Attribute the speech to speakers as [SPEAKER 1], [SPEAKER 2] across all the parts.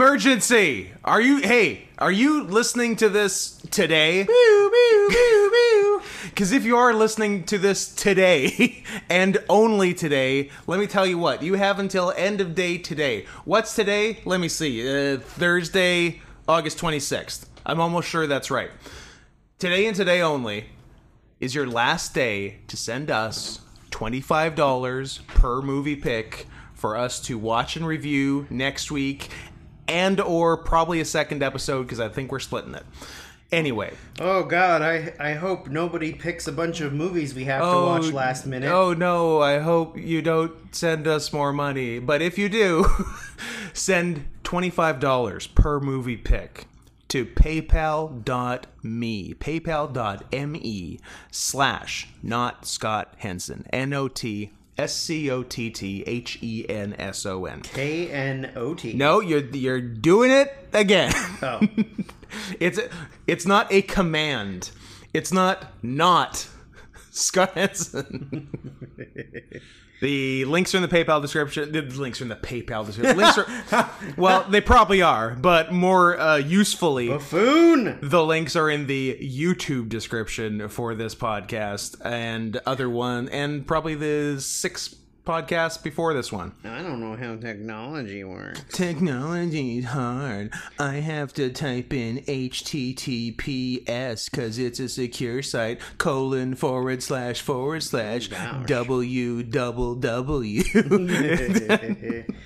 [SPEAKER 1] Emergency! Are you hey, are you listening to this today? Cuz if you are listening to this today and only today, let me tell you what. You have until end of day today. What's today? Let me see. Uh, Thursday, August 26th. I'm almost sure that's right. Today and today only is your last day to send us $25 per movie pick for us to watch and review next week and or probably a second episode because I think we're splitting it. Anyway,
[SPEAKER 2] Oh God, I I hope nobody picks a bunch of movies we have to watch last minute.
[SPEAKER 1] Oh no, I hope you don't send us more money. But if you do, send $25 per movie pick to paypal.me, paypal.me slash not Scott Henson, N O T S C O T T H E N S O N.
[SPEAKER 2] K N O T.
[SPEAKER 1] No, you're you're doing it again.
[SPEAKER 2] Oh.
[SPEAKER 1] it's it's not a command. It's not not Scott Henson. the links are in the PayPal description. The links are in the PayPal description. Links are, well, they probably are, but more uh, usefully,
[SPEAKER 2] Buffoon.
[SPEAKER 1] the links are in the YouTube description for this podcast and other one, and probably the six podcasts before this one.
[SPEAKER 2] I don't know how technology works.
[SPEAKER 1] Technology's hard. I have to type in HTTPS because it's a secure site. Colon forward slash forward slash W double W.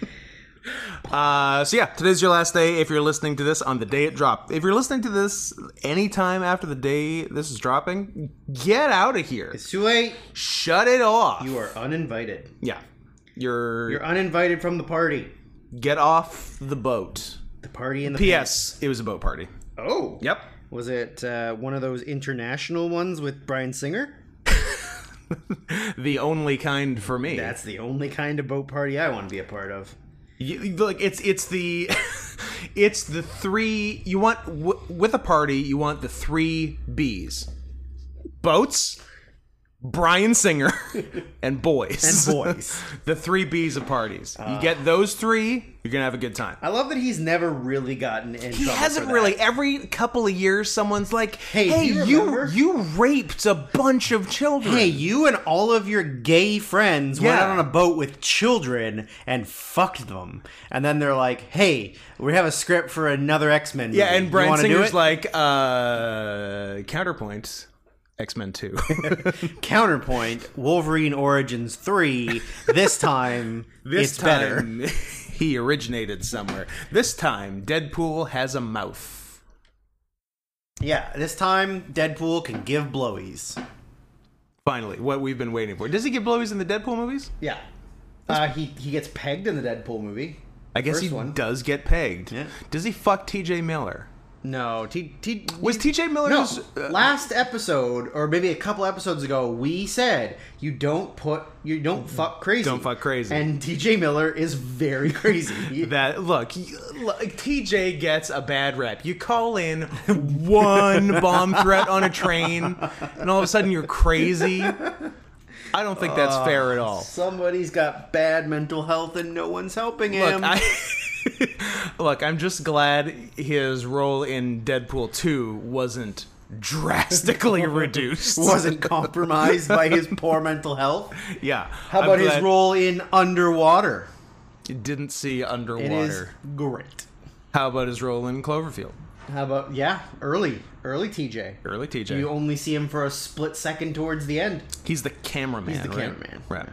[SPEAKER 1] uh, so yeah, today's your last day. If you're listening to this on the day it dropped, if you're listening to this anytime after the day this is dropping, get out of here.
[SPEAKER 2] It's too late.
[SPEAKER 1] Shut it off.
[SPEAKER 2] You are uninvited.
[SPEAKER 1] yeah, you're,
[SPEAKER 2] You're uninvited from the party.
[SPEAKER 1] get off the boat.
[SPEAKER 2] The party in the
[SPEAKER 1] P.S. It was a boat party.
[SPEAKER 2] pit. Oh.
[SPEAKER 1] Yep.
[SPEAKER 2] Was it uh, one of those international ones with Brian Singer?
[SPEAKER 1] the only kind for me.
[SPEAKER 2] That's the only kind of boat party I want to be a part of.
[SPEAKER 1] You- you- like it's it's the it's the three you want w- with a party. You want the three B's: boats, Brian Singer, and boys.
[SPEAKER 2] And boys. Ah.
[SPEAKER 1] the three B's of parties. you get those three, you're gonna have a good time.
[SPEAKER 2] I love that he's never really gotten in.
[SPEAKER 1] He hasn't really. Every couple of years, someone's like, "Hey,
[SPEAKER 2] do you
[SPEAKER 1] you
[SPEAKER 2] remember?"
[SPEAKER 1] you raped a bunch of children."
[SPEAKER 2] Hey, you and all of your gay friends went
[SPEAKER 1] Yeah.
[SPEAKER 2] out on a boat with children and fucked them, and then they're like, "Hey, we have a script for another X Men."
[SPEAKER 1] Yeah, and Brian
[SPEAKER 2] do
[SPEAKER 1] Singer's
[SPEAKER 2] it?
[SPEAKER 1] like, uh, counterpoint, X Men 2.
[SPEAKER 2] counterpoint: Wolverine Origins three. This time,
[SPEAKER 1] this
[SPEAKER 2] it's better.
[SPEAKER 1] time, he originated somewhere. This time, Deadpool has a mouth.
[SPEAKER 2] Yeah, this time Deadpool can give blowies.
[SPEAKER 1] Finally, what we've been waiting for. Does he get blowies in the Deadpool movies?
[SPEAKER 2] Yeah, uh, he he gets pegged in the Deadpool movie.
[SPEAKER 1] I guess
[SPEAKER 2] First
[SPEAKER 1] he
[SPEAKER 2] one.
[SPEAKER 1] does get pegged.
[SPEAKER 2] Yeah.
[SPEAKER 1] Does he fuck TJ Miller?
[SPEAKER 2] No, T T
[SPEAKER 1] Was TJ Miller
[SPEAKER 2] No,
[SPEAKER 1] uh,
[SPEAKER 2] last episode or maybe a couple episodes ago, we said you don't put you don't fuck crazy.
[SPEAKER 1] Don't fuck crazy.
[SPEAKER 2] And TJ Miller is very crazy. He-
[SPEAKER 1] that look, you- like, TJ gets a bad rep. You call in one bomb threat on a train, and all of a sudden you're crazy. I don't think that's
[SPEAKER 2] Uh,
[SPEAKER 1] fair at all.
[SPEAKER 2] Somebody's got bad mental health and no one's helping him.
[SPEAKER 1] Look, I, look, I'm just glad his role in Deadpool 2 wasn't drastically reduced.
[SPEAKER 2] wasn't compromised by his poor mental health.
[SPEAKER 1] Yeah.
[SPEAKER 2] How
[SPEAKER 1] I'm
[SPEAKER 2] about his
[SPEAKER 1] glad
[SPEAKER 2] role in Underwater?
[SPEAKER 1] Didn't see
[SPEAKER 2] It
[SPEAKER 1] underwater.
[SPEAKER 2] is great.
[SPEAKER 1] How about his role in Cloverfield?
[SPEAKER 2] How about yeah, early, early TJ.
[SPEAKER 1] Early TJ.
[SPEAKER 2] You only see him for a split second towards the end.
[SPEAKER 1] He's the cameraman.
[SPEAKER 2] He's the
[SPEAKER 1] right?
[SPEAKER 2] cameraman.
[SPEAKER 1] Right.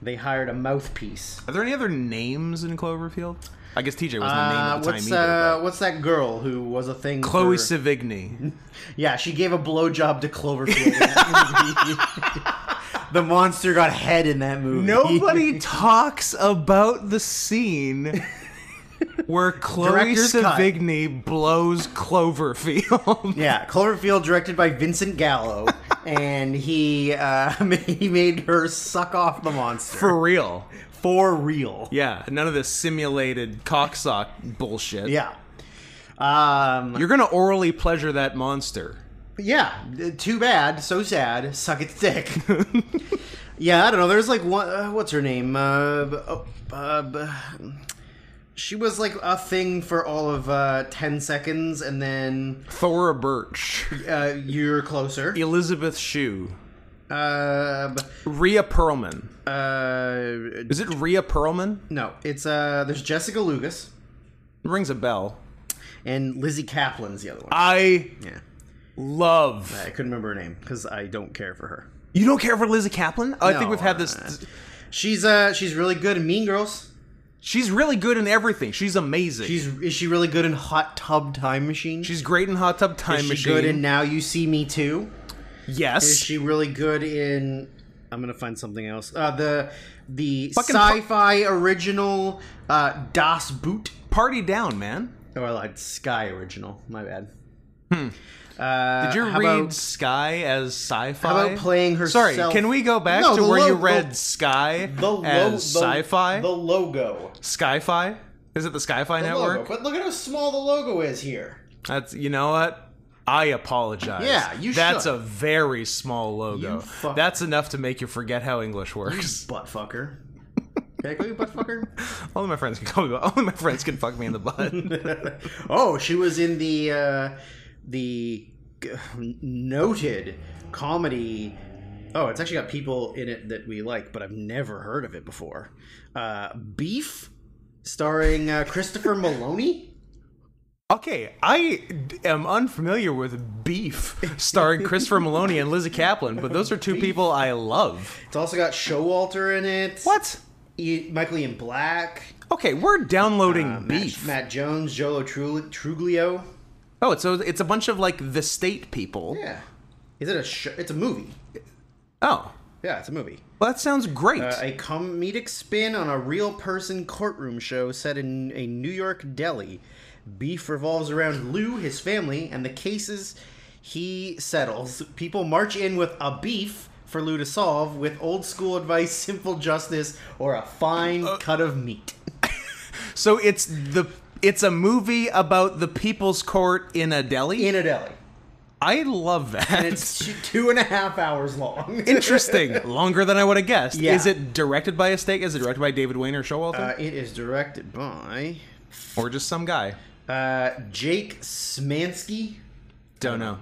[SPEAKER 2] They hired a mouthpiece.
[SPEAKER 1] Are there any other names in Cloverfield? I guess TJ wasn't a name
[SPEAKER 2] Uh,
[SPEAKER 1] at the
[SPEAKER 2] what's
[SPEAKER 1] time either.
[SPEAKER 2] uh, what's that girl who was a thing?
[SPEAKER 1] but- Chloe
[SPEAKER 2] for-
[SPEAKER 1] Savigny.
[SPEAKER 2] Yeah, she gave a blowjob to Cloverfield. in that movie. the monster got head in that movie.
[SPEAKER 1] Nobody talks about the scene where Chloe
[SPEAKER 2] Director's cut.
[SPEAKER 1] Savigny blows Cloverfield.
[SPEAKER 2] yeah, Cloverfield, directed by Vincent Gallo, and he uh, he made her suck off the monster
[SPEAKER 1] For real.
[SPEAKER 2] for real.
[SPEAKER 1] Yeah, none of this simulated cocksock bullshit.
[SPEAKER 2] Yeah. Um,
[SPEAKER 1] You're gonna orally pleasure that monster.
[SPEAKER 2] Yeah, uh, too bad. So sad. Suck its dick. yeah, I don't know. There's like one. Uh, what's her name? Uh, b- oh, uh, b- She was like a thing for all of uh, 10 seconds, and then
[SPEAKER 1] Thora Birch,
[SPEAKER 2] uh, you're closer.
[SPEAKER 1] Elizabeth Shue,
[SPEAKER 2] Um,
[SPEAKER 1] Rhea Perlman.
[SPEAKER 2] uh,
[SPEAKER 1] Is it Rhea Perlman?
[SPEAKER 2] no, it's uh, there's Jessica Lucas,
[SPEAKER 1] Rings a bell.
[SPEAKER 2] and Lizzie Kaplan's the other
[SPEAKER 1] Ah.
[SPEAKER 2] one.
[SPEAKER 1] I
[SPEAKER 2] yeah.
[SPEAKER 1] love.
[SPEAKER 2] I couldn't remember her name because I don't care for her.
[SPEAKER 1] You don't care for Lizzie Kaplan? I think
[SPEAKER 2] No,
[SPEAKER 1] we've had this.
[SPEAKER 2] uh, She's uh she's really good in Mean Girls.
[SPEAKER 1] She's really good in everything. She's amazing. She's,
[SPEAKER 2] She's is she really good in Hot Tub Time Machine?
[SPEAKER 1] great in Hot Tub Time
[SPEAKER 2] is she
[SPEAKER 1] Machine.
[SPEAKER 2] good in Now You See Me Too?
[SPEAKER 1] yes.
[SPEAKER 2] Is she really good in? I'm gonna find something else. Uh, the the
[SPEAKER 1] Fucking fu-
[SPEAKER 2] sci-fi original uh, Das Boot.
[SPEAKER 1] Party down, man.
[SPEAKER 2] Or like Sky original. My bad.
[SPEAKER 1] Did you
[SPEAKER 2] Uh, how
[SPEAKER 1] read
[SPEAKER 2] about-
[SPEAKER 1] Sky as sci-fi?
[SPEAKER 2] How about playing herself?
[SPEAKER 1] Sorry, can we go back
[SPEAKER 2] No,
[SPEAKER 1] to
[SPEAKER 2] the
[SPEAKER 1] where you
[SPEAKER 2] lo-
[SPEAKER 1] read
[SPEAKER 2] the-
[SPEAKER 1] Sky
[SPEAKER 2] the lo-
[SPEAKER 1] as
[SPEAKER 2] the-
[SPEAKER 1] sci-fi?
[SPEAKER 2] The logo.
[SPEAKER 1] Sci-fi? Is it the Sci-fi
[SPEAKER 2] The
[SPEAKER 1] network?
[SPEAKER 2] logo. But look at how small the logo is here.
[SPEAKER 1] That's you know what? I apologize.
[SPEAKER 2] Yeah, you
[SPEAKER 1] That's
[SPEAKER 2] should.
[SPEAKER 1] a very small logo.
[SPEAKER 2] You fuck-
[SPEAKER 1] That's enough to make you forget how English works.
[SPEAKER 2] Butt fucker. Can I call you butt fucker?
[SPEAKER 1] Only my friends can call me. Only my friends can fuck me in the butt.
[SPEAKER 2] oh, she was in the uh, the g- noted comedy. Oh, it's actually got people in it that we like, but I've never heard of it before. Uh, Beef, starring uh, Christopher Maloney.
[SPEAKER 1] Okay, I d- am unfamiliar with Beef, starring Christopher Maloney and Lizzie Kaplan, but those are two people I love.
[SPEAKER 2] It's also got Showalter in it.
[SPEAKER 1] What?
[SPEAKER 2] E- Michael Ian Black,
[SPEAKER 1] Okay, we're downloading
[SPEAKER 2] Uh,
[SPEAKER 1] Beef.
[SPEAKER 2] Matt, Matt Jones, Jolo Trul- Truglio.
[SPEAKER 1] Oh, so it's a bunch of like the state people.
[SPEAKER 2] Yeah, is it a? Sh- it's a movie.
[SPEAKER 1] Oh,
[SPEAKER 2] Yeah, it's a movie.
[SPEAKER 1] well, that sounds great.
[SPEAKER 2] Uh, a comedic spin on a real person courtroom show set in a New York deli. Beef revolves around Lou, his family, and the cases he settles. People march in with a beef for Lou to solve with old school advice, simple justice, or a fine cut of meat.
[SPEAKER 1] so it's the it's a movie about the people's court in a deli.
[SPEAKER 2] In a deli.
[SPEAKER 1] I love that.
[SPEAKER 2] It's two- two and a half hours long.
[SPEAKER 1] interesting. Longer than I would have guessed.
[SPEAKER 2] Yeah.
[SPEAKER 1] Is it directed by a state? Is it directed by David Wayne or Showalter
[SPEAKER 2] Uh, it is directed by
[SPEAKER 1] or just some guy?
[SPEAKER 2] uh, Jake Smansky.
[SPEAKER 1] Don't know.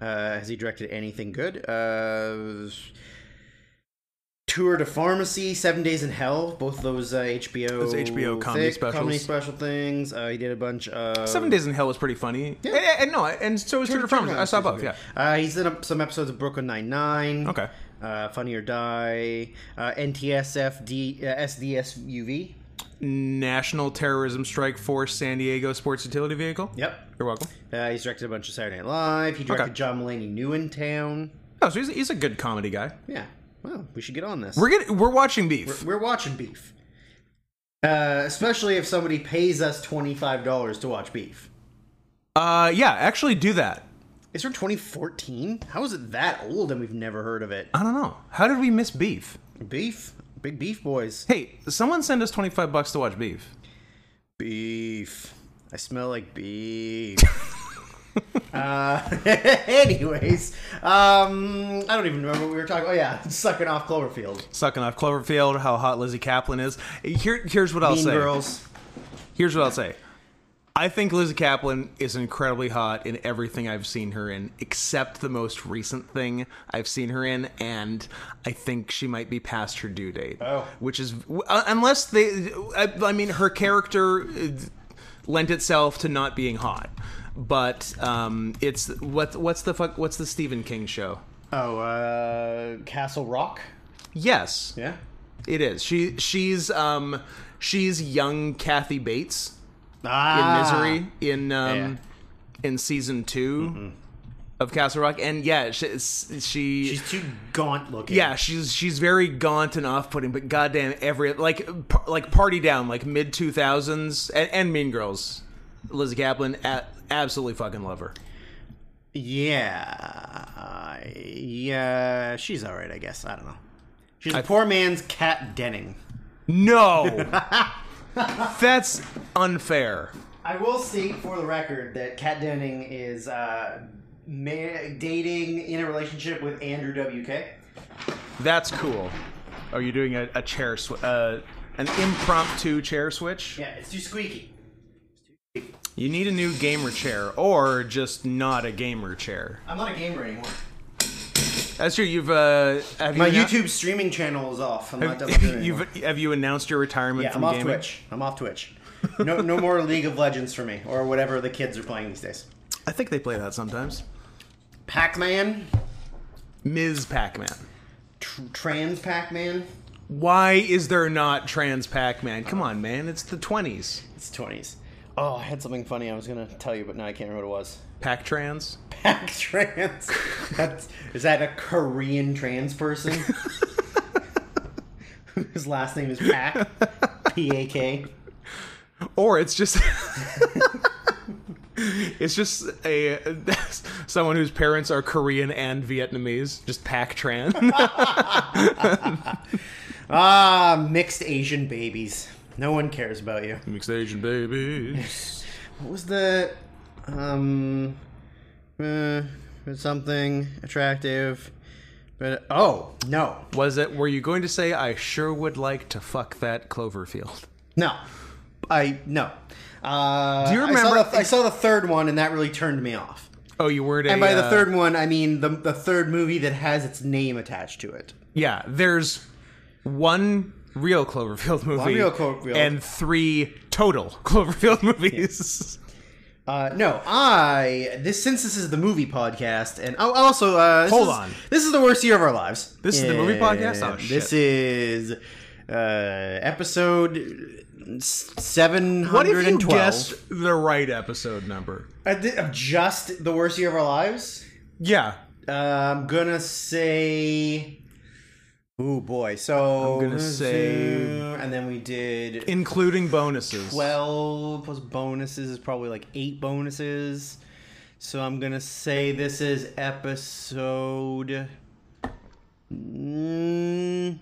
[SPEAKER 2] Uh, has he directed anything good? Uh, Tour to Pharmacy, Seven Days in Hell, both of those uh, HBO
[SPEAKER 1] Those HBO comedy
[SPEAKER 2] thick- comedy
[SPEAKER 1] specials.
[SPEAKER 2] special things. Uh, he did a bunch of
[SPEAKER 1] Seven Days in Hell was pretty funny. Yeah. And, and no, and so was Tour de France. I saw both. Yeah.
[SPEAKER 2] Uh, he's in a, some episodes of Brooklyn Nine Nine.
[SPEAKER 1] Okay.
[SPEAKER 2] Uh, Funny or Die, uh, NTSF, D, uh, SDSUV.
[SPEAKER 1] National Terrorism Strike Force San Diego Sports Utility Vehicle.
[SPEAKER 2] Yep.
[SPEAKER 1] You're welcome.
[SPEAKER 2] Uh, he's directed a bunch of Saturday Night Live. He directed
[SPEAKER 1] Okay.
[SPEAKER 2] John Mulaney New in Town.
[SPEAKER 1] Oh, so he's, he's a good comedy guy.
[SPEAKER 2] Yeah. Well, we should get on this.
[SPEAKER 1] We're getting we're watching Beef.
[SPEAKER 2] We're watching beef. Uh, especially if somebody pays us $25 to watch beef.
[SPEAKER 1] Uh, yeah, actually do that.
[SPEAKER 2] It's from 2014? How is it that old and we've never heard of it?
[SPEAKER 1] I don't know. How did we miss Beef?
[SPEAKER 2] Beef? Big beef boys.
[SPEAKER 1] Hey, someone send us twenty five bucks to watch Beef.
[SPEAKER 2] Beef. I smell like beef. uh, anyways, um, I don't even remember what we were talking. Oh yeah, sucking off Cloverfield.
[SPEAKER 1] Sucking off Cloverfield, how hot Lizzie Kaplan is. Here, here's what I'll
[SPEAKER 2] mean
[SPEAKER 1] say.
[SPEAKER 2] Girls.
[SPEAKER 1] Here's what I'll say. I think Lizzie Kaplan is incredibly hot in everything I've seen her in, except the most recent thing I've seen her in, and I think she might be past her due date.
[SPEAKER 2] Oh.
[SPEAKER 1] which is uh, unless they, I, I mean, her character uh, lent itself to not being hot, but um, it's what what's the fuck what's the Stephen King show?
[SPEAKER 2] Oh, uh, Castle Rock.
[SPEAKER 1] Yes,
[SPEAKER 2] Yeah.
[SPEAKER 1] it is. She she's um she's young Kathy Bates. in
[SPEAKER 2] Ah.
[SPEAKER 1] Misery in um, in season 2 of Castle Rock, and yeah, she, she
[SPEAKER 2] She's too gaunt looking.
[SPEAKER 1] yeah she's she's very gaunt and off putting, but goddamn every like par- like party down like mid two thousands and, and Mean Girls, Lizzie Kaplan a- absolutely fucking love her.
[SPEAKER 2] Yeah, yeah, she's all right, I guess. I don't know. She's a poor man's Cat Denning.
[SPEAKER 1] No, that's unfair.
[SPEAKER 2] I will state for the record that Cat Denning is uh, ma- dating in a relationship with Andrew WK.
[SPEAKER 1] That's cool. Are you doing a, a chair sw- uh, an impromptu chair switch.
[SPEAKER 2] Yeah, it's too squeaky.
[SPEAKER 1] You need a new gamer chair, or just not a gamer chair.
[SPEAKER 2] I'm not a gamer anymore.
[SPEAKER 1] That's true. You've uh, have
[SPEAKER 2] My
[SPEAKER 1] you annou-
[SPEAKER 2] YouTube streaming channel is off. I'm not done with it
[SPEAKER 1] Have,
[SPEAKER 2] anymore.
[SPEAKER 1] you've, have you announced your retirement
[SPEAKER 2] Yeah,
[SPEAKER 1] from
[SPEAKER 2] I'm off
[SPEAKER 1] gaming?
[SPEAKER 2] Twitch. I'm off Twitch. No, no more League of Legends for me, or whatever the kids are playing these days.
[SPEAKER 1] I think they play that sometimes.
[SPEAKER 2] Pac-Man,
[SPEAKER 1] Ms. Pac-Man.
[SPEAKER 2] tr- Trans Pac-Man.
[SPEAKER 1] Why is there not trans Pac-Man? Come on, man. It's the 20s.
[SPEAKER 2] It's 20s. Oh, I had something funny I was gonna tell you, but now I can't remember what it was.
[SPEAKER 1] Pac-Trans?
[SPEAKER 2] Pac trans. That's is that a Korean trans person? Whose last name is Pac. P A K.
[SPEAKER 1] Or it's just... it's just a someone whose parents are Korean and Vietnamese. Just Pac-Tran.
[SPEAKER 2] Ah, mixed Asian babies. No one cares about you.
[SPEAKER 1] Mixed Asian babies.
[SPEAKER 2] What was the um uh, something attractive? But oh no,
[SPEAKER 1] Was it... Were you going to say, I sure would like to fuck that Cloverfield?
[SPEAKER 2] no, I no. Uh,
[SPEAKER 1] Do you
[SPEAKER 2] I
[SPEAKER 1] remember-
[SPEAKER 2] saw, the, I saw the third one, and that really turned me off.
[SPEAKER 1] Oh, you were at
[SPEAKER 2] And by the third one, I mean the the third movie that has its name attached to it.
[SPEAKER 1] Yeah, there's one real Cloverfield movie
[SPEAKER 2] real Cloverfield.
[SPEAKER 1] and three total Cloverfield movies.
[SPEAKER 2] Uh, no, I this since this is the movie podcast, and oh, also uh, this
[SPEAKER 1] Hold
[SPEAKER 2] is-
[SPEAKER 1] on.
[SPEAKER 2] this is the worst year of our lives.
[SPEAKER 1] This is the movie podcast? Oh,
[SPEAKER 2] And This is uh, episode seven
[SPEAKER 1] What
[SPEAKER 2] hundred
[SPEAKER 1] if you
[SPEAKER 2] and
[SPEAKER 1] guessed
[SPEAKER 2] twelve.
[SPEAKER 1] the right episode number?
[SPEAKER 2] Of just the worst year of our lives.
[SPEAKER 1] Yeah.
[SPEAKER 2] Uh, I'm gonna say. Oh boy! So
[SPEAKER 1] I'm gonna say-
[SPEAKER 2] and then we did
[SPEAKER 1] Including bonuses.
[SPEAKER 2] 12 plus bonuses is probably like eight bonuses. So I'm going to say this is episode. Mm,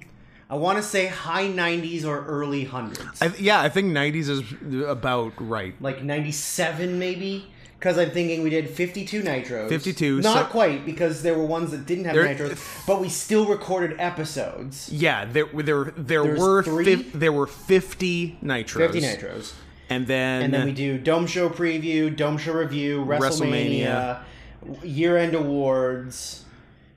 [SPEAKER 2] I want to say high 90s or early 100s.
[SPEAKER 1] I th- yeah, I think 90s is about right.
[SPEAKER 2] like 97 maybe? Because I'm thinking we did 52 nitros.
[SPEAKER 1] 52,
[SPEAKER 2] Not
[SPEAKER 1] so-
[SPEAKER 2] quite, because there were ones that didn't have
[SPEAKER 1] There-
[SPEAKER 2] nitros, but we still recorded episodes.
[SPEAKER 1] Yeah, there there there
[SPEAKER 2] There's
[SPEAKER 1] were
[SPEAKER 2] three?
[SPEAKER 1] fif- there were 50 nitros.
[SPEAKER 2] 50 nitros.
[SPEAKER 1] And then,
[SPEAKER 2] And then we do Dome Show preview, Dome Show review, WrestleMania,
[SPEAKER 1] WrestleMania.
[SPEAKER 2] year end awards,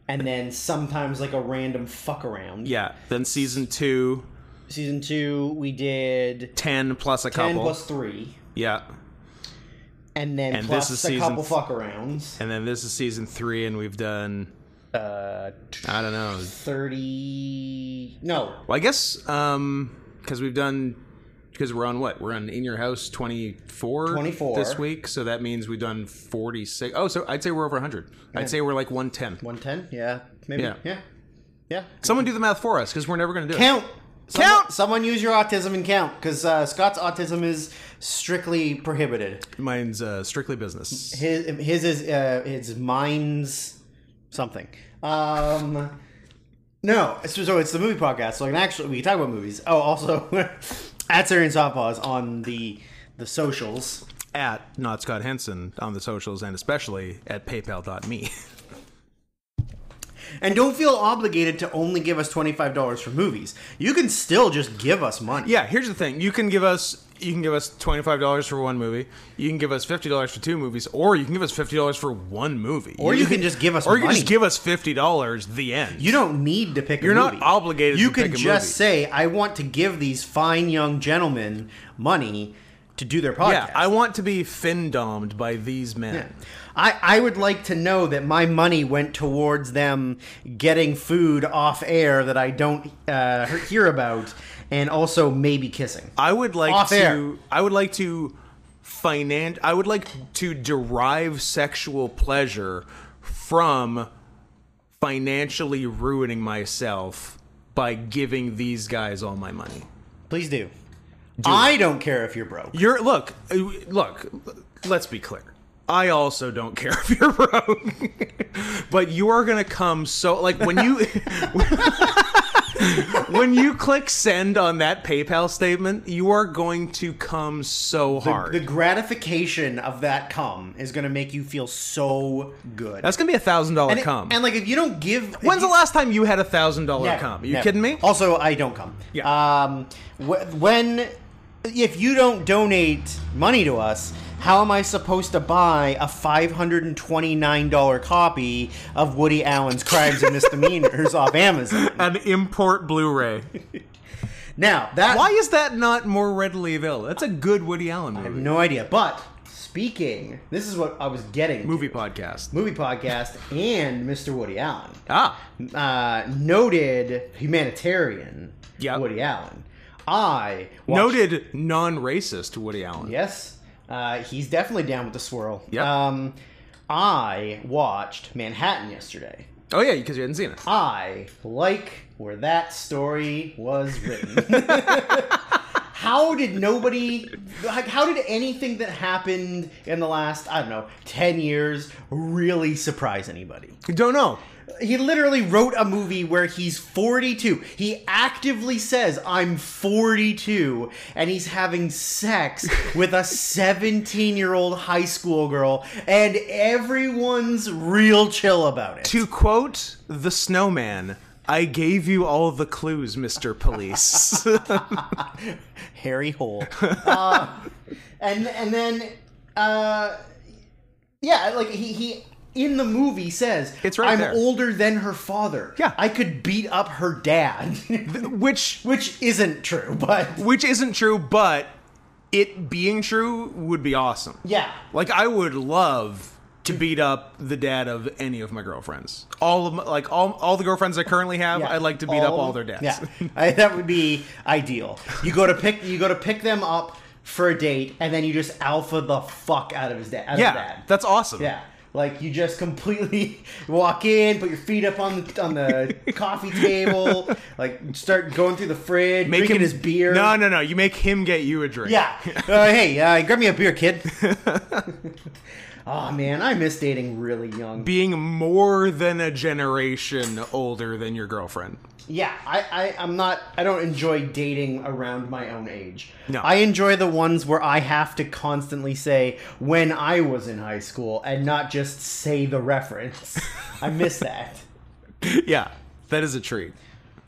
[SPEAKER 2] and then sometimes like a random fuck around.
[SPEAKER 1] yeah, then season 2
[SPEAKER 2] Season two, we did
[SPEAKER 1] 10 plus a
[SPEAKER 2] 10
[SPEAKER 1] couple.
[SPEAKER 2] plus three,
[SPEAKER 1] yeah.
[SPEAKER 2] and then
[SPEAKER 1] And
[SPEAKER 2] plus
[SPEAKER 1] this is
[SPEAKER 2] a
[SPEAKER 1] season
[SPEAKER 2] couple
[SPEAKER 1] th-
[SPEAKER 2] fuck arounds.
[SPEAKER 1] And then this is season 3 and we've done
[SPEAKER 2] Uh,
[SPEAKER 1] I don't know,
[SPEAKER 2] 30. No.
[SPEAKER 1] Well, I guess um because we've done because we're on what we're on in your house 24,
[SPEAKER 2] 24.
[SPEAKER 1] this week, so that means we've done forty six. Oh, so I'd say we're over hundred. I'd say we're like one ten.
[SPEAKER 2] 110? Yeah. Maybe. Yeah.
[SPEAKER 1] Yeah.
[SPEAKER 2] Yeah.
[SPEAKER 1] Someone do the math for us because we're never going to do
[SPEAKER 2] Count! Someone-
[SPEAKER 1] Count!
[SPEAKER 2] Someone use your autism and count, because uh, Scott's autism is strictly prohibited.
[SPEAKER 1] it. Mine's uh, strictly business.
[SPEAKER 2] His his is uh, his mind's something. Um, no, so, so it's the movie podcast. So I can actually we can talk about movies. Oh, also at Syrian Softpaws on the the socials.
[SPEAKER 1] At not Scott Henson on the socials and especially at PayPal.me.
[SPEAKER 2] And don't feel obligated to only give us twenty five dollars for movies. You can still just give us money.
[SPEAKER 1] yeah, here's the thing: you can give us you can give us twenty five dollars for one movie, you can give us fifty dollars for two movies, or you can give us fifty dollars for one movie,
[SPEAKER 2] Or you can just give us
[SPEAKER 1] or you can
[SPEAKER 2] money.
[SPEAKER 1] just give us fifty dollars. The end.
[SPEAKER 2] You don't need to pick.
[SPEAKER 1] You're
[SPEAKER 2] a
[SPEAKER 1] not
[SPEAKER 2] movie.
[SPEAKER 1] obligated
[SPEAKER 2] You
[SPEAKER 1] to
[SPEAKER 2] can
[SPEAKER 1] pick a
[SPEAKER 2] just
[SPEAKER 1] movie.
[SPEAKER 2] say, "I want to give these fine young gentlemen money to do their podcast."
[SPEAKER 1] Yeah, I want to be findomed by these men.
[SPEAKER 2] I, I would like to know that my money went towards them getting food off air that I don't uh, hear about, and also maybe kissing.
[SPEAKER 1] I would like
[SPEAKER 2] Off
[SPEAKER 1] to.
[SPEAKER 2] air.
[SPEAKER 1] I would like to finance. I would like to derive sexual pleasure from financially ruining myself by giving these guys all my money.
[SPEAKER 2] Please do. I don't care if you're broke.
[SPEAKER 1] You're look, uh, look. Let's be clear. I also don't care if you're broke, but you are gonna come so like when you when you click send on that PayPal statement, you are going to come so hard.
[SPEAKER 2] The gratification of that cum is going to make you feel so good.
[SPEAKER 1] That's gonna be a thousand dollar
[SPEAKER 2] and, it-
[SPEAKER 1] cum.
[SPEAKER 2] and like if you don't give, if
[SPEAKER 1] When's
[SPEAKER 2] you-
[SPEAKER 1] the last time you had a thousand dollar
[SPEAKER 2] Never,
[SPEAKER 1] cum? Are you
[SPEAKER 2] never.
[SPEAKER 1] kidding me?
[SPEAKER 2] Also, I don't come.
[SPEAKER 1] Yeah.
[SPEAKER 2] Um, wh- when if you don't donate money to us, how am I supposed to buy a five hundred and twenty nine dollar copy of Woody Allen's Crimes and Misdemeanors off Amazon?
[SPEAKER 1] An import Blu-ray.
[SPEAKER 2] Now that
[SPEAKER 1] Why is that not more readily available? That's a good Woody Allen movie.
[SPEAKER 2] no idea. But speaking, this is what I was getting. to.
[SPEAKER 1] Movie podcast.
[SPEAKER 2] movie podcast and Mr. Woody Allen.
[SPEAKER 1] Ah,
[SPEAKER 2] uh, noted humanitarian
[SPEAKER 1] Yep.
[SPEAKER 2] Woody Allen. I watched-
[SPEAKER 1] noted non-racist Woody Allen.
[SPEAKER 2] Yes, uh, he's definitely down with the swirl.
[SPEAKER 1] Yep.
[SPEAKER 2] Um, I watched Manhattan yesterday.
[SPEAKER 1] Oh yeah, because you hadn't seen it.
[SPEAKER 2] I like where that story was written. how did nobody like how did anything that happened in the last i don't know 10 years really surprise anybody
[SPEAKER 1] You don't know.
[SPEAKER 2] He literally wrote a movie where he's 42. He actively says, I'm 42, and he's having sex with a 17 year old high school girl, and everyone's real chill about it.
[SPEAKER 1] To quote the snowman, I gave you all the clues, Mr. Police.
[SPEAKER 2] Harry Hole. Uh, and and then uh yeah, like he he in the movie says
[SPEAKER 1] It's right
[SPEAKER 2] I'm
[SPEAKER 1] there.
[SPEAKER 2] older than her father.
[SPEAKER 1] Yeah.
[SPEAKER 2] I could beat up her dad.
[SPEAKER 1] which
[SPEAKER 2] Which isn't true, but
[SPEAKER 1] which isn't true, but it being true would be awesome.
[SPEAKER 2] yeah.
[SPEAKER 1] Like I would love to beat up the dad of any of my girlfriends. All of my, like all all the girlfriends I currently have,
[SPEAKER 2] yeah.
[SPEAKER 1] I'd like to beat up all their dads.
[SPEAKER 2] Yeah, I, that would be ideal. You go to pick you go to pick them up for a date, and then you just alpha the fuck out of his dad. Out
[SPEAKER 1] Yeah,
[SPEAKER 2] of dad.
[SPEAKER 1] that's awesome.
[SPEAKER 2] Yeah. Like you just completely walk in, put your feet up on the on the coffee table, like start going through the fridge,
[SPEAKER 1] Make
[SPEAKER 2] drinking
[SPEAKER 1] him
[SPEAKER 2] his beer.
[SPEAKER 1] No, no, no. You make him get you a drink.
[SPEAKER 2] Yeah. Uh, hey, uh, grab me a beer, kid. oh man, I miss dating really young.
[SPEAKER 1] Being more than a generation older than your girlfriend.
[SPEAKER 2] yeah, I, I I'm not. I don't enjoy dating around my own age.
[SPEAKER 1] No.
[SPEAKER 2] I enjoy the ones where I have to constantly say when I was in high school and not just say the reference. I miss that.
[SPEAKER 1] yeah, that is a treat.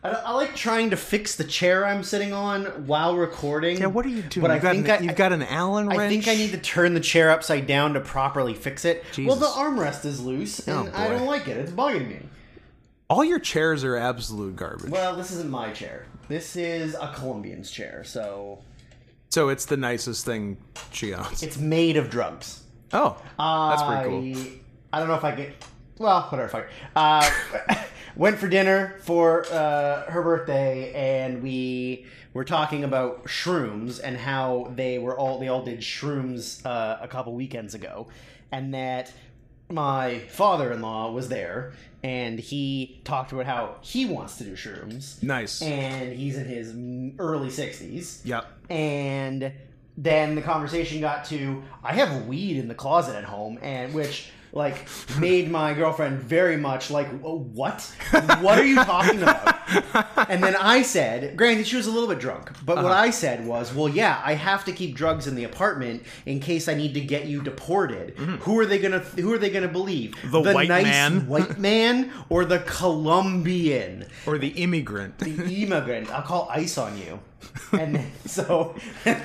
[SPEAKER 2] I, I like trying to fix the chair I'm sitting on while recording.
[SPEAKER 1] Yeah, what are you doing?
[SPEAKER 2] But
[SPEAKER 1] you
[SPEAKER 2] I
[SPEAKER 1] got
[SPEAKER 2] think
[SPEAKER 1] an,
[SPEAKER 2] I,
[SPEAKER 1] you've got an Allen wrench.
[SPEAKER 2] I think I need to turn the chair upside down to properly fix it. Well,
[SPEAKER 1] Jesus.
[SPEAKER 2] the armrest is loose, and
[SPEAKER 1] Oh,
[SPEAKER 2] I
[SPEAKER 1] boy.
[SPEAKER 2] don't like it. It's bugging me.
[SPEAKER 1] All your chairs are absolute garbage.
[SPEAKER 2] Well, this isn't my chair. This is a Colombian's chair, so
[SPEAKER 1] so it's the nicest thing she owns.
[SPEAKER 2] it's uh, made of drugs.
[SPEAKER 1] Oh, that's pretty cool.
[SPEAKER 2] I, I don't know if I could. Well, whatever. Fuck. it. Uh, went for dinner for uh, her birthday, and we were talking about shrooms and how they were all they all did shrooms uh, a couple weekends ago, and that my father-in-law was there, and he talked about how he wants to do shrooms.
[SPEAKER 1] Nice.
[SPEAKER 2] And he's in his m- early sixties.
[SPEAKER 1] Yep.
[SPEAKER 2] And then the conversation got to I have weed in the closet at home, and which like made my girlfriend very much like "Whoa, what? What are you talking about? and then I said, granted she was a little bit drunk, but
[SPEAKER 1] Uh-huh.
[SPEAKER 2] what I said was, well, yeah, I have to keep drugs in the apartment in case I need to get you deported. Who are they gonna Who are they gonna believe?
[SPEAKER 1] Mm-hmm. The white man.
[SPEAKER 2] white man, or the Colombian?
[SPEAKER 1] Or the immigrant.
[SPEAKER 2] the immigrant. I'll call ice on you. And then- so, but,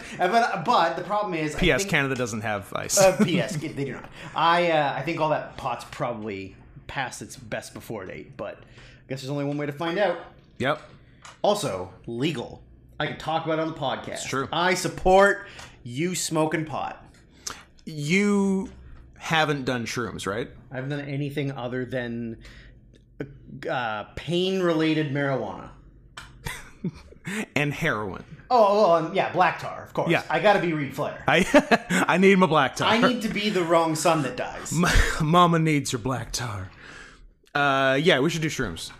[SPEAKER 2] but the problem is, I
[SPEAKER 1] P.S.
[SPEAKER 2] think-
[SPEAKER 1] Canada doesn't have ice.
[SPEAKER 2] uh, P.S. They do not. I uh, I think all that pot's probably past its best before date, but I guess there's only one way to find out.
[SPEAKER 1] yep.
[SPEAKER 2] Also, legal. I can talk about it on the podcast. It's
[SPEAKER 1] true.
[SPEAKER 2] I support you smoking pot.
[SPEAKER 1] You haven't done shrooms, right?
[SPEAKER 2] I haven't done anything other than uh, pain-related marijuana.
[SPEAKER 1] And heroin.
[SPEAKER 2] Oh, oh, and yeah, black tar, of course.
[SPEAKER 1] Yeah.
[SPEAKER 2] I got to be Reed Flair.
[SPEAKER 1] I I need my black tar.
[SPEAKER 2] I need to be the wrong son that dies.
[SPEAKER 1] Mama needs her black tar. Uh, yeah, we should do shrooms.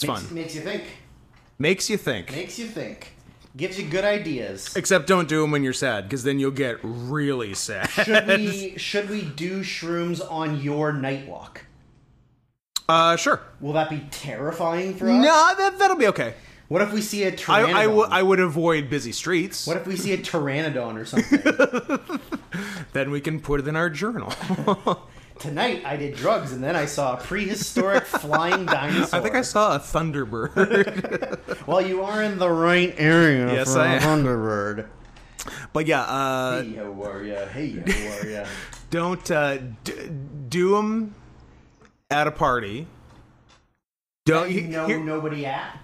[SPEAKER 1] It's
[SPEAKER 2] makes,
[SPEAKER 1] fun.
[SPEAKER 2] Makes you think.
[SPEAKER 1] Makes you think.
[SPEAKER 2] Makes you think. Gives you good ideas.
[SPEAKER 1] Except don't do them when you're sad, because then you'll get really sad.
[SPEAKER 2] Should we should we do shrooms on your night walk?
[SPEAKER 1] Uh, sure.
[SPEAKER 2] Will that be terrifying for us?
[SPEAKER 1] No, that, that'll be okay.
[SPEAKER 2] What if we see a pteranodon?
[SPEAKER 1] I, I, w- I would avoid busy streets.
[SPEAKER 2] what if we see a pteranodon or something?
[SPEAKER 1] Then we can put it in our journal.
[SPEAKER 2] Tonight I did drugs and then I saw a prehistoric flying dinosaur.
[SPEAKER 1] I think I saw a Thunderbird.
[SPEAKER 2] Well, you are in the right area
[SPEAKER 1] Yes,
[SPEAKER 2] for
[SPEAKER 1] I
[SPEAKER 2] a
[SPEAKER 1] am. Uh,
[SPEAKER 2] Thunderbird.
[SPEAKER 1] but yeah, uh,
[SPEAKER 2] Hey, how are ya? Hey, how are ya?
[SPEAKER 1] don't uh, d- do them at a party. Don't
[SPEAKER 2] you know
[SPEAKER 1] here-
[SPEAKER 2] nobody at?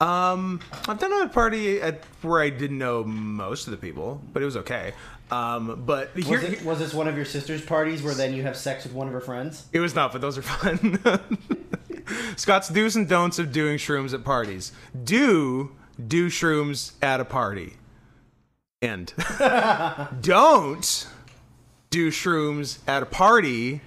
[SPEAKER 1] Um, I've done a party at where I didn't know most of the people, but it was okay. Um, but here,
[SPEAKER 2] Was, it, was this one of your sister's parties where then you have sex with one of her friends?
[SPEAKER 1] It was not, but those are fun. Scott's do's and don'ts of doing shrooms at parties. Do do shrooms at a party. End. Don't do shrooms at a party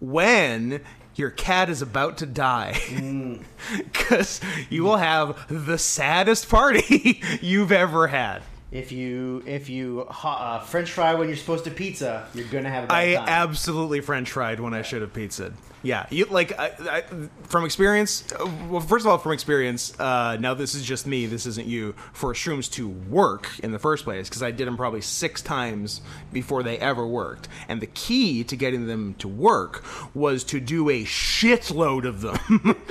[SPEAKER 1] when your cat is about to die. Because you will have the saddest party you've ever had.
[SPEAKER 2] If you if you ha- uh, French fry when you're supposed to pizza, you're gonna have a bad
[SPEAKER 1] I
[SPEAKER 2] time.
[SPEAKER 1] absolutely French fried when I should have pizzaed. Yeah, you like I, I, from experience. uh, Well, first of all, from experience. Uh, now this is just me. This isn't you. For shrooms to work in the first place, because I did them probably six times before they ever worked. And the key to getting them to work was to do a shitload of them.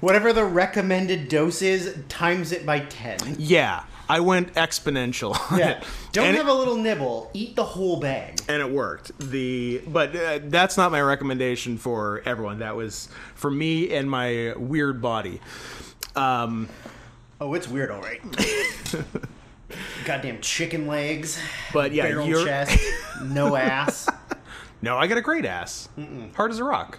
[SPEAKER 2] Whatever the recommended dose is, times it by ten.
[SPEAKER 1] yeah, I went exponential. on
[SPEAKER 2] Yeah.
[SPEAKER 1] it.
[SPEAKER 2] Don't
[SPEAKER 1] And it-
[SPEAKER 2] have a little nibble. Eat the whole bag.
[SPEAKER 1] and it worked. The but uh, that's not my recommendation for everyone. That was for me and my weird body. Um,
[SPEAKER 2] Oh, it's weird, all right. Goddamn chicken legs.
[SPEAKER 1] but yeah,
[SPEAKER 2] barrel
[SPEAKER 1] you're
[SPEAKER 2] chest. No ass.
[SPEAKER 1] no, I got a great ass, hard as a rock.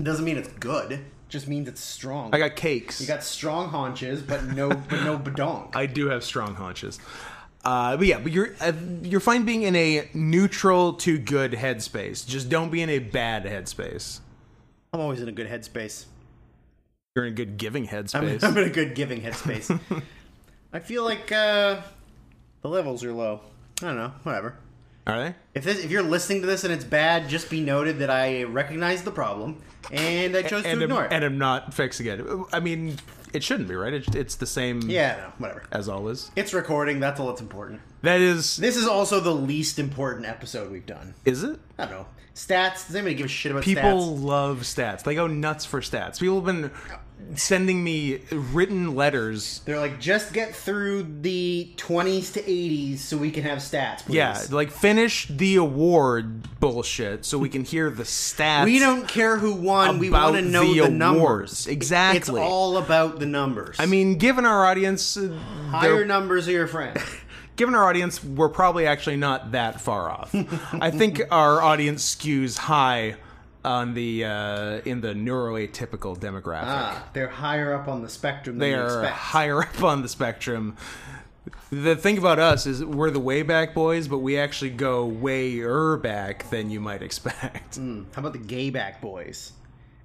[SPEAKER 2] Doesn't mean it's good. Just means it's strong.
[SPEAKER 1] I got cakes.
[SPEAKER 2] you got strong haunches, but no, but no badonk.
[SPEAKER 1] I do have strong haunches. Uh, but yeah, but you're uh, you're fine being in a neutral to good headspace. Just don't be in a bad headspace.
[SPEAKER 2] I'm always in a good headspace.
[SPEAKER 1] You're in a good giving
[SPEAKER 2] I'm,
[SPEAKER 1] headspace.
[SPEAKER 2] I'm in a good giving headspace. I feel like uh, the levels are low. I don't know. Whatever.
[SPEAKER 1] Are they?
[SPEAKER 2] If this, if you're listening to this and it's bad, just be noted that I recognize the problem and I
[SPEAKER 1] And
[SPEAKER 2] chose to
[SPEAKER 1] I'm,
[SPEAKER 2] ignore it.
[SPEAKER 1] and I'm not fixing it. I mean, it shouldn't be right. It, it's the same
[SPEAKER 2] yeah, no, whatever.
[SPEAKER 1] as always.
[SPEAKER 2] It's recording. That's all that's important.
[SPEAKER 1] That is,
[SPEAKER 2] This is also the least important episode we've done.
[SPEAKER 1] is it?
[SPEAKER 2] I don't know. Stats? Does anybody give a shit about
[SPEAKER 1] People
[SPEAKER 2] stats?
[SPEAKER 1] love stats. They go nuts for stats. People have been sending me written letters.
[SPEAKER 2] They're like, just get through the 20s to 80s so we can have stats, please.
[SPEAKER 1] Yeah, like finish the award bullshit so we can hear the stats.
[SPEAKER 2] We don't care who won. We
[SPEAKER 1] About
[SPEAKER 2] want to know
[SPEAKER 1] the
[SPEAKER 2] the,
[SPEAKER 1] awards.
[SPEAKER 2] numbers.
[SPEAKER 1] Exactly.
[SPEAKER 2] It's all about the numbers.
[SPEAKER 1] I mean, given our audience, uh,
[SPEAKER 2] higher
[SPEAKER 1] they're-
[SPEAKER 2] numbers are your friend.
[SPEAKER 1] given our audience, we're probably actually not that far off. I think our audience skews high on the uh, in the neuroatypical demographic.
[SPEAKER 2] ah, they're higher up on the spectrum than
[SPEAKER 1] they
[SPEAKER 2] you
[SPEAKER 1] are
[SPEAKER 2] expect.
[SPEAKER 1] higher up on the spectrum. The thing about us is we're the way back boys, but we actually go wayer back than you might expect.
[SPEAKER 2] How about the gay back boys?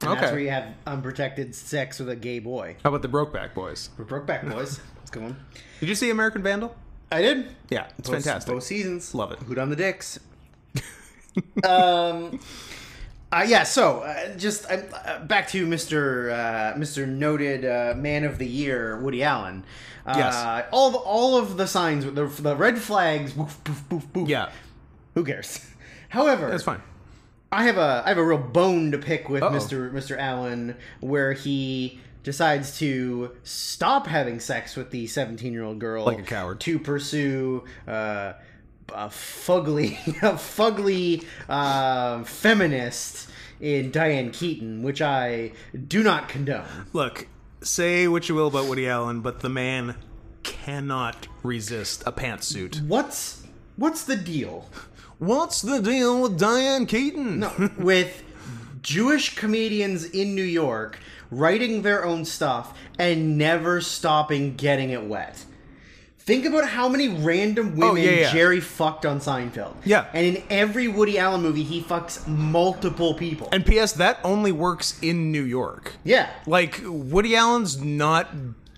[SPEAKER 2] And That's
[SPEAKER 1] Okay.
[SPEAKER 2] where you have unprotected sex with a gay boy.
[SPEAKER 1] How about the broke back boys?
[SPEAKER 2] We're broke back boys. Let's go on.
[SPEAKER 1] Did you see American Vandal?
[SPEAKER 2] I did.
[SPEAKER 1] Yeah, it's
[SPEAKER 2] Both-
[SPEAKER 1] fantastic.
[SPEAKER 2] Both seasons.
[SPEAKER 1] Love it.
[SPEAKER 2] Who done the dicks? um. Uh, yeah, so uh, just uh, uh, back to Mr. Uh, Mr. Noted uh, Man of the Year, Woody Allen. Uh,
[SPEAKER 1] Yes.
[SPEAKER 2] All of, all of the signs, the, the red flags, woof, poof, poof, poof.
[SPEAKER 1] Yeah,
[SPEAKER 2] Who cares? However,
[SPEAKER 1] that's fine.
[SPEAKER 2] I have a I have a real bone to pick with
[SPEAKER 1] Uh-oh.
[SPEAKER 2] Mr. Mr. Allen, where he decides to stop having sex with the 17 year old girl,
[SPEAKER 1] Like a coward.
[SPEAKER 2] to pursue uh, a fugly a fugly uh, feminist in Diane Keaton, which I do not condone.
[SPEAKER 1] Look, say what you will about Woody Allen, but the man cannot resist a pantsuit.
[SPEAKER 2] What's what's the deal
[SPEAKER 1] What's the deal with Diane Keaton?
[SPEAKER 2] with Jewish comedians in New York writing their own stuff and never stopping getting it wet. Think about how many random women
[SPEAKER 1] Oh, yeah, yeah.
[SPEAKER 2] Jerry fucked on Seinfeld.
[SPEAKER 1] Yeah.
[SPEAKER 2] And in every Woody Allen movie, he fucks multiple people.
[SPEAKER 1] And P.S. That only works in New York.
[SPEAKER 2] yeah.
[SPEAKER 1] Like Woody Allen's not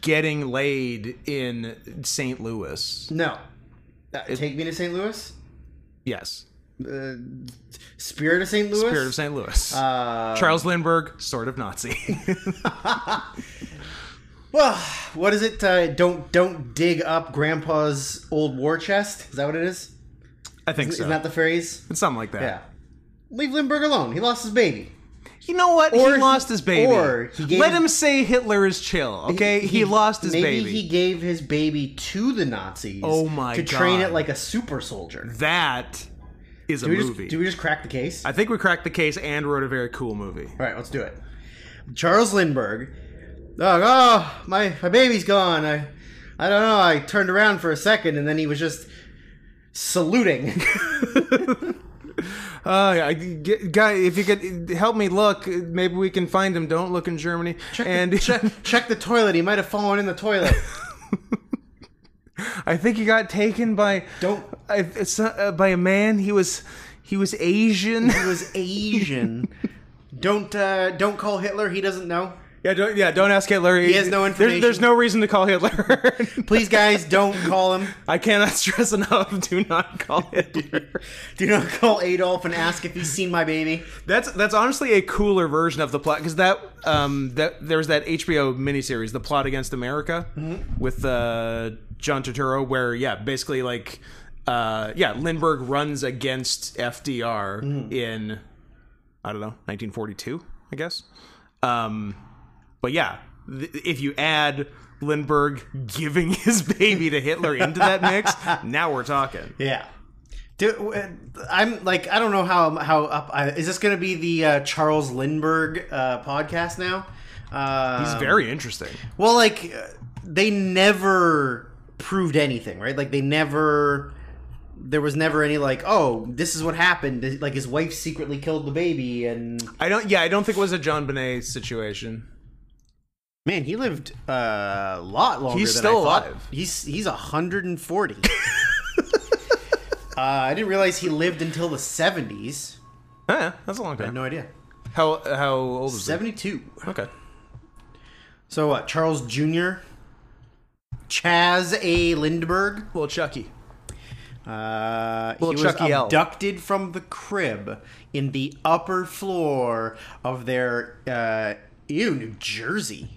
[SPEAKER 1] getting laid in St. Louis.
[SPEAKER 2] No. Uh, Take me to St. Louis?
[SPEAKER 1] Yes.
[SPEAKER 2] uh, Spirit of St. Louis.
[SPEAKER 1] Spirit of St. Louis.
[SPEAKER 2] Uh,
[SPEAKER 1] Charles Lindbergh, sort of Nazi.
[SPEAKER 2] well, what is it? Uh, don't don't dig up Grandpa's old war chest. Is that what it is?
[SPEAKER 1] I think so.
[SPEAKER 2] Isn't that the phrase?
[SPEAKER 1] It's something like that.
[SPEAKER 2] Yeah. Leave Lindbergh alone. He lost his baby.
[SPEAKER 1] You know what?
[SPEAKER 2] Or
[SPEAKER 1] he
[SPEAKER 2] he-
[SPEAKER 1] lost his baby.
[SPEAKER 2] or he gave
[SPEAKER 1] Let
[SPEAKER 2] him-
[SPEAKER 1] him say Hitler is chill, okay? He, lost his
[SPEAKER 2] maybe
[SPEAKER 1] baby.
[SPEAKER 2] he gave his baby to the Nazis.
[SPEAKER 1] Oh my
[SPEAKER 2] To train
[SPEAKER 1] God.
[SPEAKER 2] it like a super soldier.
[SPEAKER 1] That is a
[SPEAKER 2] Do we,
[SPEAKER 1] movie.
[SPEAKER 2] just, do we just crack the case?
[SPEAKER 1] I think we cracked the case and wrote a very cool movie.
[SPEAKER 2] All right, let's do it. Charles Lindbergh. Oh, oh my, my baby's gone. I, I don't know. I turned around for a second, and then he was just saluting.
[SPEAKER 1] Uh, I, get, guy, if you could help me look, maybe we can find him. Don't look in Germany. and
[SPEAKER 2] check, check the toilet. He might have fallen in the toilet.
[SPEAKER 1] I think he got taken by
[SPEAKER 2] Don't.
[SPEAKER 1] I, it's, uh, by a man. He was he was Asian.
[SPEAKER 2] He was Asian. don't uh, don't call Hitler. He doesn't know.
[SPEAKER 1] yeah, don't yeah, don't ask Hitler. He
[SPEAKER 2] has no
[SPEAKER 1] There's, there's
[SPEAKER 2] information.
[SPEAKER 1] no reason to call Hitler.
[SPEAKER 2] Please, guys, don't call him.
[SPEAKER 1] I cannot stress enough. Do not call Hitler.
[SPEAKER 2] Do not call Adolf and ask if he's seen my baby.
[SPEAKER 1] That's that's honestly a cooler version of the plot because that um that there was that HBO miniseries, The Plot Against America, with uh, John Turturro, where yeah, basically like uh yeah, Lindbergh runs against FDR in I don't know 1942, I guess. Um, but yeah, th- if you add Lindbergh giving his baby to Hitler into that mix, now we're talking.
[SPEAKER 2] Yeah. Do, w- I'm like I don't know how how up I, is this going to be the uh, Charles Lindbergh uh, podcast now? Uh,
[SPEAKER 1] It's very interesting.
[SPEAKER 2] well. Like uh, they never proved anything, right? Like they never there was never any like oh this is what happened. Like his wife secretly killed the baby, and
[SPEAKER 1] I don't. Yeah, I don't think it was a John Bonet situation.
[SPEAKER 2] man, he lived uh, a lot longer.
[SPEAKER 1] He's
[SPEAKER 2] than
[SPEAKER 1] still
[SPEAKER 2] I thought.
[SPEAKER 1] alive.
[SPEAKER 2] He's he's 140. uh, I didn't realize he lived until the 70s.
[SPEAKER 1] Oh, Yeah, that's a long time.
[SPEAKER 2] No idea.
[SPEAKER 1] How how old is
[SPEAKER 2] 72.
[SPEAKER 1] it? Okay.
[SPEAKER 2] So what? Charles Jr. Chaz A. Lindbergh.
[SPEAKER 1] Little Chucky.
[SPEAKER 2] Uh, he
[SPEAKER 1] Little
[SPEAKER 2] was
[SPEAKER 1] Chucky L.
[SPEAKER 2] abducted from the crib in the upper floor of their uh, ew New Jersey.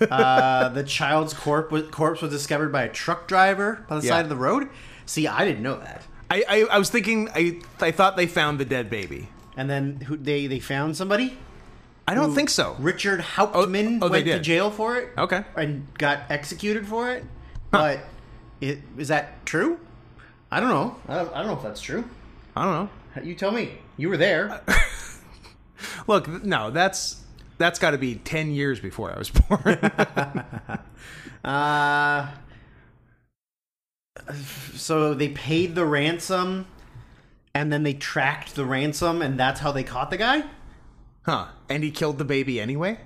[SPEAKER 2] uh, the child's corp was, corpse was discovered by a truck driver by the
[SPEAKER 1] Yeah.
[SPEAKER 2] side of the road. See, I didn't know that.
[SPEAKER 1] I, I I was thinking I I thought they found the dead baby.
[SPEAKER 2] And then who, they they found somebody.
[SPEAKER 1] I don't think so.
[SPEAKER 2] Richard Hauptman
[SPEAKER 1] oh, they
[SPEAKER 2] went to
[SPEAKER 1] did. Oh.
[SPEAKER 2] jail for it.
[SPEAKER 1] Okay.
[SPEAKER 2] and got executed for it. But it, is that true? I don't know. I don't, I don't know if that's true.
[SPEAKER 1] I don't know.
[SPEAKER 2] You tell me. You were
[SPEAKER 1] Uh,
[SPEAKER 2] there.
[SPEAKER 1] Look, th- no, that's that's got to be ten years before I was born.
[SPEAKER 2] Uh, so they paid the ransom, and then they tracked the ransom, and that's how they caught the guy.
[SPEAKER 1] huh? And he killed the baby anyway.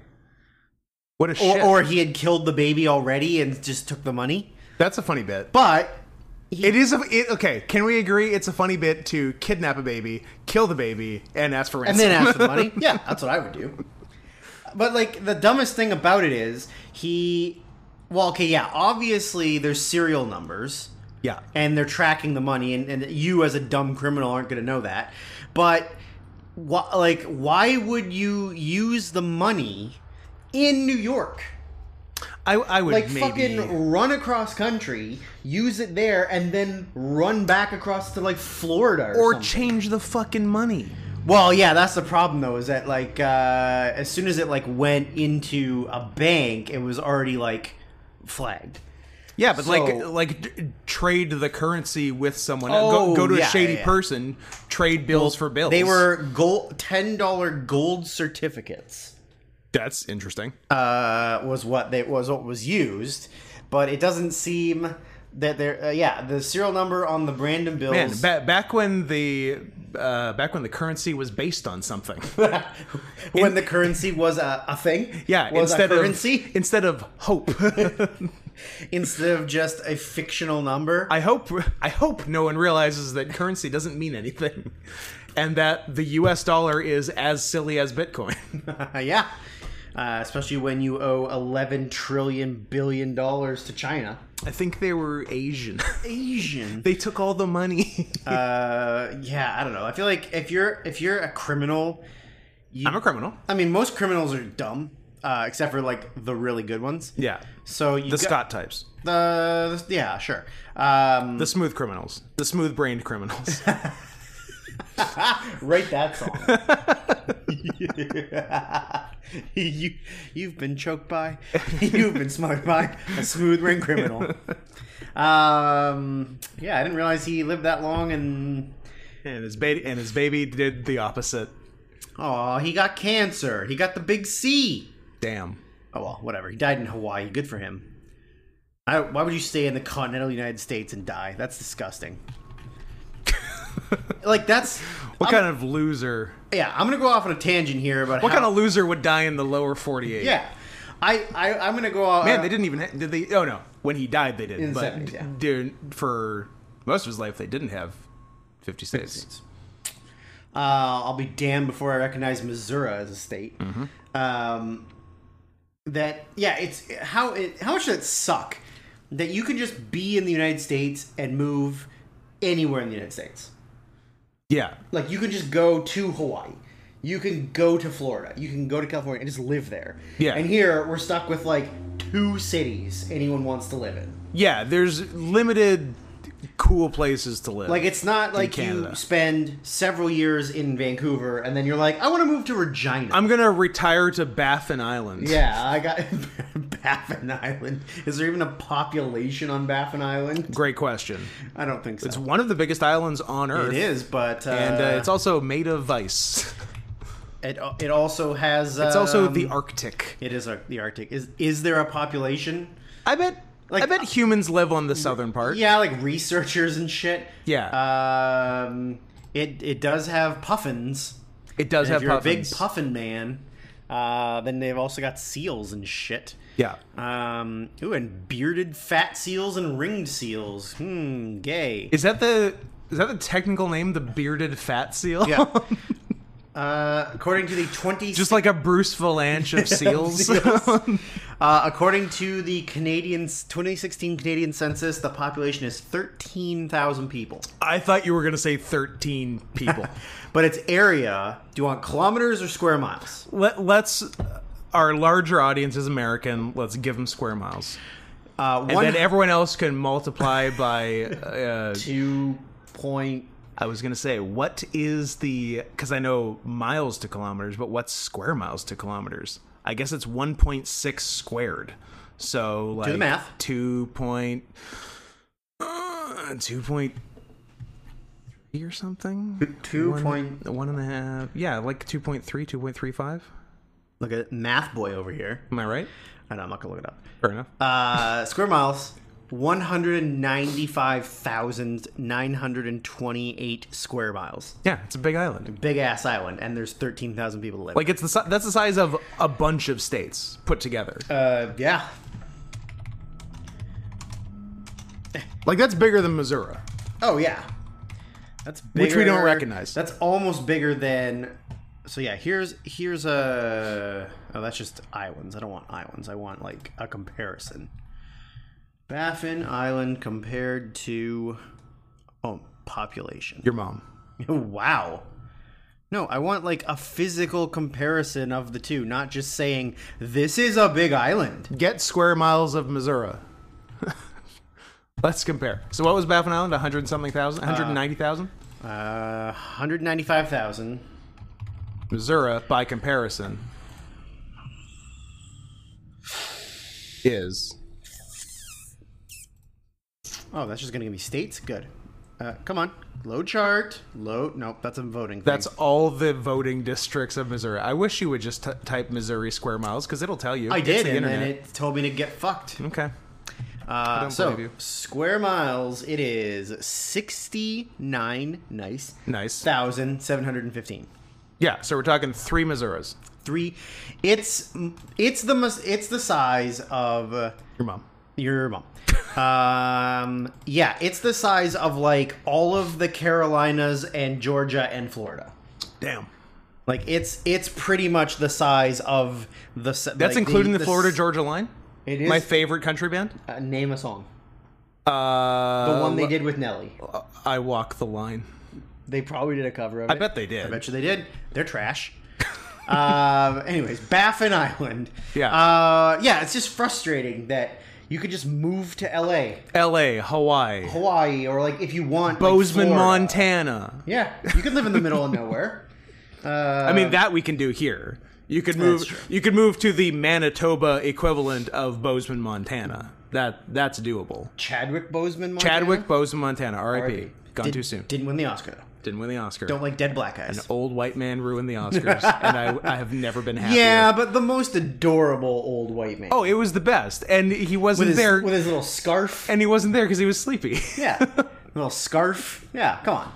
[SPEAKER 1] What a
[SPEAKER 2] Or,
[SPEAKER 1] shit.
[SPEAKER 2] or he had killed the baby already and just took the money.
[SPEAKER 1] that's a funny bit.
[SPEAKER 2] But
[SPEAKER 1] It is a it, okay. Can we agree? It's a funny bit to kidnap a baby, kill the baby, and ask for
[SPEAKER 2] and
[SPEAKER 1] ransom.
[SPEAKER 2] then ask for the money. Yeah, that's what I would do. But like the dumbest thing about it is he. Well, okay, yeah. Obviously, there's serial numbers,
[SPEAKER 1] yeah.
[SPEAKER 2] and they're tracking the money, and, and you as a dumb criminal aren't going to know that. But wh- like, why would you use the money in New York?
[SPEAKER 1] I I would
[SPEAKER 2] Like
[SPEAKER 1] maybe.
[SPEAKER 2] fucking run across country, use it there, and then run back across to like Florida or,
[SPEAKER 1] or
[SPEAKER 2] something.
[SPEAKER 1] change the fucking money.
[SPEAKER 2] Well, yeah, that's the problem though. Is that like uh, as soon as it like went into a bank, it was already like flagged.
[SPEAKER 1] Yeah, but like
[SPEAKER 2] So-
[SPEAKER 1] like d- trade the currency with someone.
[SPEAKER 2] Oh,
[SPEAKER 1] go, go to
[SPEAKER 2] yeah,
[SPEAKER 1] a shady
[SPEAKER 2] yeah, yeah.
[SPEAKER 1] person, trade bills for bills.
[SPEAKER 2] They were gold, ten dollar gold certificates.
[SPEAKER 1] That's interesting.
[SPEAKER 2] Uh, was what they was what was used, but it doesn't seem that they're uh, yeah the serial number on the Brandon bills.
[SPEAKER 1] Man, ba- back when the uh, back when the currency was based on something.
[SPEAKER 2] when the currency was a, a thing,
[SPEAKER 1] Yeah,
[SPEAKER 2] was
[SPEAKER 1] instead
[SPEAKER 2] a currency
[SPEAKER 1] of instead of hope.
[SPEAKER 2] instead of just a fictional number.
[SPEAKER 1] I hope I hope no one realizes that currency doesn't mean anything and that the US dollar is as silly as bitcoin.
[SPEAKER 2] yeah. uh, especially when you owe 11 trillion billion dollars to China.
[SPEAKER 1] I think they were Asian.
[SPEAKER 2] Asian.
[SPEAKER 1] they took all the money.
[SPEAKER 2] Uh, yeah, I don't know. I feel like if you're if you're a criminal, you,
[SPEAKER 1] I'm a criminal.
[SPEAKER 2] I mean, most criminals are dumb, uh, except for like the really good ones.
[SPEAKER 1] Yeah.
[SPEAKER 2] So you
[SPEAKER 1] The
[SPEAKER 2] got-
[SPEAKER 1] Scott types.
[SPEAKER 2] the yeah, sure. Um,
[SPEAKER 1] The smooth criminals. The smooth brained criminals.
[SPEAKER 2] Write that song. you, you've been choked by, you've been smothered by a smooth ring criminal. Um, yeah, I didn't realize he lived that long, and
[SPEAKER 1] and his baby and his baby did the opposite.
[SPEAKER 2] oh, he got cancer. He got the big C.
[SPEAKER 1] Damn.
[SPEAKER 2] Oh well, whatever. He died in Hawaii. Good for him. I, why would you stay in the continental United States and die? That's disgusting. like that's
[SPEAKER 1] What
[SPEAKER 2] I'm-
[SPEAKER 1] kind of loser?
[SPEAKER 2] yeah. I'm gonna go off on a tangent here about
[SPEAKER 1] What
[SPEAKER 2] how,
[SPEAKER 1] kind of loser would die in the lower 48?
[SPEAKER 2] Yeah, I, I I'm gonna go out.
[SPEAKER 1] Man, they didn't even ha- did they Oh no, when he died they did.
[SPEAKER 2] In the
[SPEAKER 1] but
[SPEAKER 2] 70s, yeah.
[SPEAKER 1] dude, for most of his life they didn't have 50 states.
[SPEAKER 2] Uh, I'll be damned before I recognize Missouri as a state.
[SPEAKER 1] Mm-hmm.
[SPEAKER 2] Um, that yeah, it's how it, how much does it suck that you can just be in the United States and move anywhere in the United States.
[SPEAKER 1] Yeah.
[SPEAKER 2] Like you can just go to Hawaii. You can go to Florida. You can go to California and just live there.
[SPEAKER 1] Yeah.
[SPEAKER 2] And here we're stuck with like two cities anyone wants to live in.
[SPEAKER 1] Yeah, there's limited cool places to live.
[SPEAKER 2] Like it's not like you
[SPEAKER 1] Canada.
[SPEAKER 2] spend several years in Vancouver and then you're like, I want to move to Regina.
[SPEAKER 1] I'm going to retire to Baffin Island.
[SPEAKER 2] yeah, I got Baffin Island. Is there even a population on Baffin Island?
[SPEAKER 1] Great question.
[SPEAKER 2] I don't think so.
[SPEAKER 1] It's one of the biggest islands on earth.
[SPEAKER 2] it is, but uh,
[SPEAKER 1] And uh, it's also made of ice.
[SPEAKER 2] it, it also has.
[SPEAKER 1] It's also
[SPEAKER 2] um,
[SPEAKER 1] the Arctic.
[SPEAKER 2] It is ar- the Arctic. Is is there a population?
[SPEAKER 1] I bet.
[SPEAKER 2] Like- uh,
[SPEAKER 1] I bet humans live on the southern part.
[SPEAKER 2] Yeah, Uh, like researchers and shit. Yeah. Um, it it does have puffins.
[SPEAKER 1] it does
[SPEAKER 2] And
[SPEAKER 1] have
[SPEAKER 2] if you're a
[SPEAKER 1] puffins.
[SPEAKER 2] big puffin man, uh, then they've also got seals and shit.
[SPEAKER 1] yeah,
[SPEAKER 2] Um, ooh, and bearded fat seals and ringed seals. Hmm, gay.
[SPEAKER 1] is that the is that the technical name? The bearded fat seal.
[SPEAKER 2] Yeah. uh, according to the twenty,
[SPEAKER 1] just like a Bruce Valanche of seals.
[SPEAKER 2] uh, according to the Canadian 2016 Canadian census, the population is thirteen thousand people.
[SPEAKER 1] I thought you were gonna say thirteen people.
[SPEAKER 2] But its area, do you want kilometers or square miles?
[SPEAKER 1] Let, let's uh, our larger audience is American. Let's give them square miles,
[SPEAKER 2] Uh,
[SPEAKER 1] and
[SPEAKER 2] one
[SPEAKER 1] then everyone else can multiply by. Uh,
[SPEAKER 2] two point.
[SPEAKER 1] I was gonna say what is the because I know miles to kilometers, but what's square miles to kilometers? I guess it's one point six squared. So like
[SPEAKER 2] the math.
[SPEAKER 1] two point uh, two point three or something.
[SPEAKER 2] Two
[SPEAKER 1] One-
[SPEAKER 2] point.
[SPEAKER 1] one and a half. Yeah, like 2.3, 2.35.
[SPEAKER 2] Look at math boy over here.
[SPEAKER 1] Am I right?
[SPEAKER 2] I know, I'm not gonna look it up.
[SPEAKER 1] Fair enough.
[SPEAKER 2] Uh, square miles, 195,928 square miles.
[SPEAKER 1] yeah, it's a big island.
[SPEAKER 2] Big ass island, and there's 13,000 people live.
[SPEAKER 1] Like it's the si- that's the size of a bunch of states put together.
[SPEAKER 2] uh, yeah.
[SPEAKER 1] Like that's bigger than Missouri.
[SPEAKER 2] Oh, yeah. That's bigger,
[SPEAKER 1] Which we don't recognize.
[SPEAKER 2] That's almost bigger than. So yeah, here's here's a. Oh, that's just islands. I don't want islands. I want like a comparison. Baffin Island compared to, oh, population.
[SPEAKER 1] Your mom.
[SPEAKER 2] Wow. No, I want like a physical comparison of the two, not just saying this is a big island.
[SPEAKER 1] Get square miles of Missouri. Let's compare. So what was Baffin Island? 100 and something thousand? 190,000?
[SPEAKER 2] Uh, 195,000.
[SPEAKER 1] Missouri, by comparison, is...
[SPEAKER 2] Oh, that's just gonna give me states. Good. Uh, come on, load chart. Load. Nope, that's a voting. Thing.
[SPEAKER 1] That's all the voting districts of Missouri. I wish you would just t- type Missouri square miles because it'll tell you.
[SPEAKER 2] I
[SPEAKER 1] It's
[SPEAKER 2] did,
[SPEAKER 1] the
[SPEAKER 2] and then
[SPEAKER 1] internet.
[SPEAKER 2] it told me to get fucked.
[SPEAKER 1] Okay.
[SPEAKER 2] Uh,
[SPEAKER 1] don't
[SPEAKER 2] so
[SPEAKER 1] believe you.
[SPEAKER 2] square miles, it is sixty-nine. Nice.
[SPEAKER 1] Nice.
[SPEAKER 2] Thousand seven hundred and fifteen.
[SPEAKER 1] Yeah, so we're talking three Missouris.
[SPEAKER 2] Three. It's it's the mus- it's the size of. Uh,
[SPEAKER 1] Your mom.
[SPEAKER 2] Your mom. um, yeah, it's the size of like all of the Carolinas and Georgia and Florida.
[SPEAKER 1] Damn.
[SPEAKER 2] Like it's it's pretty much the size of the. That's
[SPEAKER 1] That's including the, Florida Georgia Line.
[SPEAKER 2] It is.
[SPEAKER 1] My favorite country band.
[SPEAKER 2] uh, name a song. The
[SPEAKER 1] Uh,
[SPEAKER 2] one they did with Nelly.
[SPEAKER 1] I walk the line.
[SPEAKER 2] They probably did a cover of it.
[SPEAKER 1] I bet they did.
[SPEAKER 2] I bet you they did. They're trash. um, anyways, Baffin Island.
[SPEAKER 1] Yeah.
[SPEAKER 2] Uh, yeah, it's just frustrating that you could just move to LA,
[SPEAKER 1] L.A., Hawaii,
[SPEAKER 2] Hawaii, or like if you want like,
[SPEAKER 1] Bozeman,
[SPEAKER 2] Florida.
[SPEAKER 1] Montana.
[SPEAKER 2] Yeah, you could live in the middle of nowhere. Uh,
[SPEAKER 1] I mean, that we can do here. You could move.
[SPEAKER 2] true.
[SPEAKER 1] You could move to the Manitoba equivalent of Bozeman, Montana. That that's doable.
[SPEAKER 2] Chadwick Bozeman. Montana?
[SPEAKER 1] Chadwick Bozeman, Montana. R.I.P.
[SPEAKER 2] R.I.P.
[SPEAKER 1] Gone
[SPEAKER 2] Did-
[SPEAKER 1] too soon.
[SPEAKER 2] Didn't win the Oscar. though.
[SPEAKER 1] Didn't win the Oscar.
[SPEAKER 2] Don't like dead black eyes.
[SPEAKER 1] Old white man ruined the Oscars, and I, I have never been happier.
[SPEAKER 2] Yeah, but the most adorable old white man.
[SPEAKER 1] Oh, it was the best, and he wasn't
[SPEAKER 2] with his,
[SPEAKER 1] there,
[SPEAKER 2] with his little scarf.
[SPEAKER 1] and he wasn't there because he was sleepy.
[SPEAKER 2] Yeah. little scarf. Yeah, come on.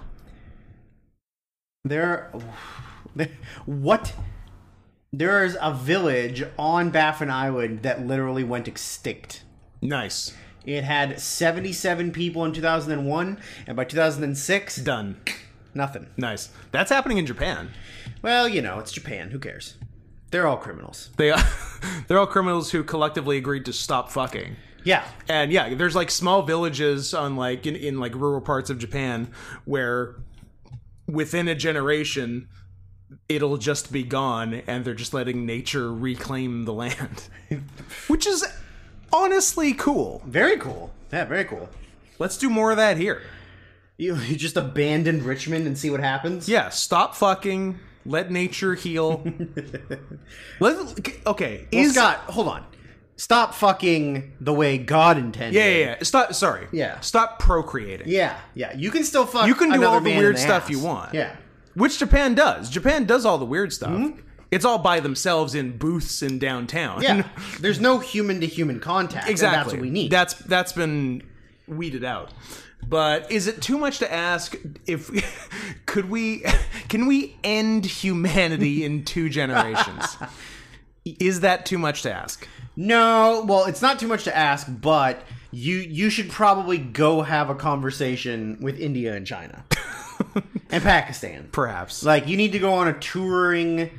[SPEAKER 2] There, there what? There is a village on Baffin Island that literally went extinct.
[SPEAKER 1] nice,
[SPEAKER 2] It had 77 people in 2001, and by 2006,
[SPEAKER 1] done.
[SPEAKER 2] nothing.
[SPEAKER 1] Nice. That's happening in Japan.
[SPEAKER 2] Well, you know, it's Japan. Who cares? They're all criminals.
[SPEAKER 1] They they're all criminals who collectively agreed to stop fucking.
[SPEAKER 2] Yeah.
[SPEAKER 1] And yeah, there's like small villages on like in, in like rural parts of Japan where within a generation it'll just be gone and they're just letting nature reclaim the land. Which is honestly cool.
[SPEAKER 2] Very cool. Yeah, very cool.
[SPEAKER 1] Let's do more of that here.
[SPEAKER 2] You, you just abandon Richmond and see what happens?
[SPEAKER 1] Yeah, stop fucking, let nature heal. let okay,
[SPEAKER 2] Well,
[SPEAKER 1] is
[SPEAKER 2] Scott, hold on. Stop fucking the way God intended.
[SPEAKER 1] yeah, yeah, yeah. Stop sorry.
[SPEAKER 2] Yeah.
[SPEAKER 1] Stop procreating.
[SPEAKER 2] Yeah, yeah. You can still fuck.
[SPEAKER 1] You can do
[SPEAKER 2] another
[SPEAKER 1] all the
[SPEAKER 2] man in
[SPEAKER 1] weird stuff
[SPEAKER 2] ass.
[SPEAKER 1] you want.
[SPEAKER 2] Yeah,
[SPEAKER 1] which Japan does. Japan does all the weird stuff.
[SPEAKER 2] Hmm?
[SPEAKER 1] It's all by themselves in booths in downtown.
[SPEAKER 2] yeah. There's no human to human contact. and
[SPEAKER 1] exactly.
[SPEAKER 2] that's what we need.
[SPEAKER 1] That's that's been weeded out. But is it too much to ask if could we can we end humanity in two generations? is that too much to ask?
[SPEAKER 2] no, well, it's not too much to ask, but you you should probably go have a conversation with India and China and Pakistan.
[SPEAKER 1] Perhaps.
[SPEAKER 2] Like you need to go on a touring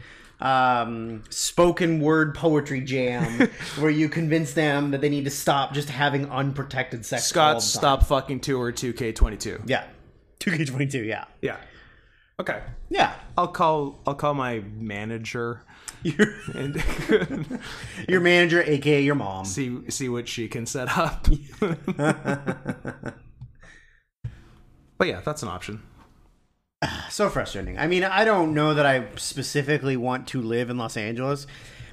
[SPEAKER 2] um spoken word poetry jam where you convince them that they need to stop just having unprotected sex all
[SPEAKER 1] Scott,
[SPEAKER 2] the time.
[SPEAKER 1] stop fucking two or two K twenty two.
[SPEAKER 2] yeah 2k22 yeah
[SPEAKER 1] Yeah. Okay.
[SPEAKER 2] yeah
[SPEAKER 1] I'll call I'll call my manager
[SPEAKER 2] your,
[SPEAKER 1] and
[SPEAKER 2] your manager aka your mom
[SPEAKER 1] see see what she can set up. but yeah, that's an option.
[SPEAKER 2] so frustrating. I mean, I don't know that I specifically want to live in Los Angeles,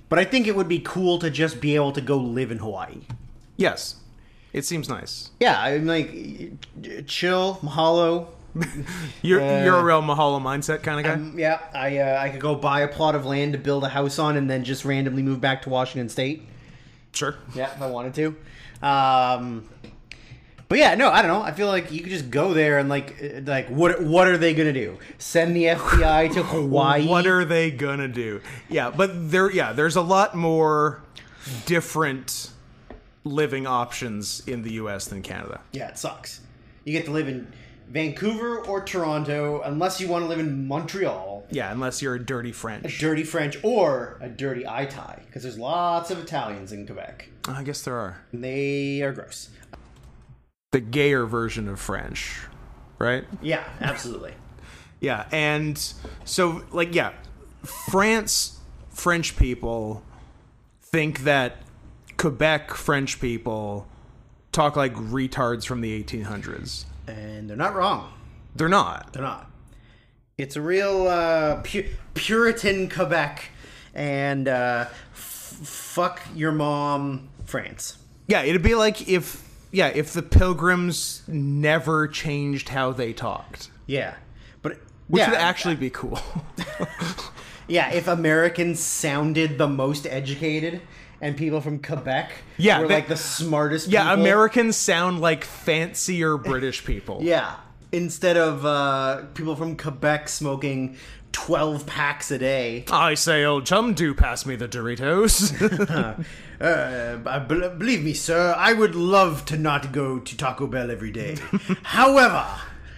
[SPEAKER 2] but I think it would be cool to just be able to go live in Hawaii.
[SPEAKER 1] Yes, it seems nich.
[SPEAKER 2] Yeah, I'm like chill, mahalo.
[SPEAKER 1] You're
[SPEAKER 2] Uh,
[SPEAKER 1] you're a real Mahalo mindset kind of guy.
[SPEAKER 2] Yeah, I uh, I could go buy a plot of land to build a house on, and then just randomly move back to Washington State.
[SPEAKER 1] sure.
[SPEAKER 2] Yeah, if I wanted to. Um, but yeah, no, I don't know. I feel like you could just go there and like uh, like what what are they gonna do? Send the FBI to Hawaii?
[SPEAKER 1] What are they gonna do? Yeah, but there yeah, there's a lot more different living options in the U.S. than Canada.
[SPEAKER 2] Yeah, it sucks. You get to live in Vancouver or Toronto, unless you want to live in Montreal,
[SPEAKER 1] Yeah, unless you're a dirty French.
[SPEAKER 2] dirty French, or a dirty eye tie, because there's lots of Italians in Quebec.
[SPEAKER 1] I guess there are
[SPEAKER 2] And they are gross.
[SPEAKER 1] the gayer version of French, right?
[SPEAKER 2] Yeah, absolutely.
[SPEAKER 1] Yeah, and so like yeah, France French people think that Quebec French people talk like retards from the 1800s.
[SPEAKER 2] and they're not wrong.
[SPEAKER 1] They're not.
[SPEAKER 2] They're not. It's a real uh, pu- Puritan Quebec and uh, f- fuck your mom France.
[SPEAKER 1] Yeah, it'd be like if yeah, if the Pilgrims never changed how they talked,
[SPEAKER 2] Yeah. But
[SPEAKER 1] which
[SPEAKER 2] yeah,
[SPEAKER 1] would actually be cool.
[SPEAKER 2] Yeah, if Americans sounded the most educated and people from Quebec
[SPEAKER 1] Yeah,
[SPEAKER 2] were
[SPEAKER 1] that-
[SPEAKER 2] like the smartest
[SPEAKER 1] yeah,
[SPEAKER 2] people.
[SPEAKER 1] Americans sound like fancier British people.
[SPEAKER 2] Yeah. Instead of uh, people from Quebec smoking 12 packs a day.
[SPEAKER 1] I say, old chum, do pass me the Doritos.
[SPEAKER 2] Uh, I bel believe me, sir, I would love to not go to Taco Bell every day. However,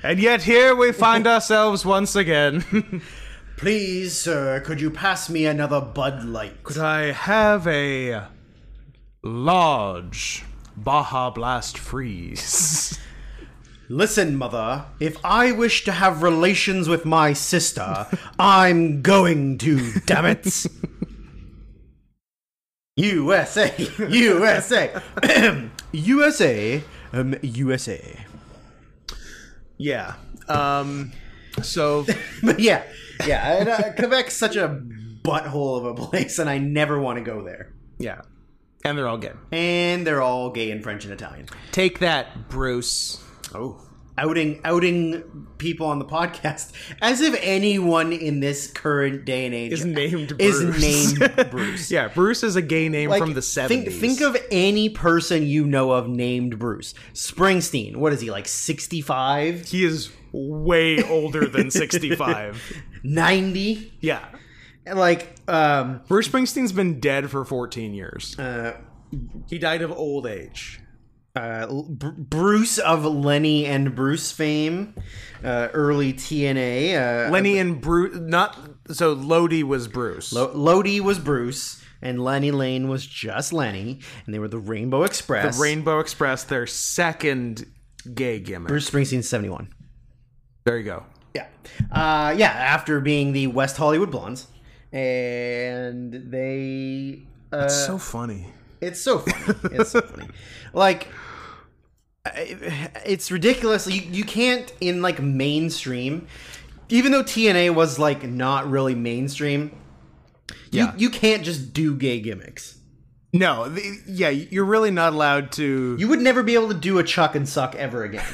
[SPEAKER 1] and yet here we find ourselves once again.
[SPEAKER 2] Please, sir, could you pass me another Bud Light?
[SPEAKER 1] Could I have a large Baja Blast Freeze?
[SPEAKER 2] Listen, mother, if I wish to have relations with my sister, I'm going to, damn it. USA, USA, USA, um, USA.
[SPEAKER 1] yeah. Um. So
[SPEAKER 2] But yeah, yeah, and, uh, Quebec's such a butthole of a place, and I never want to go there.
[SPEAKER 1] yeah, and they're all gay.
[SPEAKER 2] And they're all gay and French and Italian.
[SPEAKER 1] Take that, Bruce.
[SPEAKER 2] Oh. Outing outing people on the podcast as if anyone in this current day and age
[SPEAKER 1] Is named
[SPEAKER 2] is
[SPEAKER 1] Bruce.
[SPEAKER 2] named Bruce.
[SPEAKER 1] Yeah, Bruce is a gay name
[SPEAKER 2] Like,
[SPEAKER 1] from the
[SPEAKER 2] think,
[SPEAKER 1] seventies.
[SPEAKER 2] think of any person you know of named Bruce. Springsteen, what is he, like 65?
[SPEAKER 1] he is way older than sixty-five.
[SPEAKER 2] 90?
[SPEAKER 1] yeah,
[SPEAKER 2] Like, um,
[SPEAKER 1] Bruce Springsteen's been dead for fourteen years.
[SPEAKER 2] uh,
[SPEAKER 1] He died of old age.
[SPEAKER 2] uh, L- Br- Bruce of Lenny and Bruce fame, uh, early TNA. Uh,
[SPEAKER 1] Lenny and Bruce, not so Lodi was Bruce.
[SPEAKER 2] Lo- Lodi was Bruce, and Lenny Lane was just Lenny, and they were the Rainbow Express.
[SPEAKER 1] Rainbow Express, their second gay gimmick.
[SPEAKER 2] Bruce Springsteen's 71.
[SPEAKER 1] There you go.
[SPEAKER 2] Yeah. Uh, yeah, after being the West Hollywood Blondes. And they. Uh,
[SPEAKER 1] so funny.
[SPEAKER 2] it's so funny. It's so funny. Like. I- It's ridiculous. You, you can't in like mainstream, even though TNA was like not really mainstream.
[SPEAKER 1] Yeah.
[SPEAKER 2] You you can't just do gay gimmicks.
[SPEAKER 1] No, the, yeah, you're really not allowed to.
[SPEAKER 2] You would never be able to do a chuck and suck ever again.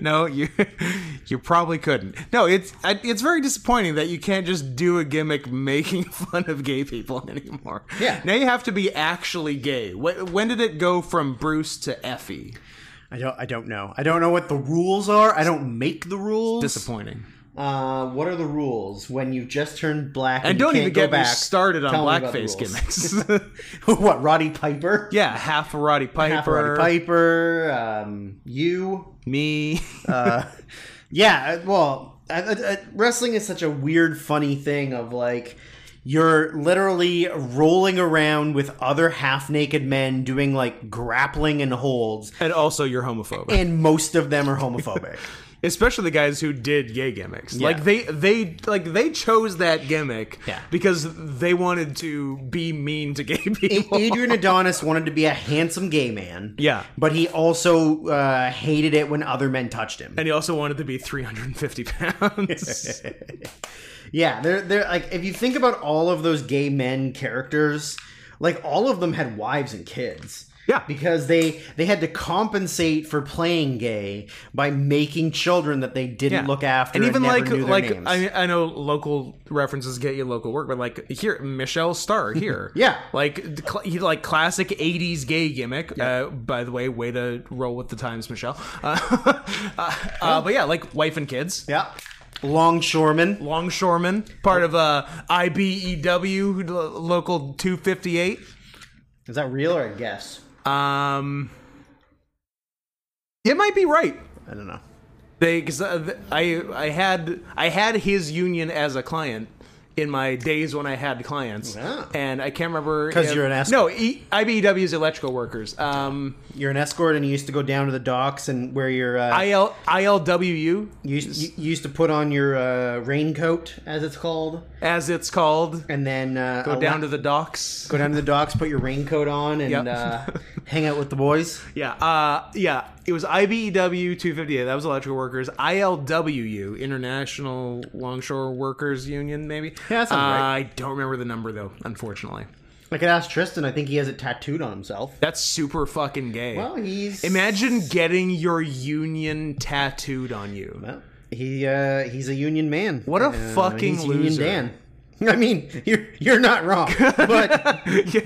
[SPEAKER 1] no, you you probably couldn't. No, it's I, it's very disappointing that you can't just do a gimmick making fun of gay people anymore.
[SPEAKER 2] Yeah.
[SPEAKER 1] Now you have to be actually gay. Wh- When did it go from Bruce to Effie?
[SPEAKER 2] I don't. I don't know. I don't know what the rules are. I don't make the rules.
[SPEAKER 1] Disappointing.
[SPEAKER 2] Uh, what are the rules when you just turned black and,
[SPEAKER 1] And
[SPEAKER 2] you
[SPEAKER 1] don't
[SPEAKER 2] can't
[SPEAKER 1] even
[SPEAKER 2] go
[SPEAKER 1] get me
[SPEAKER 2] back?
[SPEAKER 1] started on
[SPEAKER 2] Tell me about the
[SPEAKER 1] blackface
[SPEAKER 2] rules.
[SPEAKER 1] gimmicks.
[SPEAKER 2] what Roddy Piper?
[SPEAKER 1] yeah, half a Roddy Piper,
[SPEAKER 2] Half Roddy Piper. Um, you.
[SPEAKER 1] me.
[SPEAKER 2] Uh, yeah. uh, Well, I, I, I, wrestling is such a weird, funny thing of like. You're literally rolling around with other half-naked men doing like grappling and holds,
[SPEAKER 1] and also you're homophobic.
[SPEAKER 2] and most of them are homophobic.
[SPEAKER 1] especially the guys who did gay gimmicks. Like they they like they chose that gimmick
[SPEAKER 2] Yeah. E,
[SPEAKER 1] because they wanted to be mean to gay people.
[SPEAKER 2] Adrian Adonis wanted to be a handsome gay man.
[SPEAKER 1] Yeah.
[SPEAKER 2] But he also uh, hated it when other men touched him.
[SPEAKER 1] and he also wanted to be 350 pounds.
[SPEAKER 2] Yeah, they're they're like if you think about all of those gay men characters, like all of them had wives and kids.
[SPEAKER 1] Yeah.
[SPEAKER 2] Because they they had to compensate for playing gay by making children that they didn't
[SPEAKER 1] Yeah.
[SPEAKER 2] look after
[SPEAKER 1] and even
[SPEAKER 2] never
[SPEAKER 1] like
[SPEAKER 2] knew their
[SPEAKER 1] like
[SPEAKER 2] names.
[SPEAKER 1] I, I know local references get you local work, but like here Michelle Starr here,
[SPEAKER 2] Yeah.
[SPEAKER 1] like cl- he- like classic '80s gay gimmick. Uh, by the way, way to roll with the times, Michelle. Uh, uh, uh, but yeah, like wife and kids.
[SPEAKER 2] yeah. Longshoreman.
[SPEAKER 1] longshoreman, part of uh, IBEW lo- local 258.
[SPEAKER 2] Is that real or a guess?
[SPEAKER 1] Um, it might be right.
[SPEAKER 2] I don't know.
[SPEAKER 1] They because uh, th- I I had I had his union as a client in my days when I had clients,
[SPEAKER 2] Yeah.
[SPEAKER 1] and I can't remember
[SPEAKER 2] 'Cause
[SPEAKER 1] if-
[SPEAKER 2] you're an ass-
[SPEAKER 1] No, e- IBEW is electrical workers. Um,
[SPEAKER 2] You're an escort and you used to go down to the docks and where your uh,
[SPEAKER 1] IL ILWU
[SPEAKER 2] You used, you you used to put on your uh, raincoat, as it's called,
[SPEAKER 1] as it's called.
[SPEAKER 2] and then uh,
[SPEAKER 1] Go down to the docks.
[SPEAKER 2] go down to the docks, put your raincoat on, and
[SPEAKER 1] Yep.
[SPEAKER 2] uh, hang out with the boys.
[SPEAKER 1] Yeah, uh, yeah. It was E IBEW 258. That was electrical workers. ILWU, International Longshore Workers Union, maybe.
[SPEAKER 2] Yeah, that sounds
[SPEAKER 1] uh,
[SPEAKER 2] right.
[SPEAKER 1] I don't remember the number though, unfortunately.
[SPEAKER 2] I could ask Tristan. I think he has it tattooed on himself.
[SPEAKER 1] That's super fucking gay.
[SPEAKER 2] Well, he's
[SPEAKER 1] Imagine getting your union tattooed on you.
[SPEAKER 2] Well, he uh, he's a union man.
[SPEAKER 1] What a
[SPEAKER 2] Uh,
[SPEAKER 1] fucking
[SPEAKER 2] he's
[SPEAKER 1] loser.
[SPEAKER 2] Union Dan. I mean, you're you're not wrong, but
[SPEAKER 1] Yeah,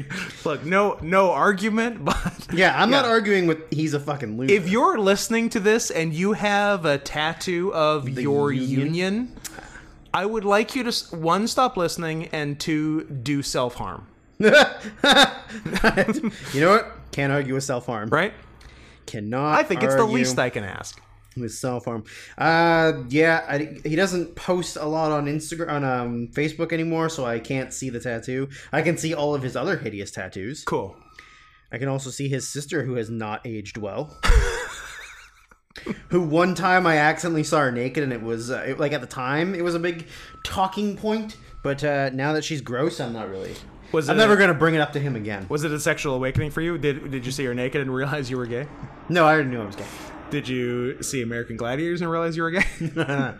[SPEAKER 1] Look, no, no argument, but
[SPEAKER 2] yeah, I'm not arguing with he's a fucking loser.
[SPEAKER 1] if you're listening to this and you have a tattoo of your union,
[SPEAKER 2] union?
[SPEAKER 1] I would like you to s- one stop listening and two do self harm.
[SPEAKER 2] you know what? Can't argue with self harm.
[SPEAKER 1] Right?
[SPEAKER 2] Cannot.
[SPEAKER 1] I think it's the
[SPEAKER 2] argue.
[SPEAKER 1] least I can ask.
[SPEAKER 2] His cell phone. Uh, yeah, I, he doesn't post a lot on Instagram on um, Facebook anymore, so I can't see the tattoo. I can see all of his other hideous tattoos.
[SPEAKER 1] Cool.
[SPEAKER 2] I can also see his sister, who has not aged well. who one time I accidentally saw her naked, and it was uh, it- like at the time it was a big talking point. But uh, now that she's gross, I'm not really.
[SPEAKER 1] Was
[SPEAKER 2] I'm
[SPEAKER 1] it
[SPEAKER 2] never
[SPEAKER 1] a-
[SPEAKER 2] gonna bring it up to him again.
[SPEAKER 1] Was it a sexual awakening for you? Did Did you see her naked and realize you were gay?
[SPEAKER 2] No, I already knew I was gay.
[SPEAKER 1] Did you see American Gladiators and realize you were gay?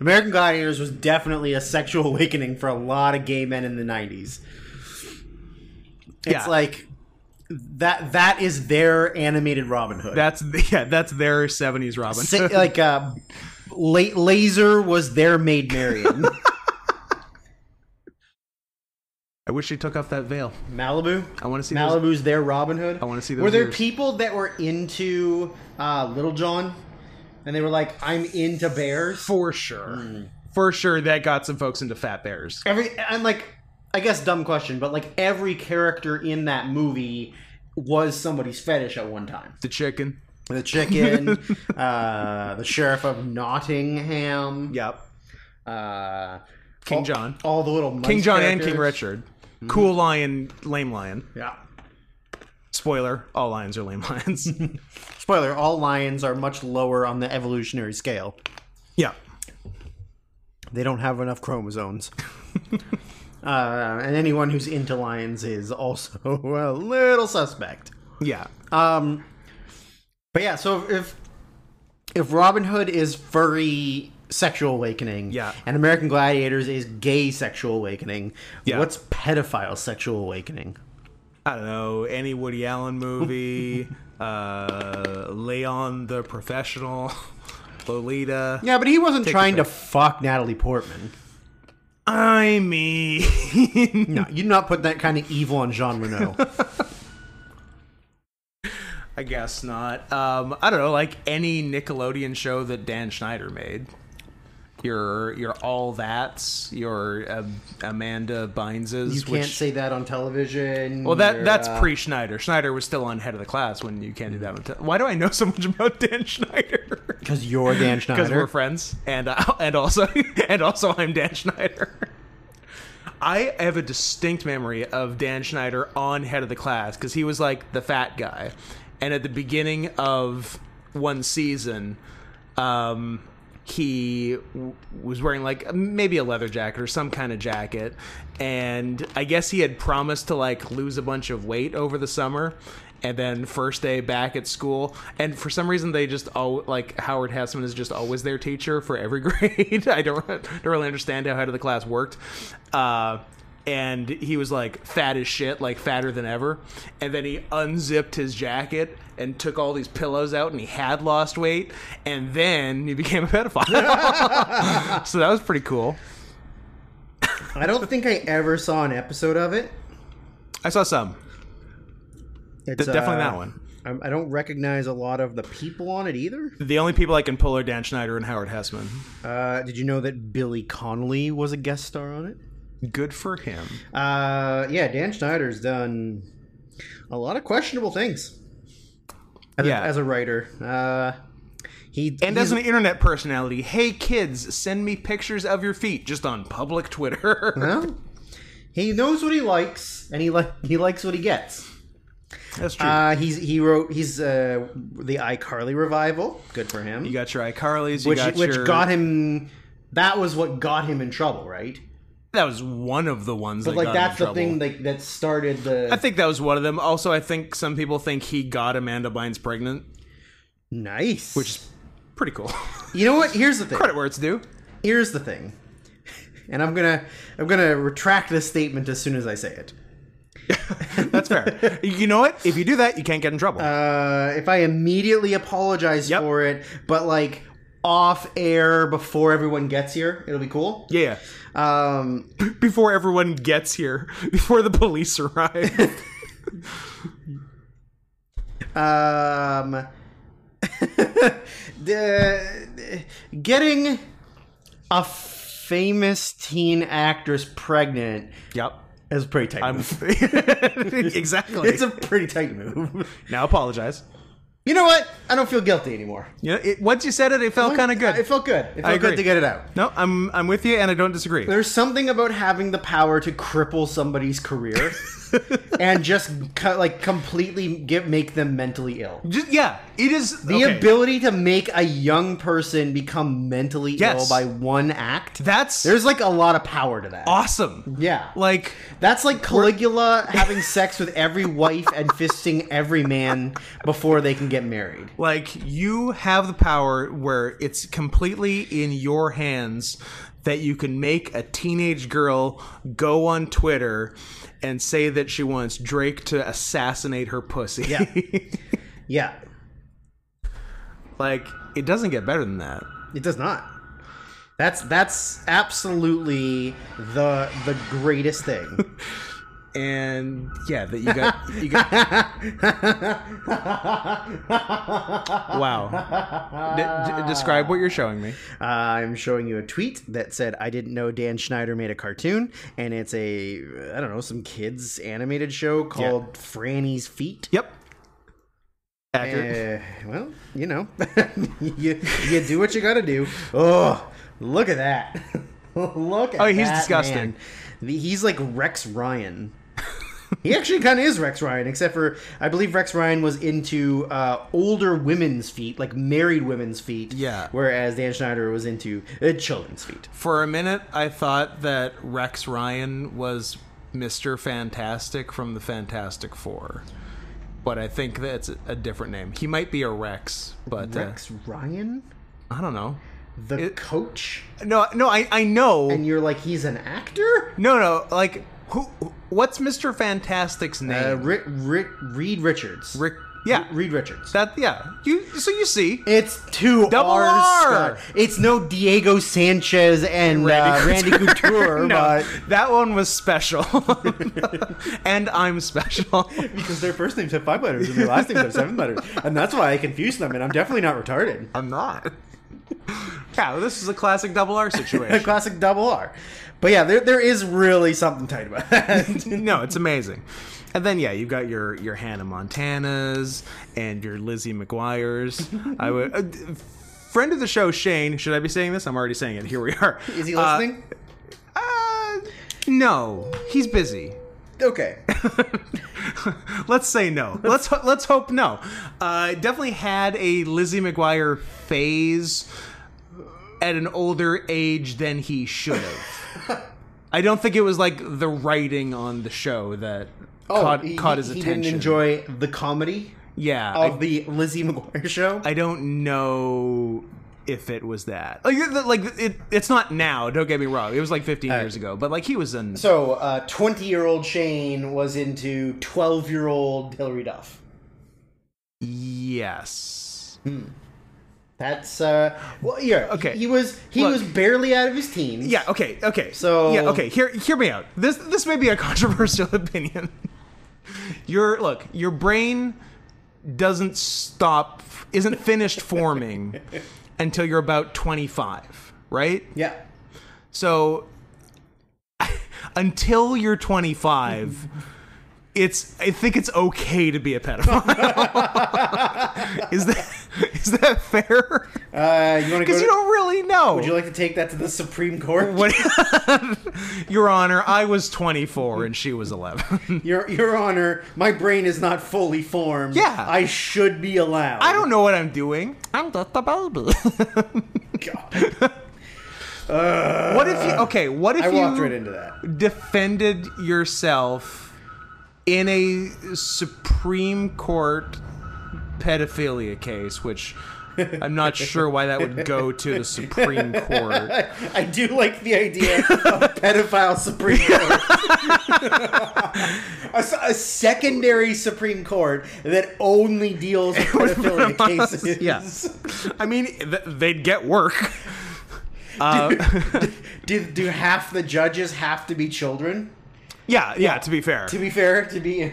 [SPEAKER 2] American Gladiators was definitely a sexual awakening for a lot of gay men in the 90s. It's
[SPEAKER 1] Yeah.
[SPEAKER 2] like that that is their animated Robin Hood.
[SPEAKER 1] that's yeah. That's their '70s Robin.
[SPEAKER 2] Sa- like uh La- Laser was their Maid Marian.
[SPEAKER 1] I wish she took off that veil.
[SPEAKER 2] Malibu?
[SPEAKER 1] I want to see. Those.
[SPEAKER 2] Malibu's their Robin Hood. I
[SPEAKER 1] wanna see
[SPEAKER 2] Were
[SPEAKER 1] those
[SPEAKER 2] there
[SPEAKER 1] ears.
[SPEAKER 2] people that were into uh Little John and they were like I'm into bears?
[SPEAKER 1] For sure.
[SPEAKER 2] Hmm.
[SPEAKER 1] For sure, that got some folks into fat bears.
[SPEAKER 2] every and like I guess dumb question, but like every character in that movie was somebody's fetish at one time.
[SPEAKER 1] The chicken.
[SPEAKER 2] The chicken, uh, the sheriff of Nottingham,
[SPEAKER 1] Yep.
[SPEAKER 2] uh,
[SPEAKER 1] King
[SPEAKER 2] all-
[SPEAKER 1] John.
[SPEAKER 2] all the little
[SPEAKER 1] King
[SPEAKER 2] mice
[SPEAKER 1] John and King
[SPEAKER 2] characters. Hmm.
[SPEAKER 1] Richard. Cool lion, lame lion.
[SPEAKER 2] Yeah.
[SPEAKER 1] Spoiler: all lions are lame lions.
[SPEAKER 2] Spoiler: All lions are much lower on the evolutionary scale.
[SPEAKER 1] yeah.
[SPEAKER 2] They don't have enough chromosomes. uh, and anyone who's into lions is also a little suspect.
[SPEAKER 1] Yeah.
[SPEAKER 2] Um, but yeah, so if if Robin Hood is furry sexual awakening,
[SPEAKER 1] Yeah.
[SPEAKER 2] and American Gladiators is gay sexual awakening,
[SPEAKER 1] Yeah.
[SPEAKER 2] what's pedophile sexual awakening?
[SPEAKER 1] I don't know, any Woody Allen movie, uh, Leon the Professional, Lolita.
[SPEAKER 2] Yeah, but he wasn't trying
[SPEAKER 1] your
[SPEAKER 2] to fuck Natalie Portman.
[SPEAKER 1] I mean,
[SPEAKER 2] No, you do not put that kind of evil on Jean Reno.
[SPEAKER 1] I guess not. Um, I don't know, like any Nickelodeon show that Dan Schneider made. Your your all that's your uh, Amanda Bynes's.
[SPEAKER 2] you can't say that on television.
[SPEAKER 1] well, that
[SPEAKER 2] You're,
[SPEAKER 1] that's
[SPEAKER 2] uh,
[SPEAKER 1] pre Schneider. Schneider was still on head of the class when you can't do that. On te- Why do I know so much about Dan Schneider?
[SPEAKER 2] because you're Dan
[SPEAKER 1] because we're
[SPEAKER 2] Schneider.
[SPEAKER 1] friends, and uh, and also and also I'm Dan Schneider. I have a distinct memory of Dan Schneider on Head of the Class because he was like the fat guy, and at the beginning of one season, um, he w- was wearing like maybe a leather jacket or some kind of jacket, and I guess he had promised to like lose a bunch of weight over the summer, and then first day back at school and for some reason they just all like howard hessman is just always their teacher for every grade i don't, don't really understand how head of the class worked uh, and he was like fat as shit like fatter than ever and then he unzipped his jacket and took all these pillows out and he had lost weight and then he became a pedophile so that was pretty cool
[SPEAKER 2] I don't think I ever saw an episode of it.
[SPEAKER 1] i saw some
[SPEAKER 2] It's,
[SPEAKER 1] definitely
[SPEAKER 2] uh,
[SPEAKER 1] that one.
[SPEAKER 2] I I don't recognize a lot of the people on it either.
[SPEAKER 1] the only people i can pull are dan schneider and howard hessman
[SPEAKER 2] Uh, did you know that Billy Connolly was a guest star on it?
[SPEAKER 1] good for him
[SPEAKER 2] Uh, yeah, Dan Schneider's done a lot of questionable things. As,
[SPEAKER 1] Yeah.
[SPEAKER 2] a, as a writer, uh, he
[SPEAKER 1] And as an internet personality, hey kids, send me pictures of your feet just on public Twitter.
[SPEAKER 2] well, he knows what he likes, and he like he likes what he gets.
[SPEAKER 1] That's true.
[SPEAKER 2] Uh, he's he wrote he's uh, the iCarly revival. Good for him.
[SPEAKER 1] you got your iCarly's, you
[SPEAKER 2] which
[SPEAKER 1] got
[SPEAKER 2] which
[SPEAKER 1] your,
[SPEAKER 2] got him. That was what got him in trouble, right?
[SPEAKER 1] That was one of the ones that
[SPEAKER 2] Like
[SPEAKER 1] got him in
[SPEAKER 2] that's the
[SPEAKER 1] trouble.
[SPEAKER 2] thing that that started the.
[SPEAKER 1] I think that was one of them. Also, I think some people think he got Amanda Bynes pregnant.
[SPEAKER 2] nice. Which
[SPEAKER 1] Pretty cool.
[SPEAKER 2] you know what? Here's the thing.
[SPEAKER 1] Credit where it's due.
[SPEAKER 2] here's the thing and i'm gonna i'm gonna retract this statement as soon as i say it
[SPEAKER 1] That's fair. you know what? If you do that, you can't get in trouble.
[SPEAKER 2] uh if i immediately apologize
[SPEAKER 1] Yep.
[SPEAKER 2] for it but like off air before everyone gets here it'll be cool
[SPEAKER 1] yeah.
[SPEAKER 2] um
[SPEAKER 1] Before everyone gets here, before the police arrive.
[SPEAKER 2] um the, getting a famous teen actress pregnant
[SPEAKER 1] yep.
[SPEAKER 2] is a pretty tight
[SPEAKER 1] I'm
[SPEAKER 2] move.
[SPEAKER 1] exactly.
[SPEAKER 2] it's a pretty tight move
[SPEAKER 1] now apologize.
[SPEAKER 2] You know what? I don't feel guilty anymore.
[SPEAKER 1] You know, it, once you said it, it felt kind of good.
[SPEAKER 2] It felt good. It felt
[SPEAKER 1] I agree.
[SPEAKER 2] good to get it out.
[SPEAKER 1] no, I'm I'm with you, and I don't disagree.
[SPEAKER 2] There's something about having the power to cripple somebody's career and just co- like completely get, make them mentally ill.
[SPEAKER 1] Just, yeah, it is
[SPEAKER 2] The
[SPEAKER 1] okay.
[SPEAKER 2] ability to make a young person become mentally
[SPEAKER 1] Yes.
[SPEAKER 2] ill by one act.
[SPEAKER 1] That's
[SPEAKER 2] There's like a lot of power to that.
[SPEAKER 1] awesome.
[SPEAKER 2] Yeah.
[SPEAKER 1] Like
[SPEAKER 2] That's like Caligula having sex with every wife and fisting every man before they can get married.
[SPEAKER 1] like you have the power where it's completely in your hands that you can make a teenage girl go on Twitter and say that she wants Drake to assassinate her pussy.
[SPEAKER 2] Yeah. Yeah.
[SPEAKER 1] like it doesn't get better than that.
[SPEAKER 2] It does not. That's that's absolutely the the greatest thing.
[SPEAKER 1] And yeah, that you got you got Wow. De- de- describe what you're showing me.
[SPEAKER 2] Uh, I'm showing you a tweet that said I didn't know Dan Schneider made a cartoon and it's a I don't know some kids animated show called Franny's Feet.
[SPEAKER 1] Yep. Accurate.
[SPEAKER 2] Uh, well, you know, you you do what you gotta do. Oh, look at that! look at
[SPEAKER 1] Oh, he's
[SPEAKER 2] that
[SPEAKER 1] disgusting.
[SPEAKER 2] man. The- He's like Rex Ryan. he actually kind of is Rex Ryan, except for I believe Rex Ryan was into uh, older women's feet, like married women's feet.
[SPEAKER 1] Yeah.
[SPEAKER 2] Whereas Dan Schneider was into uh, children's feet.
[SPEAKER 1] For a minute, I thought that Rex Ryan was Mr. Fantastic from the Fantastic Four. But I think that's a different name. He might be a Rex, but uh,
[SPEAKER 2] Rex Ryan,
[SPEAKER 1] I don't know.
[SPEAKER 2] the coach,
[SPEAKER 1] No, no, I, I know.
[SPEAKER 2] and you're like he's an actor.
[SPEAKER 1] no, no, like who? What's Mr. Fantastic's
[SPEAKER 2] Uh,
[SPEAKER 1] name?
[SPEAKER 2] Ri Ri Reed Richards.
[SPEAKER 1] Rick. Yeah,
[SPEAKER 2] Reed Richards.
[SPEAKER 1] that. Yeah, you. So you see,
[SPEAKER 2] It's two
[SPEAKER 1] Double
[SPEAKER 2] R's,
[SPEAKER 1] R.
[SPEAKER 2] Scott. It's no Diego Sanchez and uh,
[SPEAKER 1] Randy
[SPEAKER 2] Randy Couture,
[SPEAKER 1] no,
[SPEAKER 2] but
[SPEAKER 1] that one was special, and I'm special.
[SPEAKER 2] because their first names have five letters and their last names have seven letters, and that's why I confuse them. And I'm definitely not retarded.
[SPEAKER 1] I'm not. yeah, well, this is a classic double R
[SPEAKER 2] A
[SPEAKER 1] situation.
[SPEAKER 2] classic double R. But yeah, there there is really something tight about that.
[SPEAKER 1] no, it's amazing. And then yeah, you got your your Hannah Montana's and your Lizzie McGuire's. I would. Uh, Friend of the show, Shane. Should I be saying this? I'm already saying it. Here we are.
[SPEAKER 2] Is he
[SPEAKER 1] Uh,
[SPEAKER 2] listening?
[SPEAKER 1] Uh, no, he's busy.
[SPEAKER 2] okay.
[SPEAKER 1] Let's say no. Let's ho- let's hope no. Uh, definitely had a Lizzie McGuire phase at an older age than he should have. I don't think it was like the writing on the show that caught,
[SPEAKER 2] Oh, he,
[SPEAKER 1] caught his
[SPEAKER 2] he
[SPEAKER 1] attention.
[SPEAKER 2] didn't enjoy the comedy
[SPEAKER 1] yeah,
[SPEAKER 2] of the Lizzie McGuire show.
[SPEAKER 1] I, I don't know if it was that. Like, it- like it, it's not now. Don't get me wrong. It was like 15 years ago, but like he was in.
[SPEAKER 2] so, uh, twenty-year-old Shane was into twelve-year-old Hillary Duff.
[SPEAKER 1] yes.
[SPEAKER 2] That's uh well yeah
[SPEAKER 1] Okay.
[SPEAKER 2] he, he was he
[SPEAKER 1] Look.
[SPEAKER 2] was barely out of his teens.
[SPEAKER 1] Yeah. Okay. Okay.
[SPEAKER 2] So-
[SPEAKER 1] yeah. Okay. Hear hear me out. This this may be a controversial opinion. Your look. Your brain doesn't stop. Isn't finished forming until you're about 25, right?
[SPEAKER 2] Yeah.
[SPEAKER 1] So until you're 25, it's I think it's okay to be a pedophile. is that is that fair?
[SPEAKER 2] Uh you wanna go
[SPEAKER 1] Because
[SPEAKER 2] to,
[SPEAKER 1] you don't really know.
[SPEAKER 2] would you like to take that to the Supreme Court?
[SPEAKER 1] What, Your Honor, I was 24 and she was 11.
[SPEAKER 2] Your Your Honor, my brain is not fully formed.
[SPEAKER 1] Yeah.
[SPEAKER 2] I should be allowed.
[SPEAKER 1] I don't know what I'm doing. I'm just a baby.
[SPEAKER 2] God.
[SPEAKER 1] what if you? Okay, what if
[SPEAKER 2] I
[SPEAKER 1] you
[SPEAKER 2] walked right into that.
[SPEAKER 1] defended yourself in a Supreme Court pedophilia case, which I'm not sure why that would go to the Supreme Court.
[SPEAKER 2] I do like the idea of pedophile Supreme Court. a, s- a secondary Supreme Court that only deals with pedophilia cases.
[SPEAKER 1] Yes. I mean, th- they'd get work. Uh,
[SPEAKER 2] Do, do half the judges have to be children?
[SPEAKER 1] Yeah, yeah, to be fair.
[SPEAKER 2] To be fair, to be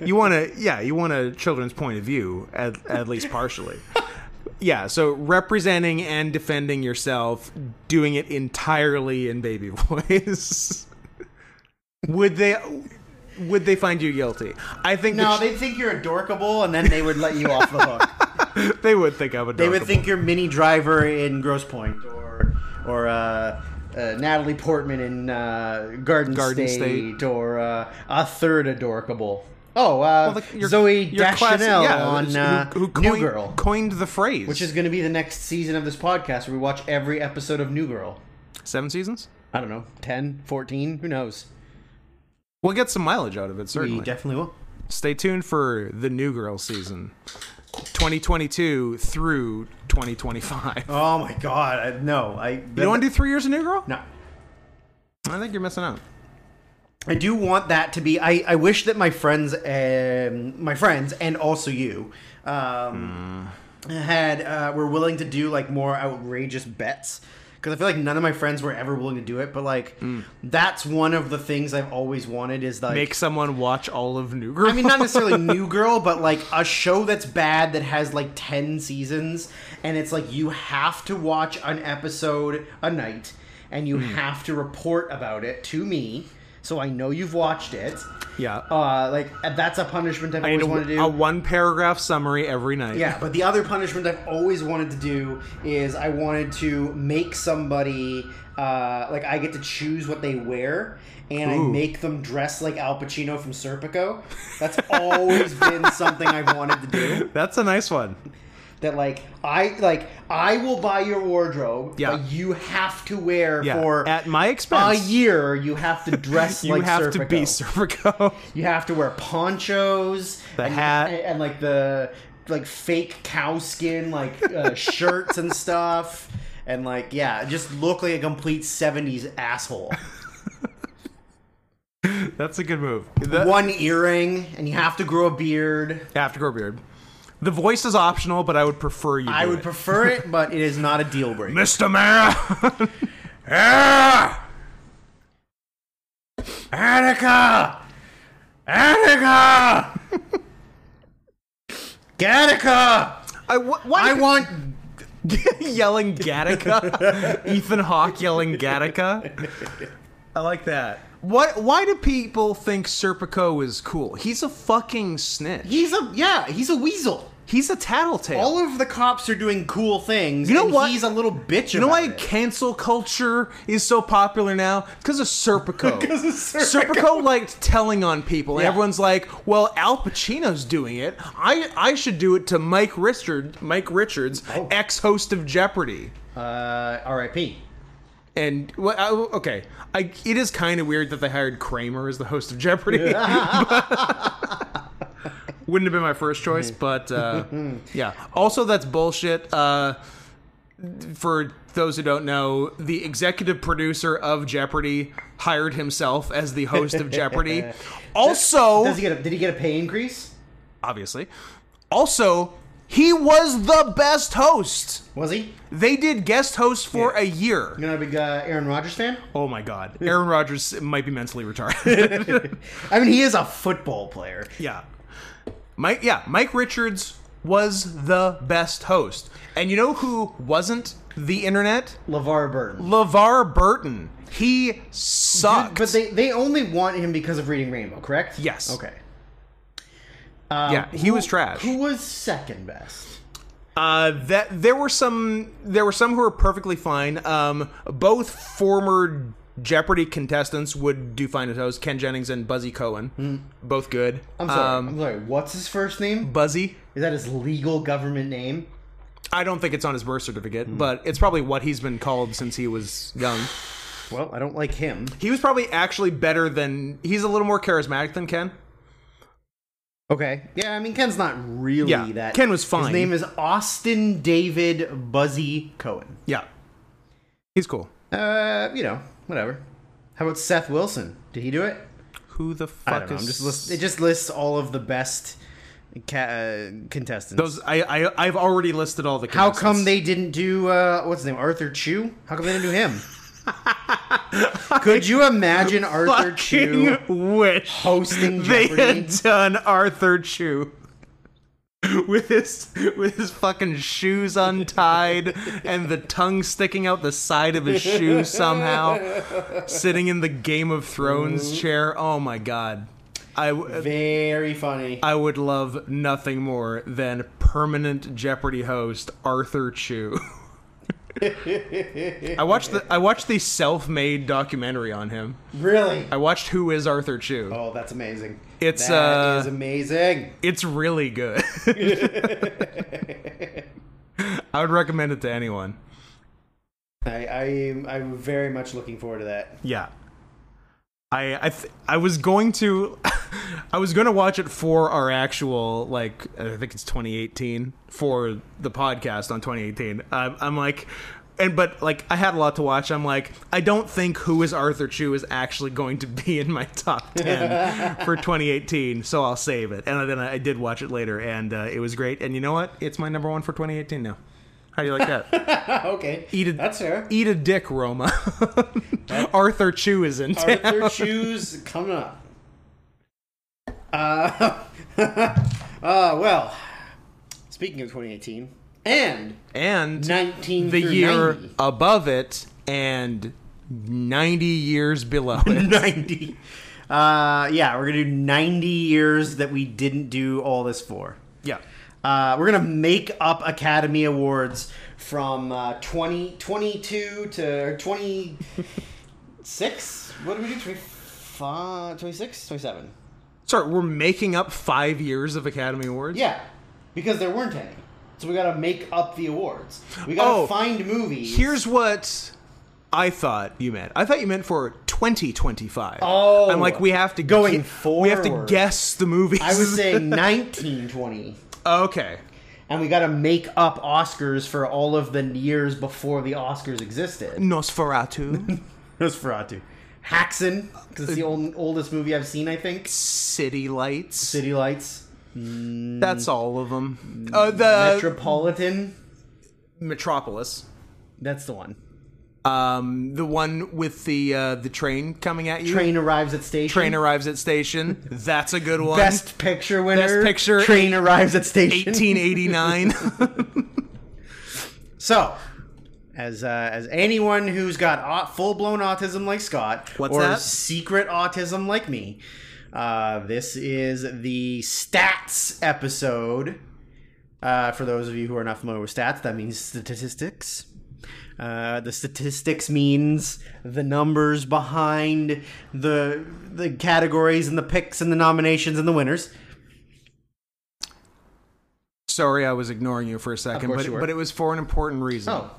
[SPEAKER 1] you want to yeah you want a children's point of view at, at least partially yeah so representing and defending yourself doing it entirely in baby voice would they would they find you guilty? I think
[SPEAKER 2] No,
[SPEAKER 1] that sh-
[SPEAKER 2] they think you're adorkable, and then they would let you off the hook.
[SPEAKER 1] they would think I'm a.
[SPEAKER 2] They would think you're Mini Driver in Gross Point, or or uh, uh, Natalie Portman in uh, Garden,
[SPEAKER 1] Garden
[SPEAKER 2] State,
[SPEAKER 1] State.
[SPEAKER 2] or uh, a third adorkable. Oh,
[SPEAKER 1] Well,
[SPEAKER 2] uh,
[SPEAKER 1] the- your-
[SPEAKER 2] Zoe
[SPEAKER 1] your classic-
[SPEAKER 2] Deschanel
[SPEAKER 1] yeah,
[SPEAKER 2] on uh,
[SPEAKER 1] who, who coined,
[SPEAKER 2] New Girl,
[SPEAKER 1] coined the phrase,
[SPEAKER 2] which is going to be the next season of this podcast where we watch every episode of New Girl.
[SPEAKER 1] seven seasons.
[SPEAKER 2] I don't know, 10, 14, who knows?
[SPEAKER 1] We'll get some mileage out of it certainly.
[SPEAKER 2] We definitely will.
[SPEAKER 1] Stay tuned for the New Girl season, 2022 through 2025.
[SPEAKER 2] Oh my god, I, no, I
[SPEAKER 1] you don't want to do three years of New Girl?
[SPEAKER 2] no.
[SPEAKER 1] I think you're missing out.
[SPEAKER 2] I do want that to be. I, I wish that my friends, um, my friends, and also you, um,
[SPEAKER 1] Mm.
[SPEAKER 2] had uh, were willing to do like more outrageous bets. Because I feel like none of my friends were ever willing to do it. But like,
[SPEAKER 1] Mm.
[SPEAKER 2] that's one of the things I've always wanted is like.
[SPEAKER 1] Make someone watch all of New Girl.
[SPEAKER 2] I mean, not necessarily New Girl, but like a show that's bad that has like 10 seasons, and it's like you have to watch an episode a night, and you
[SPEAKER 1] Mm-hmm.
[SPEAKER 2] have to report about it to me, so I know you've watched it.
[SPEAKER 1] yeah.
[SPEAKER 2] Uh, like that's a punishment I've
[SPEAKER 1] I need
[SPEAKER 2] always
[SPEAKER 1] a,
[SPEAKER 2] wanted to do.
[SPEAKER 1] a one paragraph summary every night.
[SPEAKER 2] yeah, but the other punishment I've always wanted to do is I wanted to make somebody uh, like I get to choose what they wear, and I
[SPEAKER 1] Ooh.
[SPEAKER 2] make them dress like Al Pacino from Serpico. That's always been something I've wanted to do.
[SPEAKER 1] That's a nice one.
[SPEAKER 2] That like I like I will buy your wardrobe,
[SPEAKER 1] Yeah.
[SPEAKER 2] but you have to wear
[SPEAKER 1] Yeah.
[SPEAKER 2] for
[SPEAKER 1] At my
[SPEAKER 2] a
[SPEAKER 1] expense.
[SPEAKER 2] year. You have to dress
[SPEAKER 1] you
[SPEAKER 2] like
[SPEAKER 1] have to
[SPEAKER 2] Serpico.
[SPEAKER 1] be Serpico.
[SPEAKER 2] You have to wear ponchos,
[SPEAKER 1] The
[SPEAKER 2] and,
[SPEAKER 1] hat.
[SPEAKER 2] and, and, like the like fake cow skin like uh, shirts and stuff, and like yeah, just look like a complete '70s asshole.
[SPEAKER 1] That's a good move. The,
[SPEAKER 2] One earring, and you have to grow a beard.
[SPEAKER 1] after grow beard. The voice is optional, but I would prefer you.
[SPEAKER 2] I
[SPEAKER 1] do
[SPEAKER 2] would
[SPEAKER 1] it.
[SPEAKER 2] prefer it, but it is not a deal breaker.
[SPEAKER 1] Mr. Mayor. Ah!
[SPEAKER 2] Attica, Attica, Gattaca.
[SPEAKER 1] I, wh- why
[SPEAKER 2] I
[SPEAKER 1] do
[SPEAKER 2] want
[SPEAKER 1] people- yelling Gattaca. Ethan Hawke yelling Gattaca. I like that. What? Why do people think Serpico is cool? He's a fucking snitch.
[SPEAKER 2] he's a yeah, he's a weasel.
[SPEAKER 1] He's a tattletale.
[SPEAKER 2] all of the cops are doing cool things.
[SPEAKER 1] You know
[SPEAKER 2] and
[SPEAKER 1] what?
[SPEAKER 2] He's a little bitch.
[SPEAKER 1] You know
[SPEAKER 2] about
[SPEAKER 1] why
[SPEAKER 2] it.
[SPEAKER 1] cancel culture is so popular now? Because of Serpico.
[SPEAKER 2] 'Cause of Serpico.
[SPEAKER 1] Serpico liked telling on people, and
[SPEAKER 2] Yeah.
[SPEAKER 1] everyone's like, "Well, Al Pacino's doing it. I I should do it to Mike Richard, Mike Richards,
[SPEAKER 2] Oh.
[SPEAKER 1] ex-host of Jeopardy."
[SPEAKER 2] Uh, R.I.P.
[SPEAKER 1] And well, I, okay, I, it is kind of weird that they hired Kramer as the host of Jeopardy. But- wouldn't have been my first choice,
[SPEAKER 2] Hmm.
[SPEAKER 1] but uh, yeah. Also, that's bullshit. Uh, for those who don't know, the executive producer of Jeopardy hired himself as the host of Jeopardy. Also,
[SPEAKER 2] Does he get a, did he get a pay increase?
[SPEAKER 1] obviously, also he was the best host.
[SPEAKER 2] Was he?
[SPEAKER 1] They did guest host for a year.
[SPEAKER 2] You know, a big uh, Aaron Rodgers fan.
[SPEAKER 1] Oh my God, Aaron Rodgers might be mentally retarded.
[SPEAKER 2] I mean, he is a football player.
[SPEAKER 1] Yeah. Mike yeah, Mike Richards was the best host. And you know who wasn't the internet?
[SPEAKER 2] LeVar Burton.
[SPEAKER 1] LeVar Burton. He sucked.
[SPEAKER 2] But they they only want him because of Reading Rainbow, correct?
[SPEAKER 1] Yes.
[SPEAKER 2] Okay. Um,
[SPEAKER 1] Yeah, he was trash.
[SPEAKER 2] Who was second best?
[SPEAKER 1] uh that there were some there were some who were perfectly fine. Um both former Jeopardy contestants would do fine as hosts, Ken Jennings and Buzzy Cohen. Both good.
[SPEAKER 2] Hmm. I'm sorry.
[SPEAKER 1] Um,
[SPEAKER 2] I'm sorry. What's his first name?
[SPEAKER 1] Buzzy
[SPEAKER 2] Is that his legal government name?
[SPEAKER 1] I don't think it's on his birth certificate,
[SPEAKER 2] Hmm.
[SPEAKER 1] but it's probably what he's been called since he was young.
[SPEAKER 2] Well, I don't like him.
[SPEAKER 1] He was probably actually better than he's a little more charismatic than Ken.
[SPEAKER 2] Okay. Yeah, I mean Ken's not really
[SPEAKER 1] Yeah,
[SPEAKER 2] that.
[SPEAKER 1] Ken was
[SPEAKER 2] His
[SPEAKER 1] fine.
[SPEAKER 2] name is Austin David Buzzy Cohen.
[SPEAKER 1] Yeah. He's cool.
[SPEAKER 2] Uh, you know, whatever. How about Seth Wilson? Did he do it?
[SPEAKER 1] Who the
[SPEAKER 2] I
[SPEAKER 1] fuck
[SPEAKER 2] don't know. I'm
[SPEAKER 1] is
[SPEAKER 2] just list- it just lists all of the best ca- uh, contestants.
[SPEAKER 1] those I, I I've already listed all the
[SPEAKER 2] How
[SPEAKER 1] contestants.
[SPEAKER 2] come they didn't do uh, what's his name Arthur Chu? How come they didn't do him? Could you imagine Arthur Chu
[SPEAKER 1] Fucking wish
[SPEAKER 2] hosting
[SPEAKER 1] they
[SPEAKER 2] Jeopardy?
[SPEAKER 1] had done Arthur Chu with his with his fucking shoes untied and the tongue sticking out the side of his shoe
[SPEAKER 2] Mm-hmm.
[SPEAKER 1] somehow sitting in the Game of Thrones chair. Oh my god. I w-
[SPEAKER 2] Very funny.
[SPEAKER 1] I would love nothing more than permanent Jeopardy host Arthur Chu. I watched the I watched the self-made documentary on him.
[SPEAKER 2] Really?
[SPEAKER 1] I watched Who is Arthur Chu.
[SPEAKER 2] Oh, that's amazing.
[SPEAKER 1] It's,
[SPEAKER 2] That
[SPEAKER 1] uh,
[SPEAKER 2] is amazing.
[SPEAKER 1] It's really good. I would recommend it to anyone.
[SPEAKER 2] I, I am I'm very much looking forward to that.
[SPEAKER 1] Yeah. I I th- I was going to I was going to watch it for our actual like I think it's 2018 for the podcast on 2018. I'm, I'm like and but like I had a lot to watch. I'm like I don't think who is Arthur Chu is actually going to be in my top 10 for 2018, so I'll save it. And then I, I did watch it later and uh, it was great. And you know what? It's my number 1 for 2018 now. How do you like that?
[SPEAKER 2] okay.
[SPEAKER 1] Eat a,
[SPEAKER 2] That's fair.
[SPEAKER 1] Eat a dick, Roma. Arthur Chu is in town.
[SPEAKER 2] Arthur Shoes coming up. Uh, uh, well, speaking of 2018 and
[SPEAKER 1] and
[SPEAKER 2] 19
[SPEAKER 1] the
[SPEAKER 2] through
[SPEAKER 1] year
[SPEAKER 2] 90.
[SPEAKER 1] above it and 90 years below it.
[SPEAKER 2] 90. Uh, yeah, we're gonna do 90 years that we didn't do all this for.
[SPEAKER 1] yeah.
[SPEAKER 2] Uh, we're gonna make up Academy Awards from uh, 20, 22 to 26. What did we do? 25, 26, 27.
[SPEAKER 1] Sorry, we're making up five years of Academy Awards?
[SPEAKER 2] Yeah, because there weren't any. So we gotta make up the awards. We gotta
[SPEAKER 1] Oh,
[SPEAKER 2] find movies.
[SPEAKER 1] Here's what I thought you meant. I thought you meant for 2025.
[SPEAKER 2] Oh.
[SPEAKER 1] I'm like, we have to
[SPEAKER 2] Going
[SPEAKER 1] We have to
[SPEAKER 2] forward.
[SPEAKER 1] guess the movies.
[SPEAKER 2] I would say 1920.
[SPEAKER 1] okay.
[SPEAKER 2] And we gotta make up Oscars for all of the years before the Oscars existed.
[SPEAKER 1] Nosferatu, Uh,
[SPEAKER 2] Nosferatu. Haxon, because it's the old, oldest movie I've seen, I think.
[SPEAKER 1] City Lights.
[SPEAKER 2] City Mm, Lights.
[SPEAKER 1] That's all of them. Uh, the
[SPEAKER 2] Metropolitan.
[SPEAKER 1] Metropolis.
[SPEAKER 2] That's the one.
[SPEAKER 1] Um, the one with the uh, the train coming at you.
[SPEAKER 2] Train arrives at station.
[SPEAKER 1] Train arrives at station. That's a good one.
[SPEAKER 2] Best picture winner.
[SPEAKER 1] Best picture,
[SPEAKER 2] Train arrives at station.
[SPEAKER 1] 1889.
[SPEAKER 2] So, as uh, as anyone who's got au- full blown autism like Scott,
[SPEAKER 1] What's
[SPEAKER 2] or
[SPEAKER 1] that?
[SPEAKER 2] secret autism like me, uh, this is the stats episode. Uh, for those of you who are not familiar with stats, that means statistics. Uh, the statistics means the numbers behind the the categories and the picks and the nominations and the winners.
[SPEAKER 1] Sorry, I was ignoring you for a second,
[SPEAKER 2] course
[SPEAKER 1] but
[SPEAKER 2] you were.
[SPEAKER 1] but it was for an important reason.
[SPEAKER 2] Oh.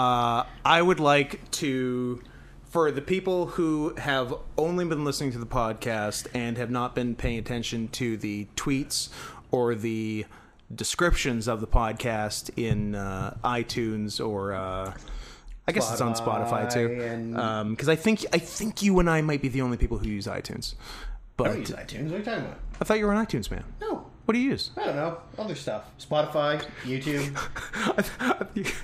[SPEAKER 1] Uh, I would like to, for the people who have only been listening to the podcast and have not been paying attention to the tweets or the descriptions of the podcast in uh, iTunes or. Uh, I guess it's on Spotify too, Uh,
[SPEAKER 2] Spotify and-
[SPEAKER 1] because Um, I think I think you and I might be the only people who use iTunes. But
[SPEAKER 2] I use iTunes. What are oh, you talking about?
[SPEAKER 1] I thought you were an iTunes man.
[SPEAKER 2] No,
[SPEAKER 1] What do you use?
[SPEAKER 2] I don't know. Other stuff. Spotify, YouTube.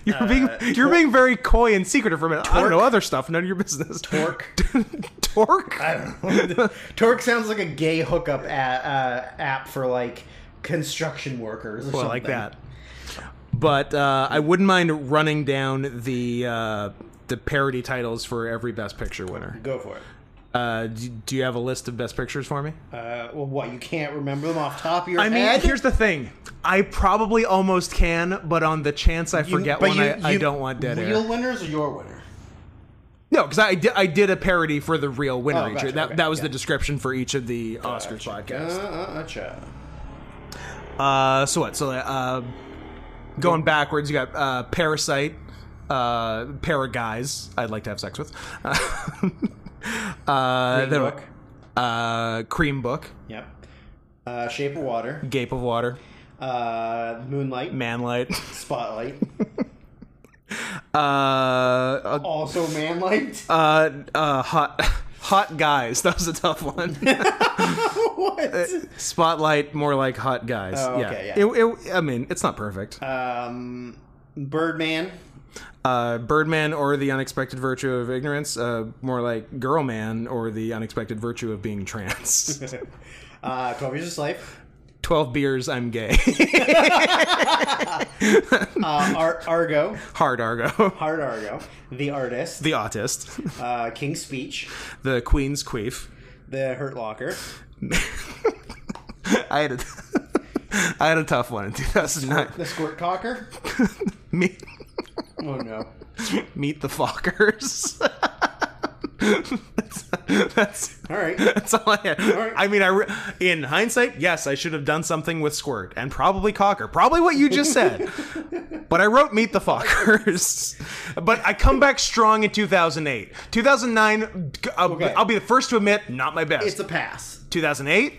[SPEAKER 1] You're being
[SPEAKER 2] uh,
[SPEAKER 1] you're being very coy and secretive for a minute. I don't know other stuff. None of your business.
[SPEAKER 2] Torque.
[SPEAKER 1] Torque.
[SPEAKER 2] I don't know. Torque sounds like a gay hookup a uh, app for like construction workers or
[SPEAKER 1] Well,
[SPEAKER 2] something
[SPEAKER 1] like that. But uh, I wouldn't mind running down the uh, the parody titles for every Best Picture winner.
[SPEAKER 2] Go for it.
[SPEAKER 1] Uh, do, do you have a list of Best Pictures for me?
[SPEAKER 2] Uh, well, what you can't remember them off the top of your
[SPEAKER 1] I mean,
[SPEAKER 2] head.
[SPEAKER 1] here's the thing. I probably almost can, but on the chance I
[SPEAKER 2] You-
[SPEAKER 1] forget
[SPEAKER 2] but
[SPEAKER 1] one,
[SPEAKER 2] you-
[SPEAKER 1] I, I
[SPEAKER 2] you-
[SPEAKER 1] don't want dead
[SPEAKER 2] Real
[SPEAKER 1] air.
[SPEAKER 2] winners or your winner?
[SPEAKER 1] No, because I did, I did a parody for the real winner.
[SPEAKER 2] Oh,
[SPEAKER 1] each
[SPEAKER 2] gotcha,
[SPEAKER 1] year. That,
[SPEAKER 2] okay,
[SPEAKER 1] that was
[SPEAKER 2] yeah.
[SPEAKER 1] the description for each of the Oscars podcasts.
[SPEAKER 2] Uh, gotcha.
[SPEAKER 1] Uh, so what? So uh, going backwards, you got uh, parasite, uh, para guys. I'd like to have sex with. Uh, uh, then-
[SPEAKER 2] Book.
[SPEAKER 1] Uh, cream book,
[SPEAKER 2] Yep. Uh, Shape of Water.
[SPEAKER 1] gape of water,
[SPEAKER 2] Uh, Moonlight.
[SPEAKER 1] manlight.
[SPEAKER 2] Spotlight.
[SPEAKER 1] Uh,
[SPEAKER 2] Also Manlight.
[SPEAKER 1] uh, uh, hot, hot guys. That was a tough one. Um,
[SPEAKER 2] what?
[SPEAKER 1] Spotlight, more like hot guys.
[SPEAKER 2] Oh,
[SPEAKER 1] yeah.
[SPEAKER 2] okay, yeah.
[SPEAKER 1] It, it, I mean, it's not perfect.
[SPEAKER 2] Um, Birdman.
[SPEAKER 1] Uh, Birdman or the unexpected virtue of ignorance. Uh, more like girl man or the unexpected virtue of being trans.
[SPEAKER 2] Uh, Twelve Years a Slave.
[SPEAKER 1] 12 beers, I'm gay.
[SPEAKER 2] Uh, Ar- Argo.
[SPEAKER 1] Hard Argo.
[SPEAKER 2] Hard Argo. The Artist.
[SPEAKER 1] The autist.
[SPEAKER 2] uh, King's Speech,
[SPEAKER 1] The Queen's Queef.
[SPEAKER 2] The Hurt Locker,
[SPEAKER 1] I had a, I had a tough one in 2009.
[SPEAKER 2] The squirt cocker?
[SPEAKER 1] Meet,
[SPEAKER 2] Oh no.
[SPEAKER 1] meet the Fockers. that's, that's
[SPEAKER 2] All right.
[SPEAKER 1] that's all I had.
[SPEAKER 2] right.
[SPEAKER 1] I mean, I re- in hindsight, yes, I should have done something with Squirt and probably Cocker, probably what you just said. but I wrote Meet the Fockers. but I come back strong in 2008, 2009. g- I'll,
[SPEAKER 2] Okay.
[SPEAKER 1] I'll be the first to admit, not my best.
[SPEAKER 2] It's a pass.
[SPEAKER 1] 2008,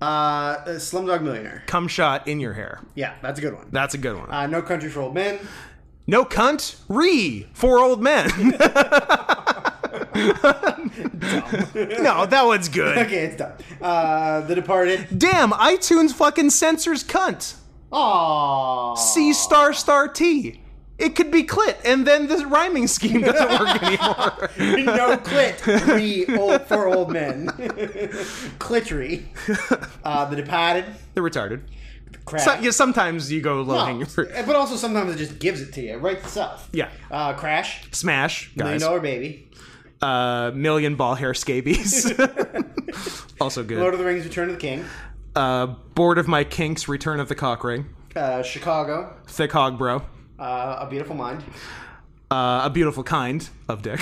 [SPEAKER 2] Uh, uh, Slumdog Millionaire.
[SPEAKER 1] cum shot in your hair.
[SPEAKER 2] Yeah, that's a good one.
[SPEAKER 1] That's a good one.
[SPEAKER 2] Uh, no Country for Old Men.
[SPEAKER 1] no cunt, re four old men. no, that one's good.
[SPEAKER 2] Okay, it's done. Uh, the Departed.
[SPEAKER 1] Damn, iTunes fucking censors cunt.
[SPEAKER 2] Aww.
[SPEAKER 1] C star star T. It could be clit, and then the rhyming scheme doesn't work anymore.
[SPEAKER 2] no clit. Three old for old men. Clittery. Uh, the Departed.
[SPEAKER 1] They're retarded.
[SPEAKER 2] Crap.
[SPEAKER 1] So- yeah, sometimes you go low
[SPEAKER 2] No,
[SPEAKER 1] hanging fruit.
[SPEAKER 2] but also sometimes it just gives it to you. It writes itself.
[SPEAKER 1] Yeah.
[SPEAKER 2] Uh, Crash.
[SPEAKER 1] Smash,
[SPEAKER 2] Million
[SPEAKER 1] guys.
[SPEAKER 2] Dollar Baby.
[SPEAKER 1] Uh, million ball hair scabies. also
[SPEAKER 2] Lord
[SPEAKER 1] good.
[SPEAKER 2] of the Rings: Return of the King.
[SPEAKER 1] Uh, Board of my kinks. Return of the cock ring.
[SPEAKER 2] Uh, Chicago.
[SPEAKER 1] Thick hog bro.
[SPEAKER 2] Uh, A Beautiful Mind.
[SPEAKER 1] Uh, a beautiful kind of dick.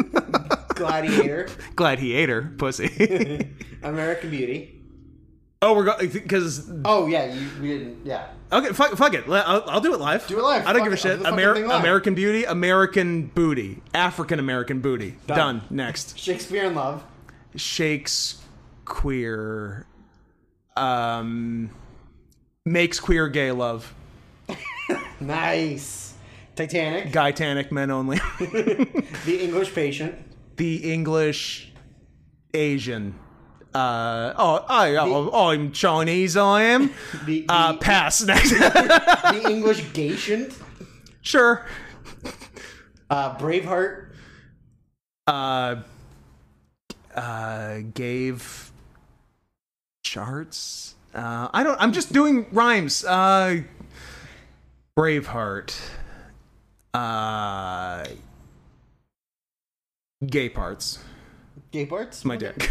[SPEAKER 2] Gladiator.
[SPEAKER 1] Glad he ate her pussy.
[SPEAKER 2] American Beauty.
[SPEAKER 1] oh, we're going because
[SPEAKER 2] Oh yeah, you we didn't. Yeah.
[SPEAKER 1] Okay, fuck, fuck it. Le- I'll, I'll do it live.
[SPEAKER 2] Do it live.
[SPEAKER 1] I don't
[SPEAKER 2] Fuck
[SPEAKER 1] give a
[SPEAKER 2] it. I'll
[SPEAKER 1] shit.
[SPEAKER 2] do the fucking
[SPEAKER 1] Amer-
[SPEAKER 2] thing live.
[SPEAKER 1] American Beauty, American Booty, African American Booty. Done. Next.
[SPEAKER 2] Shakespeare in Love.
[SPEAKER 1] Shakes queer. Um, makes queer gay love.
[SPEAKER 2] Nice. Titanic.
[SPEAKER 1] Titanic men only.
[SPEAKER 2] The English Patient.
[SPEAKER 1] the English Asian. Uh, oh, I, oh, I'm Chinese. I am.
[SPEAKER 2] The the,
[SPEAKER 1] Uh, pass next.
[SPEAKER 2] the English Gatient.
[SPEAKER 1] sure.
[SPEAKER 2] Uh, Braveheart.
[SPEAKER 1] uh, uh, gave charts. Uh, I don't. I'm just doing rhymes. Uh, Braveheart. Uh, gay parts.
[SPEAKER 2] Gay parts.
[SPEAKER 1] My dick.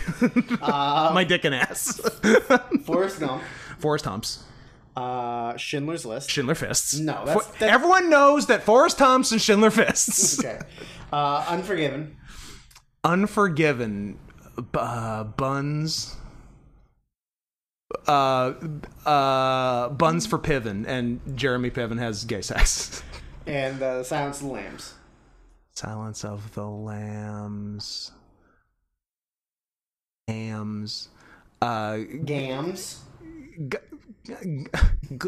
[SPEAKER 1] Uh, My dick and ass.
[SPEAKER 2] Forrest Gump.
[SPEAKER 1] Forrest humps.
[SPEAKER 2] Uh, Schindler's List.
[SPEAKER 1] Schindler fists.
[SPEAKER 2] No, that's-
[SPEAKER 1] For-
[SPEAKER 2] that's-
[SPEAKER 1] everyone knows that Forrest humps and Schindler fists.
[SPEAKER 2] Okay. Uh, Unforgiven.
[SPEAKER 1] Unforgiven, b- uh, Buns, uh, uh, Buns for Piven, and Jeremy Piven has gay sex.
[SPEAKER 2] And uh, Silence of the Lambs.
[SPEAKER 1] Silence of the Lambs, Hams, uh,
[SPEAKER 2] Gams.
[SPEAKER 1] g- g- g-